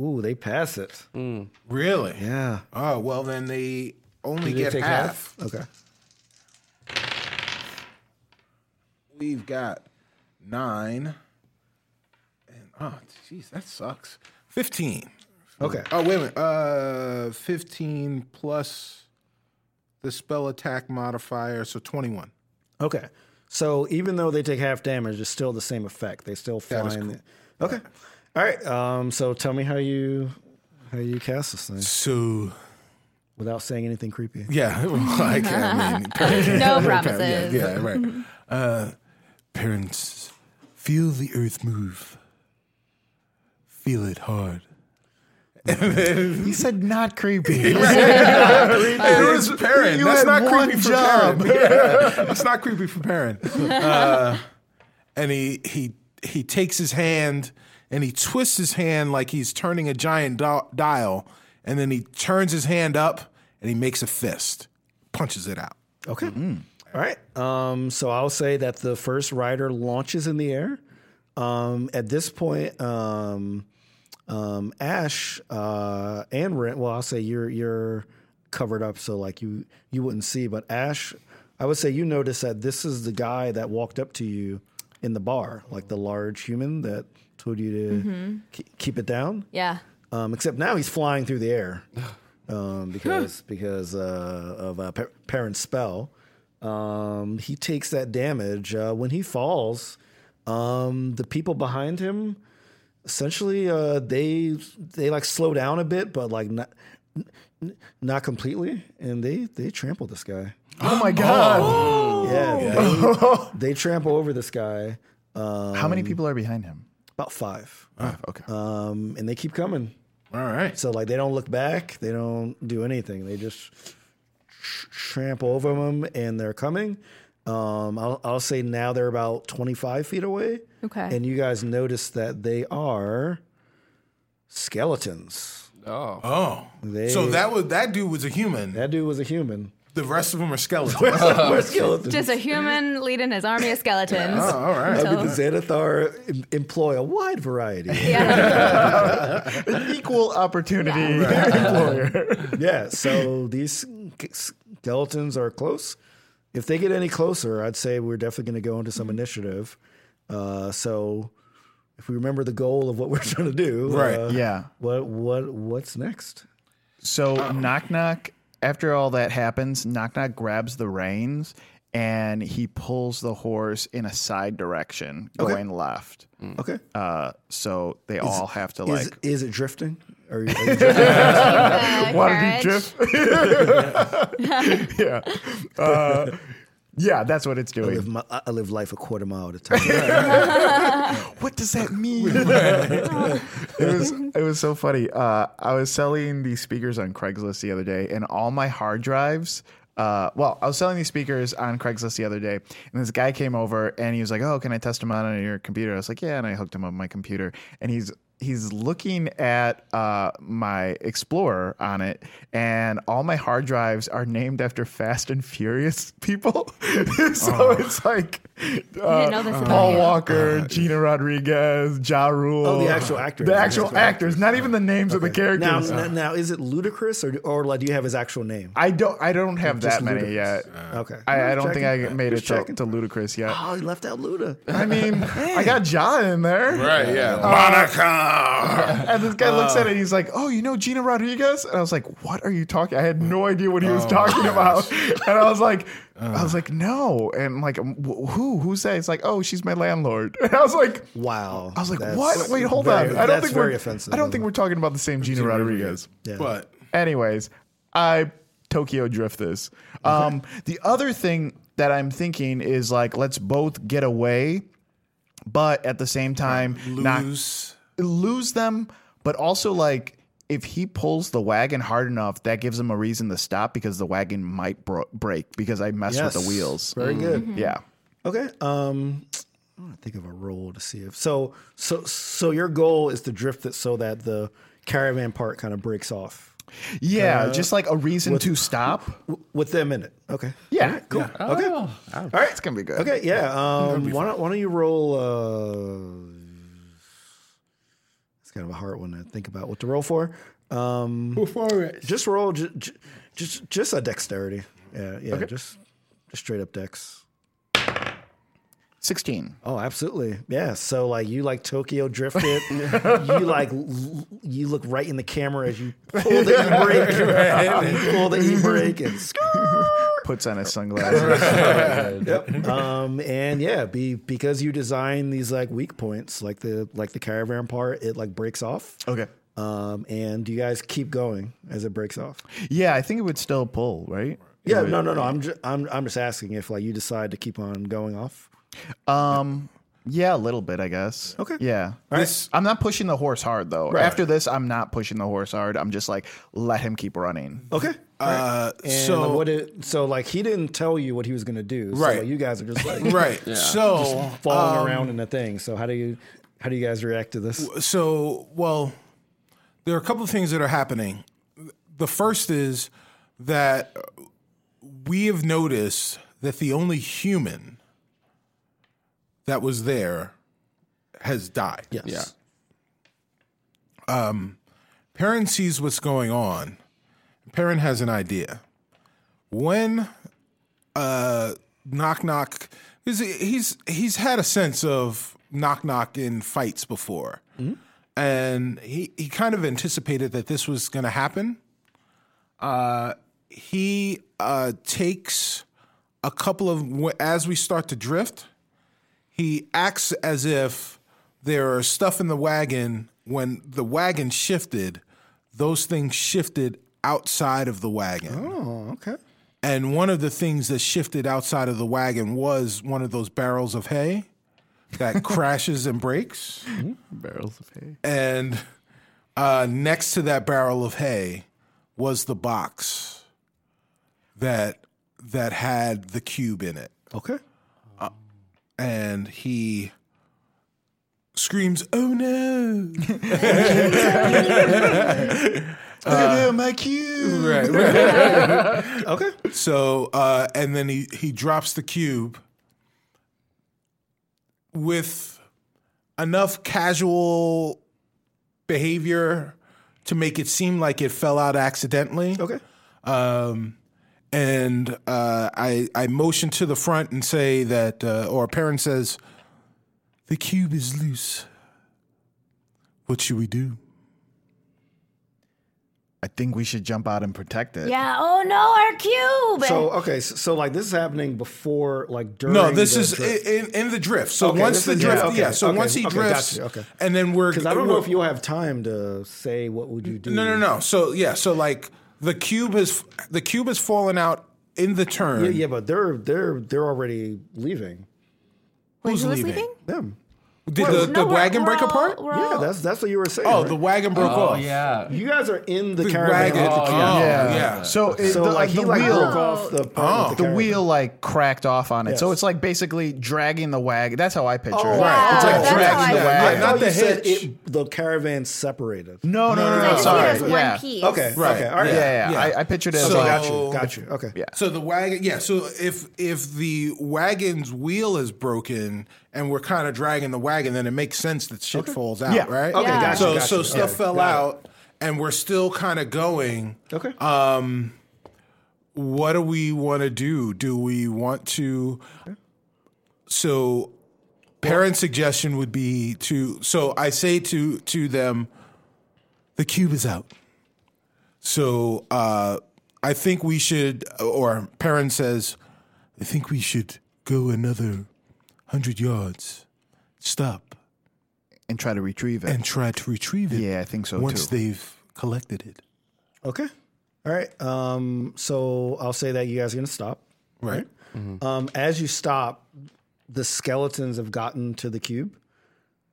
Ooh, they pass it. Mm. Really? Yeah. Oh, well, then they only Did they get take half. Okay. We've got nine. And oh, jeez, that sucks. Fifteen. Okay. Oh, wait a minute. Uh, fifteen plus the spell attack modifier, so twenty-one. Okay. So even though they take half damage, it's still the same effect. They still fly. is in the- okay. All right. Um, so tell me how you how you cast this thing So without saying anything creepy. yeah, like I mean, No promises. yeah, right. Uh, parents, feel the earth move. Feel it hard. You said not creepy. It was Perrin. You That's had not one creepy for job. Perrin. That's not creepy for Perrin. Uh, and he he he takes his hand and he twists his hand like he's turning a giant di- dial, and then he turns his hand up and he makes a fist, punches it out. Okay. All right. Um, so I'll say that the first rider launches in the air. Um, at this point, um, um, Ash uh, and Rent. Well, I'll say you're you're covered up, so like you you wouldn't see. But Ash, I would say you notice that this is the guy that walked up to you in the bar, like the large human that told you to ke- keep it down. Yeah. Um, except now he's flying through the air um, because because uh, of a par- parent's spell. Um, he takes that damage uh, when he falls. Um, the people behind him, essentially, uh, they they like slow down a bit, but like not n- not completely, and they they trample this guy. oh my god. Yeah, they, they trample over this guy. How many people are behind him? About five, Five. Um, uh, Okay. um, and they keep coming. All right. So like they don't look back, they don't do anything. They just tr- trample over them, and they're coming. Um, I'll, I'll say now they're about twenty five feet away. Okay. And you guys notice that they are skeletons. Oh. Oh, They- so that was that dude was a human. That dude was a human. The rest of them are skeletons. We're skeletons. Just a human leading his army of skeletons. oh, all right. I mean, the Xanathar em- employ a wide variety. yeah. Uh, Equal opportunity employer. yeah, so these sk- skeletons are close. If they get any closer, I'd say we're definitely going to go into some Mm-hmm. initiative. Uh, so if we remember the goal of what we're trying to do, Right, uh, yeah. What what what's next? So Uh-huh. knock knock. After all that happens, knock knock grabs the reins and he pulls the horse in a side direction, going left. Okay. Uh, so they all have to like. Mm. is is it drifting? Are you, are you drifting? Uh, carriage. yeah. Uh, yeah, that's what it's I, live doing. my, I live life a quarter mile at a time. What does that mean? it was it was so funny. Uh, I was selling these speakers on Craigslist the other day, and all my hard drives. Uh, well, I was selling these speakers on Craigslist the other day, and this guy came over and he was like, "Oh, can I test them out on your computer?" I was like, "Yeah," and I hooked him up on my computer, and he's he's looking at uh, my Explorer on it, and all my hard drives are named after Fast and Furious people. so it's like uh, know this about Paul you. Walker, Gina Rodriguez, Ja Rule. Oh, the actual actors. The The actual actual actors, not even the names of the now, characters. now, now, is it ludicrous or or like, do you have his actual name? I don't. I don't have Just that many ludicrous. yet. Okay. I, I don't think I Checking. made it Just to, checking. to ludicrous yet. Oh, he left out Luda. I mean, I got Ja in there, Right, yeah. Monica. and this guy looks Uh. at it. He's like, "Oh, you know Gina Rodriguez?" And I was like, "What are you talking?" I had no idea what he Oh, was talking about, and I was like, Uh. "I was like, no." And I'm like, "Um, "Wh- "Who? Who's that?" He's like, "Oh, she's my landlord." And I was like, Wow. I was like, That's "What? Wait, hold very- on. I don't that's think very we're, offensive. I don't think we're talking about the same Gina Rodriguez." Yeah. But Anyways, I Tokyo drift this. Um, the other thing that I'm thinking is like, let's both get away, but at the same time, lose. not lose them, but also like. If he pulls the wagon hard enough, that gives him a reason to stop because the wagon might bro- break because I messed with the wheels. Mm-hmm. Very good. Yeah. Okay. Um, I want to think of a roll to see if so. So so your goal is to drift it so that the caravan part kind of breaks off Yeah. Uh, just like a reason to stop. w- with them in it. Okay. Yeah. Oh. Cool. Oh. Okay. All right. It's going to be good. Okay. Yeah. Um, why don't Why don't you roll? Uh, it's kind of a hard one to think about what to roll for. Um, just roll j- j- just just a dexterity. Yeah. Yeah. Just just straight up dex. 16. Oh, absolutely. Yeah. So like you like Tokyo drifted. you like l- you look right in the camera as you pull the e brake. you pull the e brake and Puts on his sunglasses. yep. Um, and yeah, be because you design these like weak points, like the like the caravan part, it like breaks off. okay. Um, and you guys keep going as it breaks off. Yeah. I think it would still pull, right? Yeah. No. No. No. I'm ju- I'm I'm just asking if like you decide to keep on going off. Um, yeah, a little bit, I guess. Okay. Yeah. This, I'm not pushing the horse hard though. After this, I'm not pushing the horse hard. I'm just like let him keep running. Okay. uh, And so what it, so like he didn't tell you what he was going to do. So Right. like, you guys are just like right. So falling around in a thing. So how do you how do you guys react to this? so well there are a couple of things that are happening the first is that we have noticed that the only human that was there has died Yes. Yeah. Perrin sees what's going on. Perrin has an idea. When uh, knock knock, 'cause he's he's had a sense of knock knock in fights before, and he he kind of anticipated that this was going to happen. Uh, he uh, takes a couple of as we start to drift he acts as if there are stuff in the wagon when the wagon shifted those things shifted outside of the wagon Oh, okay. and one of the things that shifted outside of the wagon was one of those barrels of hay Mm-hmm. that crashes and breaks Barrels of hay. and Uh, next to that barrel of hay was the box that that had the cube in it, Okay. and he screams, "Oh no!" Look at Uh, him, my cube. Right, right. Okay. So, uh, and then he, he drops the cube with enough casual behavior to make it seem like it fell out accidentally. Okay. Um, and uh, I, I motion to the front and say that, uh, or Perrin says, the cube is loose. What should we do? I think we should jump out and protect it. Yeah. Oh no, our cube. So okay, so, so like this is happening before like during No, this the is dri- in, in the drift. So Okay, once this the is- yeah, drift, yeah. okay, so okay, once he okay, drifts, gotcha, okay. and then we're Because I don't know if you'll have time to say what would you do. No, no, no. So yeah, so like the cube has the cube has fallen out in the turn. Yeah, yeah, but they're they're they're already leaving Who's who was leaving? leaving? them. Did the, the No, we're- wagon we're break all- apart? we're Yeah, all- that's that's what you were saying. Oh, right? the wagon broke Oh off. yeah. you guys are in the, The caravan. wagon. with the Oh, cube. yeah. Yeah. Yeah. So, it, So the, like the he like wheel, broke off the part with Oh. the, the caravan. wheel like cracked off on it. So Yes. Oh, it's like basically dragging the wagon. That's how I picture it. right. It's like That's how I dragging the picture it. I wagon. thought not the you said hitch. it- the caravan separated. No, no, no, no. I think sorry. it was one yeah. piece. Okay. Right. Okay. All right. Yeah, yeah, yeah. Yeah. I, I pictured it as So- like Got you. Got you. Okay. Yeah. So the wagon, yeah. So if if the wagon's wheel is broken and we're kind of dragging the wagon, then it makes sense that shit falls out, Yeah. right? Okay, Yeah. gotcha, So gotcha. so Okay, stuff fell got it. out, and we're still kind of going. Okay. What do we want to do? Do we want to? So, parent suggestion would be to. So I say to to them, the cube is out. So uh, I think we should, or Perrin says, I think we should go another hundred yards, stop, And try to retrieve it. and try to retrieve it. Yeah, I think so, Once too. they've collected it, okay. All right. Um, so I'll say that you guys are gonna stop. right? Um, as you stop, the skeletons have gotten to the cube.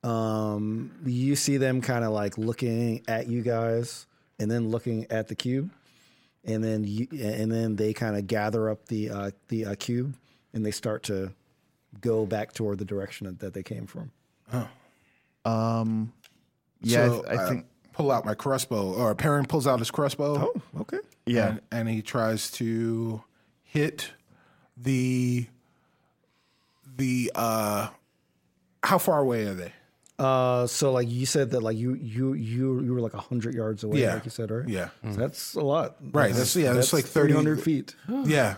Um, you see them kind of like looking at you guys, and then looking at the cube, and then you, and then they kind of gather up the uh, the uh, cube, and they start to go back toward the direction that they came from. Um, yeah, I So, th- I, uh, think. pull out my crossbow, or Perrin pulls out his crossbow. Oh, okay. Yeah. and, and he tries to hit the the uh how far away are they Uh, so like you said that like you you you you were like hundred yards away, Yeah. like you said, right? Yeah. Mm-hmm. So that's a lot. Right, that's- yeah, that's like 30 300 feet. yeah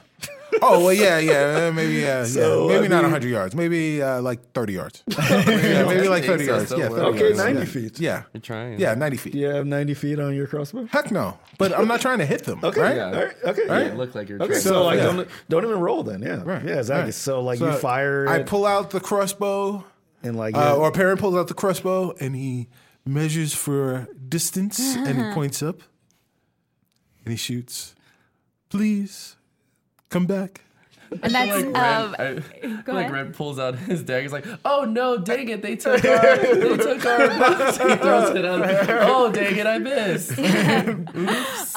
oh well yeah yeah uh, maybe yeah, So, yeah. maybe I not mean- 100 yards maybe uh, like 30 yards yeah, maybe like 30 So yards still yeah works. 30 Okay, yards. 90 yeah. feet. yeah You're trying. yeah 90 feet Do you have ninety feet on your crossbow? heck no but i'm not trying to hit them Okay. right Yeah. All right. Okay. Yeah, yeah. It looked like you're Okay, trying. so, So, like yeah. don't don't even roll then, yeah, yeah, exactly. right. So like So you fire, i it pull out the crossbow and like Uh, you're- or Perrin pulls out the crossbow and he measures for distance and Uh-huh. he points up and he shoots. Please come back. And that's um, Ren, I- go like ahead. Ren pulls out his dagger. He's like, "Oh no, dang it! They took our, they took our box." He throws it out. Oh dang it! I missed.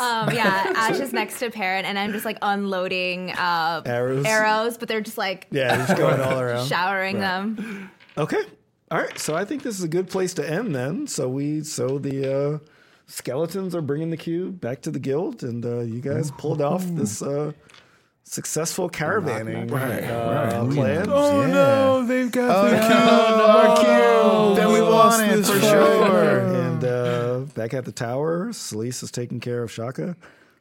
um, yeah, Ash is next to Parrot, and I'm just like unloading uh, Arrows. arrows, but they're just like yeah, just going all around. showering them. Okay. All right. So I think this is a good place to end then. So we so the uh, skeletons are bringing the cube back to the guild, and uh, you guys pulled off this uh, successful caravanning uh, plan. Oh Yeah. no, they've got the Oh, Then we lost this fight. And uh, back at the tower, Selise is taking care of Shaka,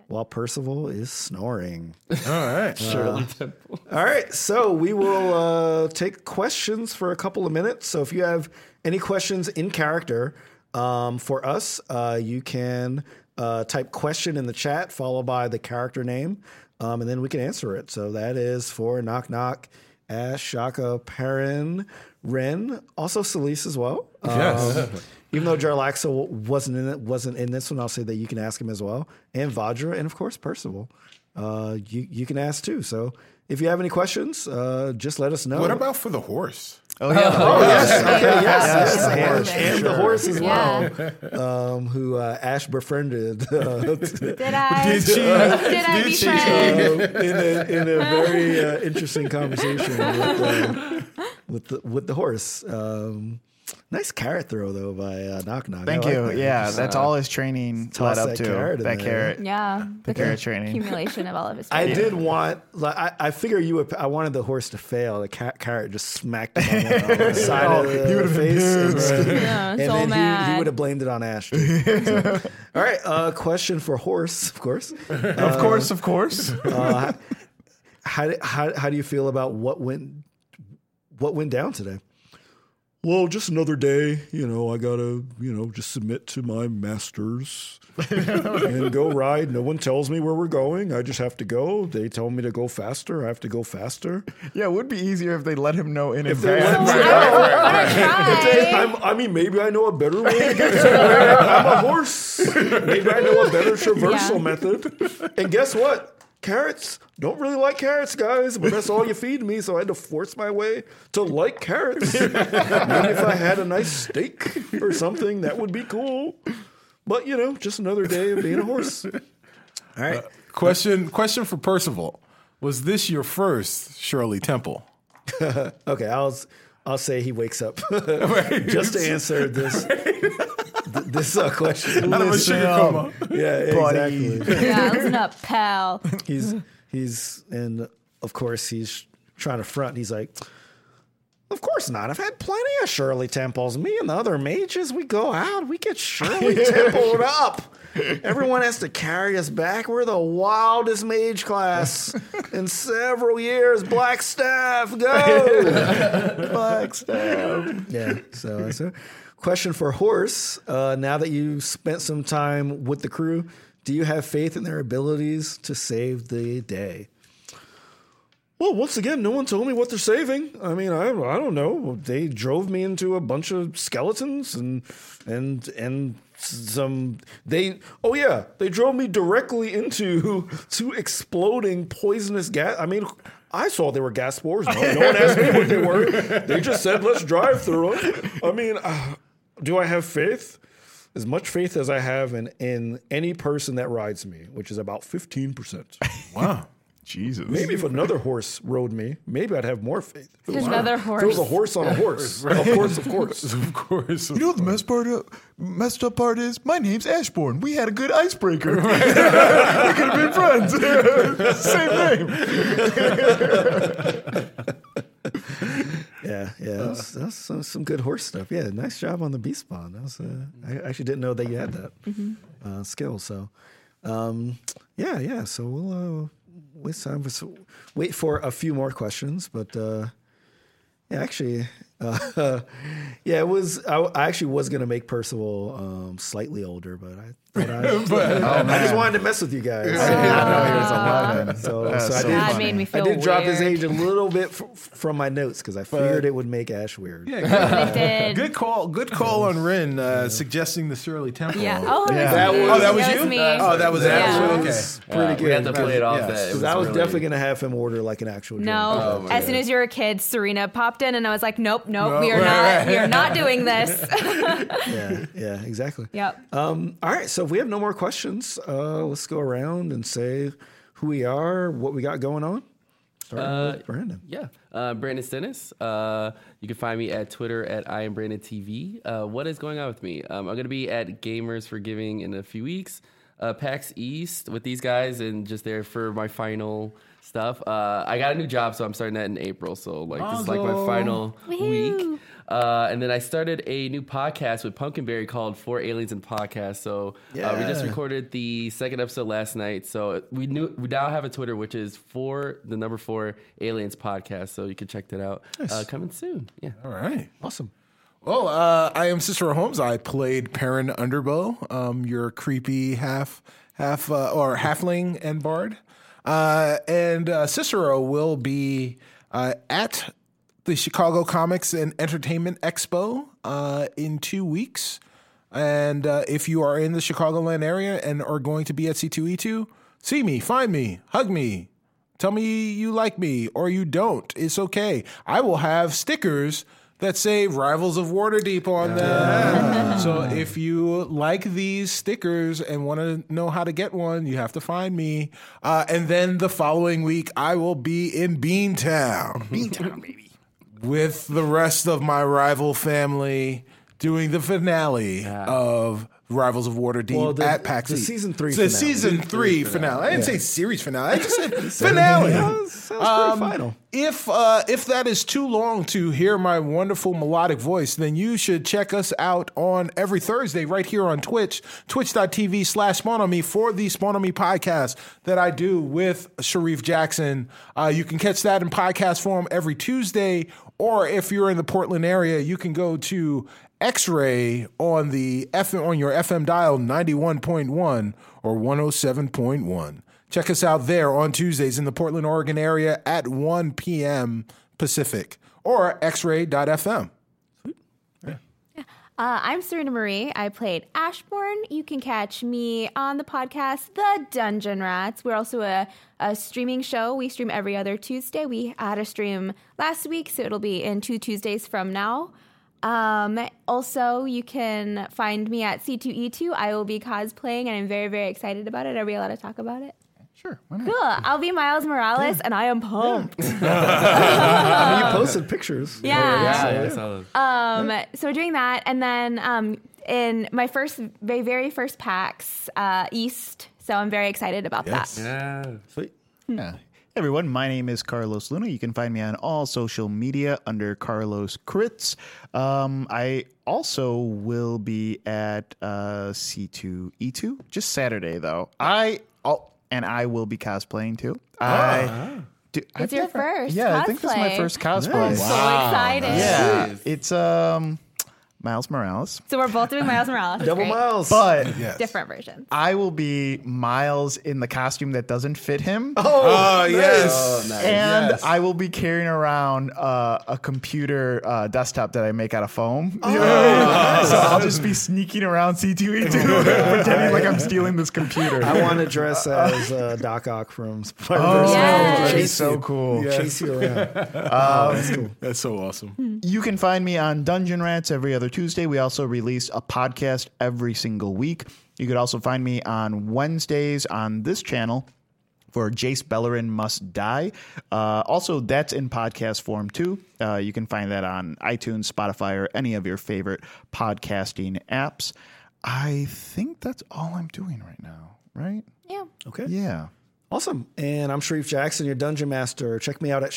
while Percival is snoring. All right. All right, so we will uh, take questions for a couple of minutes. So if you have any questions in character um, for us, uh, you can uh, type question in the chat followed by the character name, um, and then we can answer it. So that is for Knock Knock, Ash, Shaka, Perrin, Ren, also Celise as well. Yes. Um, even though Jarlaxa wasn't in it, wasn't in this one, I'll say that you can ask him as well, and Vajra, and of course Percival. Uh, you you can ask too. So if you have any questions, uh, just let us know. What about for the horse? Oh yeah, the Oh, horse. yes. Okay, yes, yes, the the horse, horse. for And sure. the horse as Yeah. well, um, who uh, Ash befriended uh, t- Did I? Did she- I did she- um, befriend? in, a, in a very uh, interesting conversation with, uh, with, the, with the horse. Um, nice carrot throw, though, by uh, Knock Knock. I Thank like you. that. yeah, that's all his training led toss up that to carrot in that there. carrot. Yeah. The carrot training. Accumulation of all of his. I training. did want, like, I, I figure you would. I wanted the horse to fail. The cat, carrot just smacked him on the side of the face, and, Yeah, and so then he, mad. he would have blamed it on Ash. Too. So, all right, uh, question for horse, of course. Of course, of course. Uh, how, how how do you feel about what went what went down today? Well, just another day. You know, I gotta you know just submit to my masters and go ride. No one tells me where we're going. I just have to go. They tell me to go faster. I have to go faster. yeah, it would be easier if they let him know in If they let advance. me I go. Try. I'm, I mean, maybe I know a better way to get somewhere. I'm a horse. Maybe I know a better traversal Yeah. method. And guess what? Carrots don't really like carrots, guys, but that's all you feed me, so I had to force my way to like carrots. Maybe if I had a nice steak or something, that would be cool. But you know, just another day of being a horse. All right. Question question for Percival. Was this your first Shirley Temple? Okay, I'll I'll say he wakes up just to answer this th- this uh, question. Out of a Listen sugar up. coma. Yeah, Buddy. exactly. Yeah, listen up, pal. He's he's and of course he's trying to front. He's like, of course not. I've had plenty of Shirley Temples. Me and the other mages, we go out, we get Shirley Templed up. Everyone has to carry us back. We're the wildest mage class in several years. Black staff, go! Black Stab. Yeah. So that's it. Question for Horse. Uh, now that you spent some time with the crew, do you have faith in their abilities to save the day? Well, once again, no one told me what they're saving. I mean, I, I don't know. They drove me into a bunch of skeletons and and and some they oh yeah, they drove me directly into two exploding poisonous gas. I mean, I saw they were gas spores. No, no one asked me what they were. They just said let's drive through them. I mean, uh, do I have faith? As much faith as I have in in any person that rides me, which is about fifteen percent. Wow. Jesus. Maybe if another horse rode me, maybe I'd have more faith. If it was- Another if There was a horse on a horse. Of course, of course. Of course. You know what the messed part up, messed up part is? My name's Ashbourne. We had a good icebreaker. we could have been friends. Same name. Yeah, yeah. That's, that's some, some good horse stuff. Yeah, nice job on the beast spawn. That was, uh, I actually didn't know that you had that uh, skill. So, um, yeah, yeah. So we'll uh, wait time for so wait for a few more questions, but. Uh, Yeah, actually, uh, yeah, it was. I, I actually was gonna make Percival um, slightly older, but I thought I, I just wanted to mess with you guys. So, so I so did. God made me feel I did drop his weird. age a little bit f- f- from my notes because I feared it would make Ash weird. They did. Good call. Good call on Rin uh, suggesting the Shirley Temple. Yeah. Oh, it was That me. was- Oh, that was you? me. Oh, that was Yeah. Ash. That Okay. was pretty We had good. to play it off Yes. that. It 'Cause I was really- definitely gonna have him order like an actual. drink. No. my as soon God. as you were a kid, Serena popped in, and I was like, "Nope, nope, we are Right, not, right. we are not doing this." Oh. Yeah, yeah, exactly. yep. Um, all right, so if we have no more questions, uh, let's go around and say who we are, what we got going on. Starting with Brandon. Yeah, uh, Brandon Stennis. Uh, you can find me at Twitter at I am Brandon TV. Uh, what is going on with me? Um, I'm going to be at Gamers for Giving in a few weeks. Uh, PAX East with these guys and just there for my final stuff. Uh, I got a new job, so I'm starting that in April. So like this is like my final week. Uh, and then I started a new podcast with Pumpkinberry called Four Aliens and Podcast. So uh, we just Yeah. recorded the second episode last night, so we knew we now have a Twitter, which is for the number four aliens podcast. So you can check that out. Uh, coming soon. Yeah. All right. Awesome. Well, uh, I am Cicero Holmes. I played Perrin Underbow, um, your creepy half, half uh, or halfling and bard. Uh, and uh, Cicero will be uh, at the Chicago Comics and Entertainment Expo uh, in two weeks. And uh, if you are in the Chicagoland area and are going to be at C2E2, see me, find me, hug me, Tell me you like me or you don't. It's okay. I will have stickers that say Rivals of Waterdeep on them. so if you like these stickers and want to know how to get one, you have to find me. Uh, and then the following week, I will be in Beantown. Beantown, baby. With the rest of my rival family doing the finale of. Rivals of Waterdeep Well, the- at PAX. the East. season three The finale. season three finale. I didn't say series finale. I just said finale. Sounds Um, pretty final. If uh, if that is too long to hear my wonderful melodic voice, then you should check us out on every Thursday right here on Twitch, twitch.tv slash Spawn on Me for the Spawn on Me podcast that I do with Sharif Jackson. Uh, you can catch that in podcast form every Tuesday, or if you're in the Portland area, you can go to X-Ray on the FM on your FM dial 91.1 or 107.1. Check us out there on Tuesdays in the Portland, Oregon area at 1 p.m. Pacific or xray.fm. Uh, I'm Serena Marie. I played Ashbourne. You can catch me on the podcast The Dungeon Rats. We're also a, a streaming show. We stream every other Tuesday. We had a stream last week, so it'll be in two Tuesdays from now. Um, also, you can find me at C2E2. I will be cosplaying, and I'm very, very excited about it. Are we allowed to talk about it? Sure. Why not? Cool. I'll be Miles Morales, and I am pumped. I mean, you posted pictures. yeah. Yeah, I saw that. Um, so we're doing that, and then um, in my first, very, very first PAX uh, East. So I'm very excited about that. yeah. Sweet. Yeah. Hey, Everyone, my name is Carlos Luna. You can find me on all social media under Carlos Crits. Um, I also will be at uh, C2E2 just Saturday though. I oh, and I will be cosplaying too. I do, it's your first Yeah, I think this is my cosplay. first cosplay. So excited. Yeah, Jeez. it's um Miles Morales, So we're both doing Miles Morales. It's Double great. miles. but Different versions. I will be Miles in the costume that doesn't fit him. Oh, yes. Ah, and Yes. I will be carrying around uh, a computer uh, desktop that I make out of foam. You know what I mean? So I'll just be sneaking around C2E2, pretending like I'm stealing this computer. I want to dress as uh, Doc Ock from Spider-Verse. Yes. Chase That'd be you. Oh, so cool. Chase you around. That's so awesome. You can find me on Dungeon Rats every other Tuesday. We also release a podcast every single week. You could also find me on Wednesdays on this channel for Jace Bellerin Must Die. Uh, also, that's in podcast form too. Uh, you can find that on iTunes, Spotify, or any of your favorite podcasting apps. I think that's all I'm doing right now, right? Yeah. Okay. Yeah. Awesome. And I'm Sharif Jackson, your dungeon master. Check me out at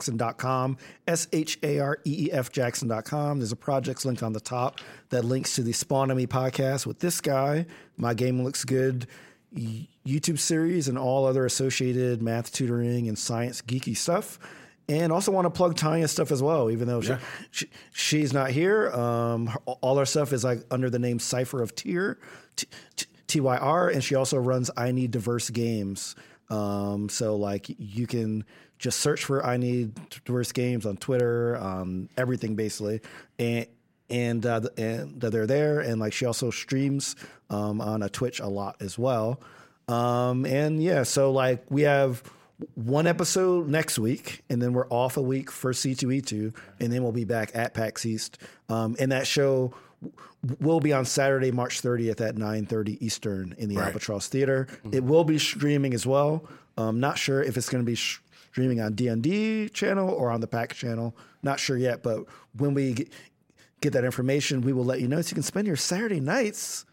sharifjackson.com, S H A R E E F Jackson.com. There's a projects link on the top that links to the Spawn on Me podcast with this guy, My Game Looks Good y- YouTube series, and all other associated math tutoring and science geeky stuff. And also want to plug Tanya's stuff as well, even though she, she, she's not here. Um, her- all her stuff is like under the name Cipher of Tear. T- t- TYR, and she also runs I Need Diverse Games. Um, so like you can just search for I Need Diverse Games on Twitter, um, everything basically, and and uh, th- and they're there. And like she also streams um, on a Twitch a lot as well. Um, and yeah, so like we have one episode next week, and then we're off a week for C2E2, and then we'll be back at PAX East. Um, and that show w- will be on Saturday, March 30th at 9:30 Eastern in the Albatross Theater. It will be streaming as well. Um, not sure if it's going to be sh- streaming on DND channel or on the PAX channel. Not sure yet, but when we get, get that information, we will let you know so you can spend your Saturday nights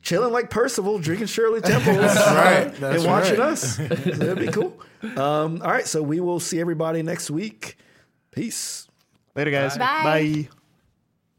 chilling like Percival, drinking Shirley Temples, right. That's and watching right. us. So that'd be cool. Um, all right, so we will see everybody next week. Peace. Later, guys. Bye. Bye.